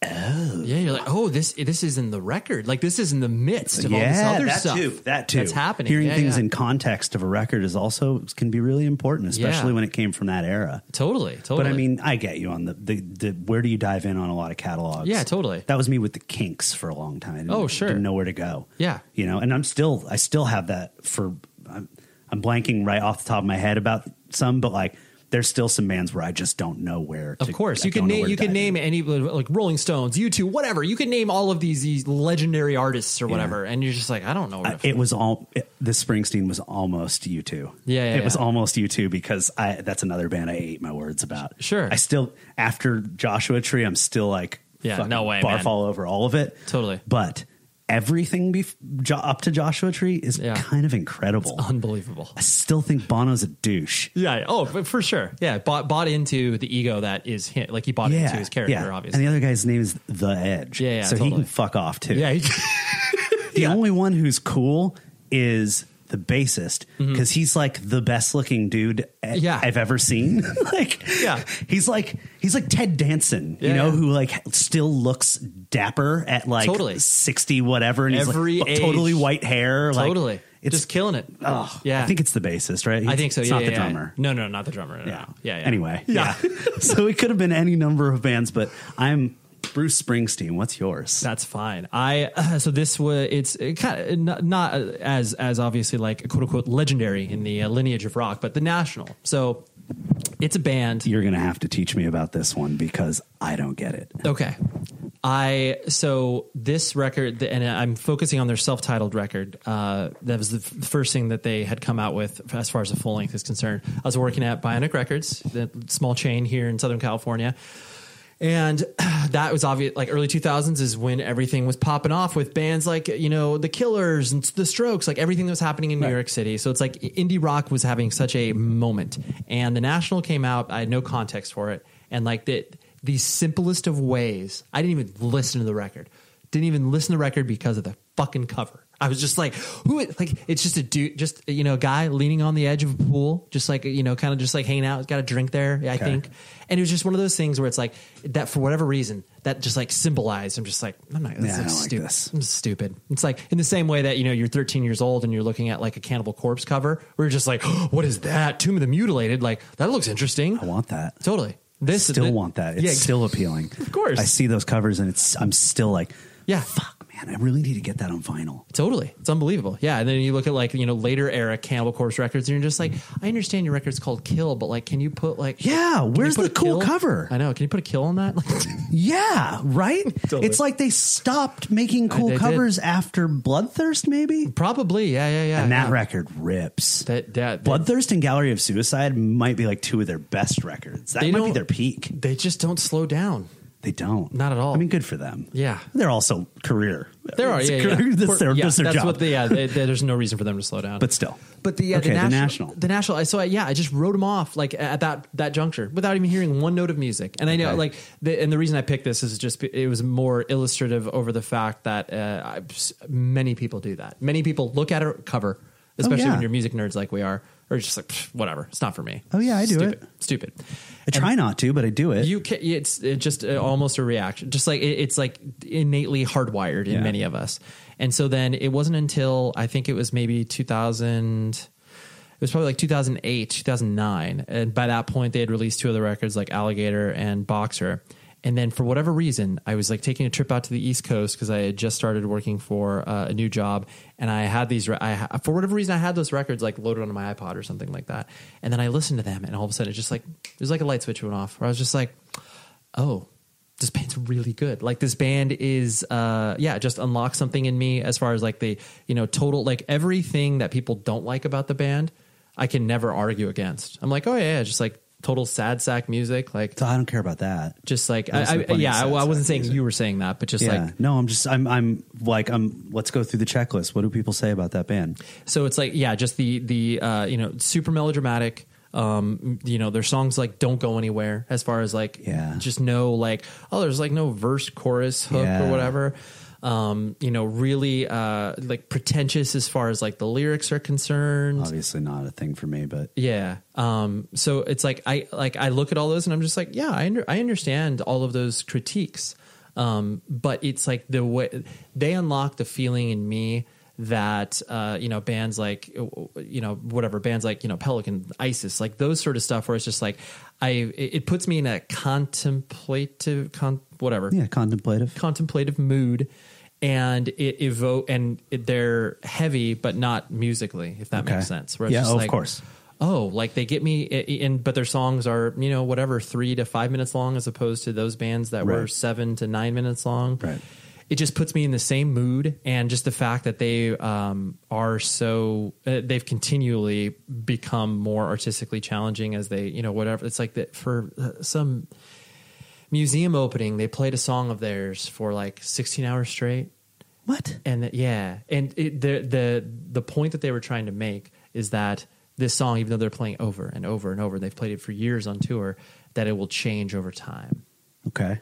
Speaker 2: Oh. Yeah, you're like, oh, this this is in the record. Like this is in the midst of all this
Speaker 3: Yeah,
Speaker 2: other
Speaker 3: that
Speaker 2: stuff.
Speaker 3: Too, that too.
Speaker 2: That's happening.
Speaker 3: Hearing
Speaker 2: Yeah,
Speaker 3: things
Speaker 2: yeah.
Speaker 3: in context of a record is also can be really important, especially
Speaker 2: Yeah.
Speaker 3: when it came from that era.
Speaker 2: Totally, totally.
Speaker 3: But I mean, I get you on the, the the where do you dive in on a lot of catalogs?
Speaker 2: Yeah, totally.
Speaker 3: That was me with the Kinks for a long time. I didn't-
Speaker 2: Oh, sure.
Speaker 3: didn't know where to go.
Speaker 2: Yeah.
Speaker 3: you know, and I'm still I still have that for I'm, I'm blanking right off the top of my head about some, but like there's still some bands where I just don't know where.
Speaker 2: Of
Speaker 3: to,
Speaker 2: course,
Speaker 3: I
Speaker 2: you can
Speaker 3: don't know
Speaker 2: name
Speaker 3: where to
Speaker 2: you can name any like Rolling Stones, you two, whatever. You can name all of these these legendary artists or whatever, and you're just like, I don't know.
Speaker 3: I-
Speaker 2: Where to
Speaker 3: it was all it, the Springsteen was almost you two.
Speaker 2: Yeah, yeah,
Speaker 3: it was
Speaker 2: yeah.
Speaker 3: almost you two because I that's another band I ate my words about.
Speaker 2: Sure.
Speaker 3: I still after Joshua Tree, I'm still like
Speaker 2: Yeah,
Speaker 3: fucking
Speaker 2: no way,
Speaker 3: barf
Speaker 2: man.
Speaker 3: all over all of it. Totally, but everything bef- jo- up to Joshua Tree is kind of incredible,
Speaker 2: unbelievable.
Speaker 3: I still think Bono's a douche.
Speaker 2: Yeah. Oh, for- for sure. Yeah. Bought bought into the ego that is him. Like he bought
Speaker 3: yeah,
Speaker 2: into his character,
Speaker 3: yeah.
Speaker 2: obviously.
Speaker 3: And the other guy's name is The Edge.
Speaker 2: Yeah, yeah,
Speaker 3: so he
Speaker 2: totally.
Speaker 3: can fuck off too.
Speaker 2: Yeah, he-
Speaker 3: the only one who's cool is the bassist
Speaker 2: Mm-hmm.
Speaker 3: because he's like the best looking dude e- I've ever seen. like, yeah, he's like he's like Ted Danson, you
Speaker 2: Yeah,
Speaker 3: know,
Speaker 2: yeah.
Speaker 3: who like still looks dapper at like
Speaker 2: Totally.
Speaker 3: sixty whatever, and
Speaker 2: Every
Speaker 3: he's like,
Speaker 2: age.
Speaker 3: totally white hair, like,
Speaker 2: Totally.
Speaker 3: it's
Speaker 2: Just killing it.
Speaker 3: Oh,
Speaker 2: yeah.
Speaker 3: I think it's the bassist, right?
Speaker 2: I think so.
Speaker 3: It's
Speaker 2: yeah,
Speaker 3: not
Speaker 2: yeah,
Speaker 3: the
Speaker 2: yeah.
Speaker 3: drummer.
Speaker 2: No, no, not the drummer. No, no.
Speaker 3: Yeah.
Speaker 2: Yeah, yeah.
Speaker 3: Anyway,
Speaker 2: Yeah.
Speaker 3: yeah. so it could have been any number of bands, but I'm Bruce Springsteen. What's yours?
Speaker 2: That's fine. I uh, so this was it's it kind of not, not uh, as as obviously like quote unquote legendary in the uh, lineage of rock, but the National. So it's a band.
Speaker 3: You're gonna have to teach me about this one because I don't get it.
Speaker 2: Okay. I so this record, and I'm focusing on their self-titled record. Uh, that was the f- first thing that they had come out with as far as a full length is concerned. I was working at Bionic Records, the small chain here in Southern California, and that was obvious. Like early 2000s is when everything was popping off with bands like you know the Killers and the Strokes, like everything that was happening in New York City. So it's like indie rock was having such a moment, and the National came out. I had no context for it, and like the the simplest of ways. I didn't even listen to the record. Didn't even listen to the record because of the fucking cover. I was just like, who? Is, like, it's just a dude, just you know, a guy leaning on the edge of a pool, just like you know, kind of just like hanging out. Got a drink there, I
Speaker 4: Okay.
Speaker 2: think. And it was just one of those things where it's like that for whatever reason that just like symbolized. I'm just like, I'm not.
Speaker 4: Yeah, I
Speaker 2: This
Speaker 4: don't
Speaker 2: looks
Speaker 4: like
Speaker 2: stupid. I'm stupid. It's like in the same way that you know you're 13 years old and you're looking at like a Cannibal Corpse cover. We're just like, what is that? Tomb of the Mutilated. Like that looks interesting. I
Speaker 3: want that
Speaker 2: totally. This
Speaker 3: I still
Speaker 2: thi-
Speaker 3: want that. It's
Speaker 2: Yeah.
Speaker 3: still appealing. Of
Speaker 2: course.
Speaker 3: I see those covers and it's I'm still like,
Speaker 2: Yeah.
Speaker 3: fuck man, I really need to get that on vinyl.
Speaker 2: Totally. It's unbelievable. Yeah. And then you look at like, you know, later era Cannibal Corpse records and you're just like, I understand your record's called Kill, but like, can you put like.
Speaker 3: Yeah,
Speaker 2: can you
Speaker 3: where's
Speaker 2: put
Speaker 3: the
Speaker 2: a
Speaker 3: cool
Speaker 2: kill?
Speaker 3: cover?
Speaker 2: I know. Can you put a kill on that?
Speaker 3: yeah, right? It's like they stopped making cool
Speaker 2: they did.
Speaker 3: covers after Bloodthirst, maybe?
Speaker 2: Probably, yeah, yeah, yeah.
Speaker 3: And that
Speaker 2: yeah.
Speaker 3: record rips.
Speaker 2: That,
Speaker 3: Bloodthirst and Gallery of Suicide might be like two of their best records. That
Speaker 2: They
Speaker 3: might be
Speaker 2: don't-
Speaker 3: their peak.
Speaker 2: They just don't slow down.
Speaker 3: They don't.
Speaker 2: Not at all.
Speaker 3: I mean, good for them.
Speaker 2: Yeah.
Speaker 3: They're also career.
Speaker 2: There are.
Speaker 3: It's
Speaker 2: Yeah.
Speaker 3: a career-
Speaker 2: yeah.
Speaker 3: That's their,
Speaker 2: Yeah,
Speaker 3: that's their
Speaker 2: that's
Speaker 3: job.
Speaker 2: What they, yeah. They, they- there's no reason for them to slow down.
Speaker 3: but still.
Speaker 2: But the, uh,
Speaker 3: Okay,
Speaker 2: the,
Speaker 3: the
Speaker 2: national,
Speaker 3: National.
Speaker 2: the national. So I, yeah, I just wrote them off like at that that juncture without even hearing one note of music. And I know
Speaker 4: Okay.
Speaker 2: like the, and the reason I picked this is just be- it was more illustrative over the fact that uh, I, many people do that. Many people look at a cover, especially
Speaker 3: Oh, yeah.
Speaker 2: when you're music nerds like we are, or just like "Pfft, whatever, it's not for me.
Speaker 3: Oh, yeah, I do
Speaker 2: Stupid.
Speaker 3: it.
Speaker 2: Stupid.
Speaker 3: I try not to, but I do it.
Speaker 2: You can, it's it just uh, almost a reaction, just like it, it's like innately hardwired in
Speaker 4: Yeah.
Speaker 2: many of us. And so then it wasn't until I think it was maybe 2000, it was probably like 2008, 2009, and by that point they had released two other records like Alligator and Boxer. And then for whatever reason, I was like taking a trip out to the East Coast because I had just started working for uh, a new job, and I had these. Re- I ha- for whatever reason, I had those records like loaded onto my iPod or something like that. And then I listened to them, and all of a sudden, it just like it was like a light switch went off. Where I was just like, oh this band's really good like this band is uh yeah just unlocked something in me as far as like the you know total like everything that people don't like about the band i can never argue against i'm like oh yeah, yeah just like total sad sack music like
Speaker 3: i don't care about that
Speaker 2: just like
Speaker 3: There's
Speaker 2: I,
Speaker 3: no
Speaker 2: I,
Speaker 3: point in
Speaker 2: yeah I,
Speaker 3: sad
Speaker 2: I wasn't
Speaker 3: sack
Speaker 2: saying
Speaker 3: music.
Speaker 2: you were saying that but just
Speaker 3: yeah.
Speaker 2: like
Speaker 3: no, I'm just I'm I'm like I'm. Let's go through the checklist. What do people say about that band?
Speaker 2: So it's like yeah, just the the uh, you know super melodramatic. Um, you know, their songs like don't go anywhere as far as like yeah, just no like oh, there's like no verse, chorus, hook
Speaker 3: Yeah.
Speaker 2: or whatever. Um, you know, really uh like pretentious as far as like the lyrics are concerned.
Speaker 3: Obviously not a thing for me, but
Speaker 2: Yeah. Um, so it's like I like I look at all those and I'm just like, yeah, I under, I understand all of those critiques. Um, but it's like the way they unlocked the feeling in me that uh, you know bands like you know whatever bands like you know Pelican, ISIS, like those sort of stuff where it's just like I it it puts me in a contemplative con whatever
Speaker 3: yeah, contemplative
Speaker 2: contemplative mood and it evoke and it, they're heavy but not musically if that
Speaker 3: Okay.
Speaker 2: makes sense it's
Speaker 3: Yeah,
Speaker 2: just
Speaker 3: oh, of
Speaker 2: like,
Speaker 3: course.
Speaker 2: oh like they get me i- i- and but their songs are you know whatever three to five minutes long as opposed to those bands that were
Speaker 3: Right.
Speaker 2: seven to nine minutes long right it just puts me in the same mood and just the fact that they um, are so uh, they've continually become more artistically challenging as they you know whatever it's like that for uh, some museum opening they played a song of theirs for like 16 hours straight
Speaker 3: what
Speaker 2: and that, yeah and it, the the the point that they were trying to make is that this song even though they're playing over and over and over they've played it for years on tour that it will change over time
Speaker 3: okay.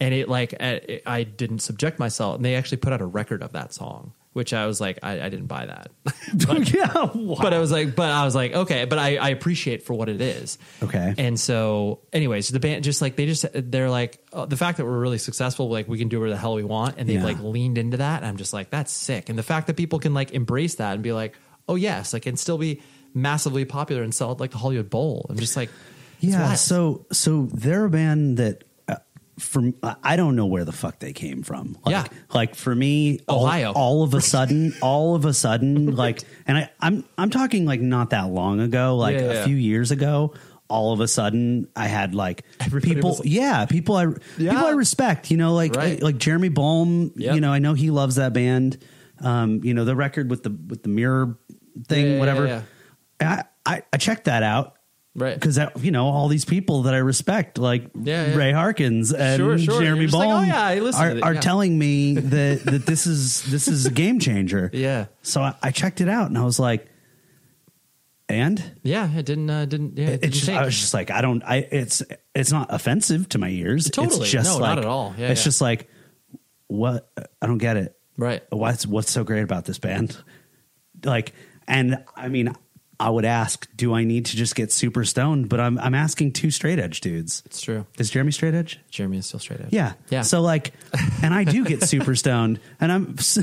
Speaker 2: and it like I- it, i didn't subject myself and they actually put out a record of that song which i was like i, I didn't buy that but, but i was like but i was like okay but i, I appreciate for what it is
Speaker 3: Okay.
Speaker 2: and so, anyways, the band just like they just they're like oh, the fact that we're really successful, like we can do whatever the hell we want, and they've
Speaker 3: Yeah.
Speaker 2: like leaned into that. And I'm just like, that's sick. And the fact that people can like embrace that and be like, oh yes, like and still be massively popular and sell at like the Hollywood Bowl. I'm just like, it's
Speaker 3: Yeah.
Speaker 2: wild.
Speaker 3: So so they're a band that uh, from I I don't know where the fuck they came from. Like,
Speaker 2: Yeah.
Speaker 3: Like for me, all-
Speaker 2: Ohio.
Speaker 3: All, of a sudden, all of a sudden, like, and I I'm I'm talking like not that long ago, like
Speaker 2: Yeah, yeah,
Speaker 3: a
Speaker 2: yeah.
Speaker 3: few years ago. All of a sudden, I had like people,
Speaker 2: was-
Speaker 3: yeah, people I people I respect, you know, like like Jeremy Bohm, you know, I know he loves that band. Um, you know, the record with the with the mirror thing,
Speaker 2: Yeah, yeah,
Speaker 3: whatever.
Speaker 2: yeah,
Speaker 3: And I, I I checked that out,
Speaker 2: right?
Speaker 3: Because you know all these people that I respect, like
Speaker 2: Yeah, yeah.
Speaker 3: Ray Harkins and
Speaker 2: Sure, sure.
Speaker 3: Jeremy
Speaker 2: You're just like,
Speaker 3: Bohm,
Speaker 2: "Oh, yeah, I listen
Speaker 3: are,
Speaker 2: to it,"
Speaker 3: are
Speaker 2: yeah.
Speaker 3: telling me that that this is this is a game changer.
Speaker 2: Yeah.
Speaker 3: So I, I checked it out and I was like, and
Speaker 2: yeah, it didn't uh, didn't yeah, it,
Speaker 3: it's
Speaker 2: didn't
Speaker 3: just,
Speaker 2: change.
Speaker 3: I was just like, I don't, I it's it's not offensive to my ears.
Speaker 2: Totally.
Speaker 3: It's just
Speaker 2: No,
Speaker 3: like,
Speaker 2: not at all. Yeah,
Speaker 3: it's
Speaker 2: yeah.
Speaker 3: just like what I don't get it.
Speaker 2: Right.
Speaker 3: What's what's so great about this band? Like, and I mean, I would ask, do I need to just get super stoned? But I'm I'm asking two straight edge dudes. It's
Speaker 2: true.
Speaker 3: Is Jeremy straight edge?
Speaker 2: Jeremy is still straight edge.
Speaker 3: Yeah.
Speaker 2: yeah.
Speaker 3: So like, and I do get super stoned, and I'm so.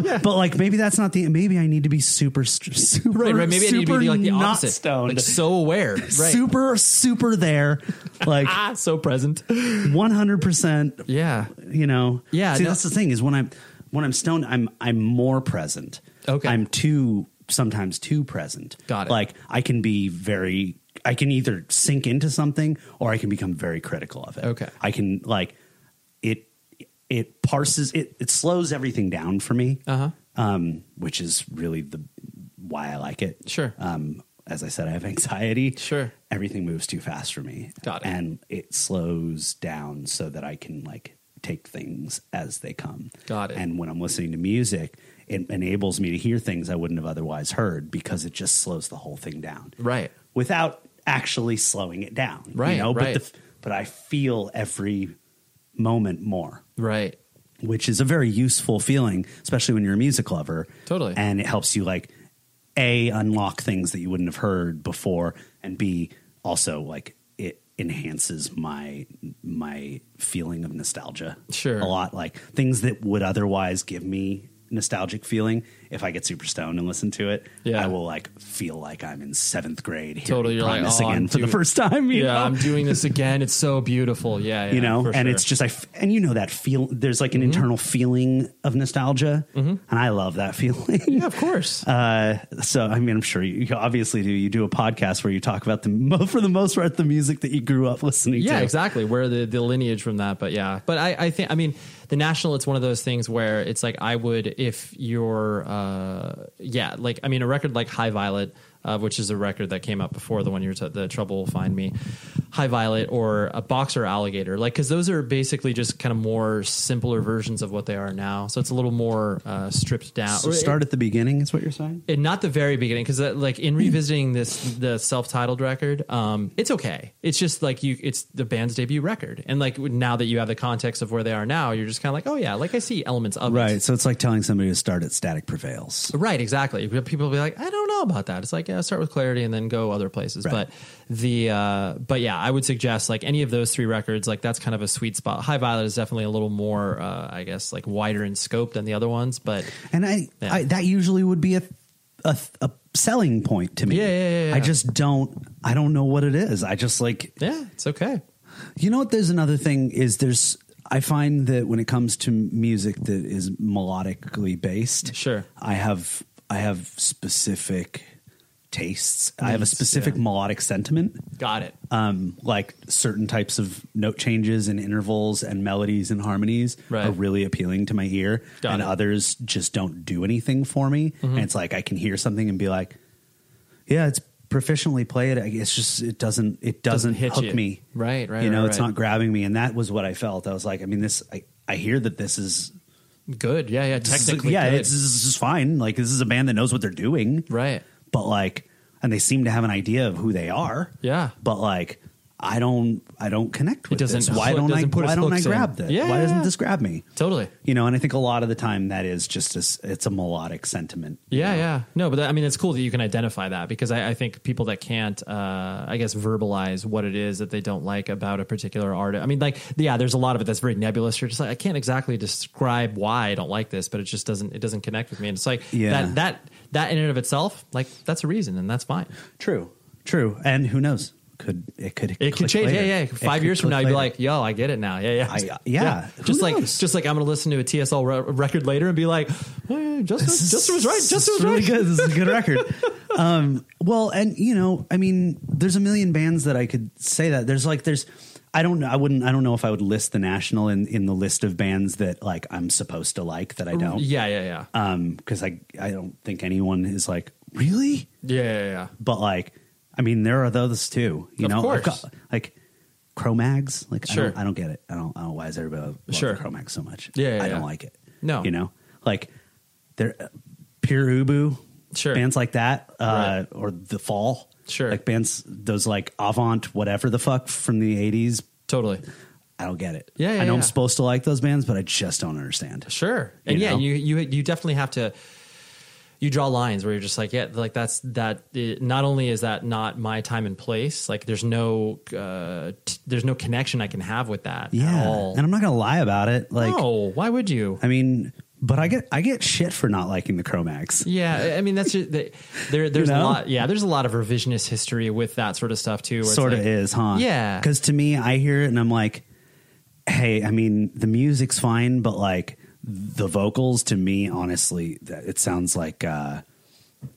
Speaker 3: But like, maybe that's not the. Maybe I need to be super, st- super.
Speaker 2: right, right. Maybe I need to
Speaker 3: super
Speaker 2: be like the
Speaker 3: not
Speaker 2: opposite,
Speaker 3: Stoned.
Speaker 2: like so aware, right? Ah.
Speaker 3: Super, super there. Like
Speaker 2: so present.
Speaker 3: One hundred percent.
Speaker 2: Yeah.
Speaker 3: You know.
Speaker 2: Yeah,
Speaker 3: See,
Speaker 2: no-
Speaker 3: that's the thing is when I'm when I'm stoned, I'm I'm more present. Okay. I'm too sometimes too present. Got it. Like I can be very. I can either sink into something or I can become very critical of it. Okay. I can like it. It parses it. It slows everything down for me. Uh huh. Um, which is really the why I like it. Sure. Um, as I said, I have anxiety. Sure. Everything moves too fast for me. Got it. And it slows down so that I can like take things as they come. Got it. And when I'm listening to music, it enables me to hear things I wouldn't have otherwise heard because it just slows the whole thing down.
Speaker 2: Right.
Speaker 3: Without actually slowing it down.
Speaker 2: Right,
Speaker 3: You know?
Speaker 2: right.
Speaker 3: But, the, but I feel every moment more.
Speaker 2: Right.
Speaker 3: Which is a very useful feeling, especially when you're a music lover.
Speaker 2: Totally.
Speaker 3: And it helps you like a unlock things that you wouldn't have heard before, and b also like it enhances my my feeling of nostalgia. Sure. A lot like things that would otherwise give me nostalgic feeling. if I get super stoned and listen to it, I will like feel like I'm in seventh grade. hearing
Speaker 2: Totally, you're like,
Speaker 3: Primus
Speaker 2: oh,
Speaker 3: again
Speaker 2: I'm
Speaker 3: for the
Speaker 2: do-
Speaker 3: first time. You
Speaker 2: yeah,
Speaker 3: know?
Speaker 2: I'm doing this again. It's so beautiful. Yeah, yeah
Speaker 3: you know,
Speaker 2: for
Speaker 3: and
Speaker 2: sure. Mm-hmm.
Speaker 3: it's just I f- and you know that feel. There's like an internal feeling of nostalgia, and I love that feeling. Yeah,
Speaker 9: of course.
Speaker 3: Uh, so I mean, I'm sure you, you obviously do. You do a podcast where you talk about the mo- for the most part the music that you grew up listening to.
Speaker 2: yeah, exactly. Where the, the lineage from that, but yeah, but I, I think I mean the national. It's one of those things where it's like I would if you're uh yeah like I mean a record like High Violet, uh, which is a record that came out before the one you're t- the Trouble Will Find Me, High Violet or a Boxer Alligator, like because those are basically just kind of more simpler versions of what they are now. So it's a little more uh, stripped down.
Speaker 3: So
Speaker 2: Or it-
Speaker 3: start at the beginning. Is what you're saying?
Speaker 2: and not the very beginning because like in revisiting this the self-titled record um it's okay it's just like you it's the band's debut record and like now that you have the context of where they are now you're just kind of like oh yeah like i see elements of it
Speaker 3: Right. So it's like telling somebody to start at Static Prevails.
Speaker 2: Right, exactly. People will be like, I don't know about that. It's like, yeah, start with clarity and then go other places. But the uh but yeah, I would suggest like any of those three records, like that's kind of a sweet spot. High Violet is definitely a little more uh I guess like wider in scope than the other ones, but
Speaker 3: and I, I that usually would be a a, a selling point to me.
Speaker 2: Yeah, yeah, yeah, yeah.
Speaker 3: I just don't. I don't know what it is. I just like.
Speaker 2: Yeah, it's okay.
Speaker 3: You know what? There's another thing. Is there's I find that when it comes to music that is melodically based,
Speaker 2: sure,
Speaker 3: I have I have specific tastes. I have a
Speaker 2: Needs,
Speaker 3: specific
Speaker 2: yeah.
Speaker 3: melodic sentiment
Speaker 2: got it.
Speaker 3: um, like certain types of note changes and intervals and melodies and harmonies are really appealing to my ear,
Speaker 2: Got
Speaker 3: and
Speaker 2: it. Mm-hmm.
Speaker 3: others just don't do anything for me. And it's like I can hear something and be like, "Yeah, it's proficiently played. I- It's just it doesn't it doesn't,
Speaker 2: Doesn't hit
Speaker 3: hook
Speaker 2: you.
Speaker 3: me.
Speaker 2: Right, right,
Speaker 3: You know,
Speaker 2: right,
Speaker 3: it's
Speaker 2: right.
Speaker 3: not grabbing me. And that was what I felt. I was like, I mean, this. I, I hear that this is
Speaker 2: Good. Yeah, yeah.
Speaker 3: this is-
Speaker 2: Technically,
Speaker 3: yeah,
Speaker 2: good.
Speaker 3: It's, this is fine. Like this is a band that knows what they're doing,
Speaker 2: right?
Speaker 3: But like, and they seem to have an idea of who they are.
Speaker 2: Yeah.
Speaker 3: but like, I don't, I don't connect with
Speaker 2: doesn't
Speaker 3: this. Why
Speaker 2: hook-
Speaker 3: don't I?
Speaker 2: doesn't put
Speaker 3: Why
Speaker 2: its
Speaker 3: don't I
Speaker 2: hooks in.
Speaker 3: grab this?
Speaker 2: Yeah,
Speaker 3: Why
Speaker 2: yeah,
Speaker 3: doesn't
Speaker 2: yeah.
Speaker 3: this grab me?
Speaker 2: Totally.
Speaker 3: You know, and I think a lot of the time that is just a, s- it's a melodic sentiment.
Speaker 2: Yeah, yeah. No, but that, I mean, it's cool that you can identify that because I, I think people that can't, uh, I guess, verbalize what it is that they don't like about a particular artist. I mean, like, yeah, there's a lot of it that's very nebulous. You're just like, I can't exactly describe why I don't like this, but it just doesn't, it doesn't connect with me. And it's like
Speaker 3: Yeah.
Speaker 2: that, that, that in and of itself, like, that's a reason, and that's fine.
Speaker 3: True, true. And who knows? Could it could
Speaker 2: It could
Speaker 3: click
Speaker 2: change.
Speaker 3: later.
Speaker 2: Yeah, yeah.
Speaker 3: It
Speaker 2: Five
Speaker 3: could
Speaker 2: years from
Speaker 3: click
Speaker 2: now, you'd be
Speaker 3: later.
Speaker 2: like, yo, I get it now. Yeah, yeah.
Speaker 3: I- yeah, who
Speaker 2: Just like, just like I'm going to listen to a TSL re- record later and be like, eh, Justin,
Speaker 3: This is-
Speaker 2: Justin was right. Justin
Speaker 3: this
Speaker 2: was
Speaker 3: is really
Speaker 2: right.
Speaker 3: good. This is a good record. um, well, and you know, I mean, there's a million bands that I could say that. There's like, there's, I don't know, I wouldn't, I don't know if I would list the National in in the list of bands that like I'm supposed to like that I don't.
Speaker 2: Yeah, yeah, yeah.
Speaker 3: Um, because I I don't think anyone is like really,
Speaker 2: Yeah, yeah, yeah.
Speaker 3: but like, I mean, there are those too. You
Speaker 2: Of
Speaker 3: know,
Speaker 2: course.
Speaker 3: I've got, like. Chromags, like
Speaker 2: Sure.
Speaker 3: I, don't, I don't get it. I don't, I don't. Why is everybody love
Speaker 2: Sure.
Speaker 3: Chromags so much?
Speaker 2: Yeah, yeah,
Speaker 3: I
Speaker 2: yeah.
Speaker 3: don't like it.
Speaker 2: No.
Speaker 3: you know, like there, uh, Pure Ubu,
Speaker 2: Sure.
Speaker 3: bands like that, uh, or The Fall, sure, like bands those like avant whatever the fuck from the eighties.
Speaker 2: Totally,
Speaker 3: I don't get it.
Speaker 2: Yeah, yeah,
Speaker 3: I know
Speaker 2: yeah.
Speaker 3: I'm supposed to like those bands, but I just don't understand.
Speaker 2: Sure, and
Speaker 3: You
Speaker 2: yeah,
Speaker 3: know?
Speaker 2: you you you definitely have to. You draw lines where you're just like, yeah, like that's that. It, not only is that not my time and place, like there's no uh, t- there's no connection I can have with that at
Speaker 3: Yeah,
Speaker 2: all.
Speaker 3: and I'm not gonna lie about it. Like,
Speaker 2: no, why would you?
Speaker 3: I mean, but I get I get shit for not liking the Chromags.
Speaker 2: Yeah, I mean that's just, the- there. There's a
Speaker 3: know?
Speaker 2: lot. Yeah, there's a lot of revisionist history with that sort of stuff too. where it's
Speaker 3: sort of
Speaker 2: like-
Speaker 3: is, huh?
Speaker 2: Yeah,
Speaker 3: Because to me, I hear it and I'm like, hey, I mean, the music's fine, but like the vocals to me, honestly, that- it sounds like, uh,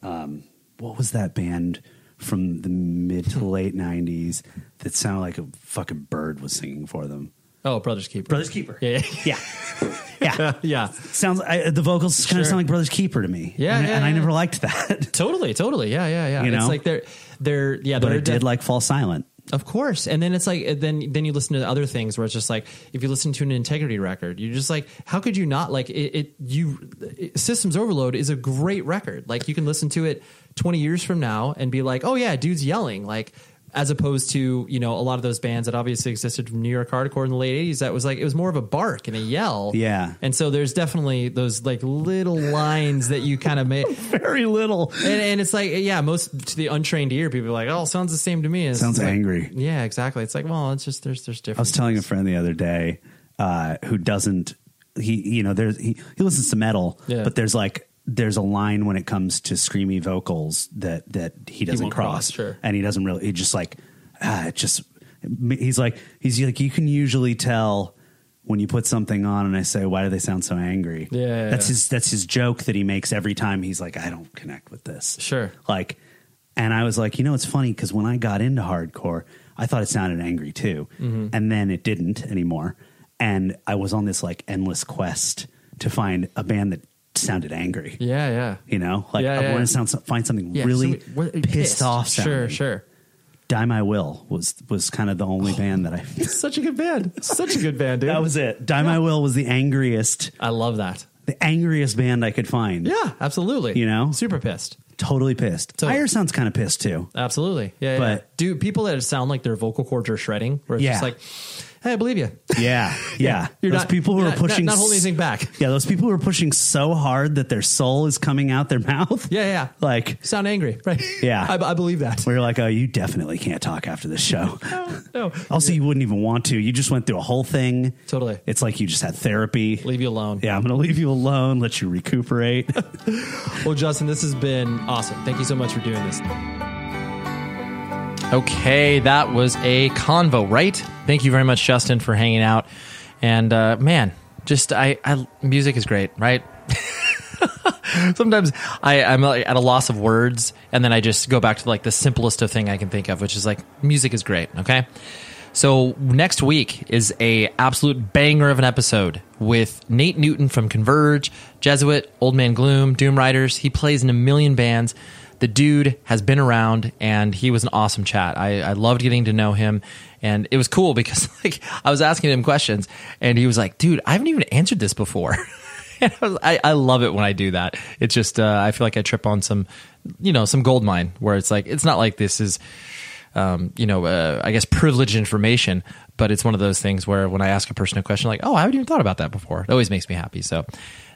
Speaker 3: um, what was that band from the mid to late 90s that sounded like a fucking bird was singing for them?
Speaker 2: Oh, Brothers Keeper.
Speaker 3: Brothers Keeper.
Speaker 2: Yeah.
Speaker 3: Yeah. Yeah.
Speaker 2: yeah.
Speaker 3: Sounds I, the vocals kind
Speaker 2: Sure.
Speaker 3: of sound like Brothers Keeper to me.
Speaker 2: Yeah,
Speaker 3: and,
Speaker 2: yeah,
Speaker 3: and I
Speaker 2: yeah.
Speaker 3: never liked that.
Speaker 2: Totally, totally. Yeah, yeah, yeah.
Speaker 3: You
Speaker 2: It's
Speaker 3: know?
Speaker 2: like they're they're yeah,
Speaker 3: but
Speaker 2: they're
Speaker 3: I did like Fall Silent.
Speaker 2: Of course, and then it's like then then you listen to other things where it's just like if you listen to an integrity record, you're just like, how could you not like it? it you it, Systems Overload is a great record. Like you can listen to it 20 years from now and be like, oh yeah, dude's yelling like. As opposed to you know a lot of those bands that obviously existed from New York hardcore in the late '80s, that was like it was more of a bark and a yell.
Speaker 3: Yeah.
Speaker 2: and so there's definitely those like little lines that you kind of make
Speaker 3: very little,
Speaker 2: and, and it's like yeah, most to the untrained ear, people are like, oh, sounds the same to me. And it's
Speaker 3: Sounds
Speaker 2: like,
Speaker 3: angry.
Speaker 2: yeah, exactly. It's like, well, it's just there's there's
Speaker 3: I was
Speaker 2: different.
Speaker 3: telling a friend the other day uh, who doesn't he you know there's he, he listens to metal
Speaker 2: Yeah.
Speaker 3: but there's like there's a line when it comes to screamy vocals that that he doesn't
Speaker 2: won't
Speaker 3: cross,
Speaker 2: cross, sure.
Speaker 3: and he doesn't really. He just like ah, it just he's like he's like you can usually tell when you put something on, and I say, why do they sound so angry?
Speaker 2: Yeah.
Speaker 3: that's his that's his joke that he makes every time. He's like, I don't connect with this.
Speaker 2: Sure,
Speaker 3: like, and I was like, you know, it's funny because when I got into hardcore, I thought it sounded angry too
Speaker 2: Mhm.
Speaker 3: and then it didn't anymore and i was on this like endless quest to find a band that sounded angry
Speaker 2: Yeah, yeah.
Speaker 3: you know like
Speaker 2: Yeah,
Speaker 3: i
Speaker 2: yeah.
Speaker 3: wanted to sound, some- find something
Speaker 2: Yeah,
Speaker 3: really
Speaker 2: something- what-
Speaker 3: pissed,
Speaker 2: pissed.
Speaker 3: off
Speaker 2: Sure,
Speaker 3: sounding.
Speaker 2: sure
Speaker 3: die my will was was kind of the only band that i
Speaker 2: It's such a good band. Such a good band, dude.
Speaker 3: that was it die my will was the angriest i love that the angriest band i could find
Speaker 2: Yeah, absolutely.
Speaker 3: you know
Speaker 2: super pissed
Speaker 3: totally pissed Fire sounds kind of pissed too
Speaker 2: Absolutely. Yeah. But
Speaker 3: But-
Speaker 2: yeah. do people that sound like their vocal cords are shredding, where it's
Speaker 3: Yeah.
Speaker 2: just like, hey, I believe you.
Speaker 3: Yeah, yeah.
Speaker 2: You're
Speaker 3: those
Speaker 2: not-
Speaker 3: people who
Speaker 2: you're
Speaker 3: are
Speaker 2: not- not-
Speaker 3: pushing
Speaker 2: not holding
Speaker 3: s-
Speaker 2: anything back.
Speaker 3: Yeah, those people who are pushing so hard that their soul is coming out their mouth.
Speaker 2: Yeah, yeah.
Speaker 3: Like
Speaker 2: sound angry, right?
Speaker 3: Yeah,
Speaker 2: I, I believe that.
Speaker 3: We're like, oh, you definitely can't talk after this show.
Speaker 2: No.
Speaker 3: also, you wouldn't even want to. You just went through a whole thing.
Speaker 2: Totally.
Speaker 3: It's like you just had therapy.
Speaker 2: Leave you alone.
Speaker 3: Yeah, I'm going to leave you alone. Let you recuperate.
Speaker 2: Well, Justin, this has been awesome. Thank you so much for doing this. Okay, that was a convo, right? Thank you very much, Justin, for hanging out. And uh, man, just I, I music is great, right? Sometimes I, I'm like, at a loss of words, and then I just go back to like the simplest of thing I can think of, which is like music is great. Okay, so next week is a absolute banger of an episode with Nate Newton from Converge, Jesuit, Old Man Gloom, Doom Riders. He plays in a million bands. The dude has been around, and he was an awesome chat. I, I loved getting to know him, and it was cool because like I was asking him questions, and he was like, "Dude, I haven't even answered this before." And I, was- I, I love it when I do that. It's just uh, I feel like I trip on some, you know, some gold mine where it's like it's not like this is, um, you know, uh, I guess privileged information, but it's one of those things where when I ask a person a question, like, oh, I haven't even thought about that before. It always makes me happy. So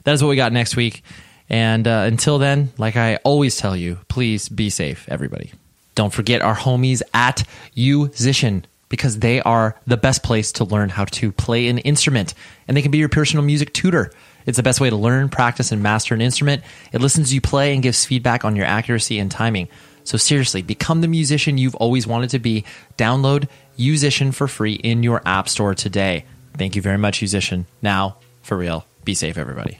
Speaker 2: that is what we got next week. And uh, until then, like I always tell you, please be safe, everybody. Don't forget our homies at Musician because they are the best place to learn how to play an instrument and they can be your personal music tutor. It's the best way to learn, practice, and master an instrument. It listens to you play and gives feedback on your accuracy and timing. So, seriously, become the musician you've always wanted to be. Download Musician for free in your app store today. Thank you very much, Musician. Now, for real, be safe, everybody.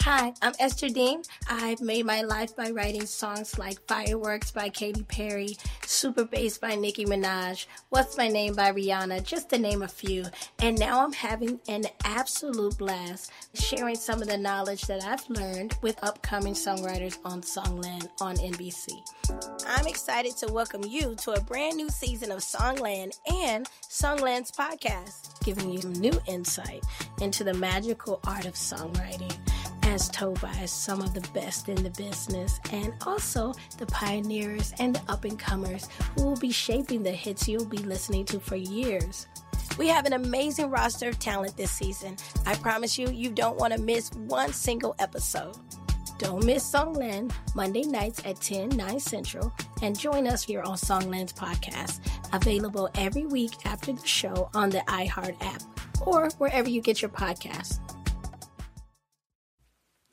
Speaker 10: Hi, I'm Esther Dean. I've made my life by writing songs like Fireworks by Katy Perry, Super Bass by Nicki Minaj, What's My Name by Rihanna, just to name a few. And now I'm having an absolute blast sharing some of the knowledge that I've learned with upcoming songwriters on Songland on NBC.
Speaker 11: I'm excited to welcome you to a brand new season of Songland and Songland's podcast.
Speaker 10: giving you some new insight into the magical art of songwriting, as told by some of the best in the business, and also the pioneers and the up and comers who will be shaping the hits you'll be listening to for years.
Speaker 11: We have an amazing roster of talent this season. I promise you, you don't want to miss one single episode.
Speaker 10: Don't miss Songland Monday nights at 10, 9 central, and join us here on Songland's podcast, available every week after the show on the iHeart app or wherever you get your podcasts.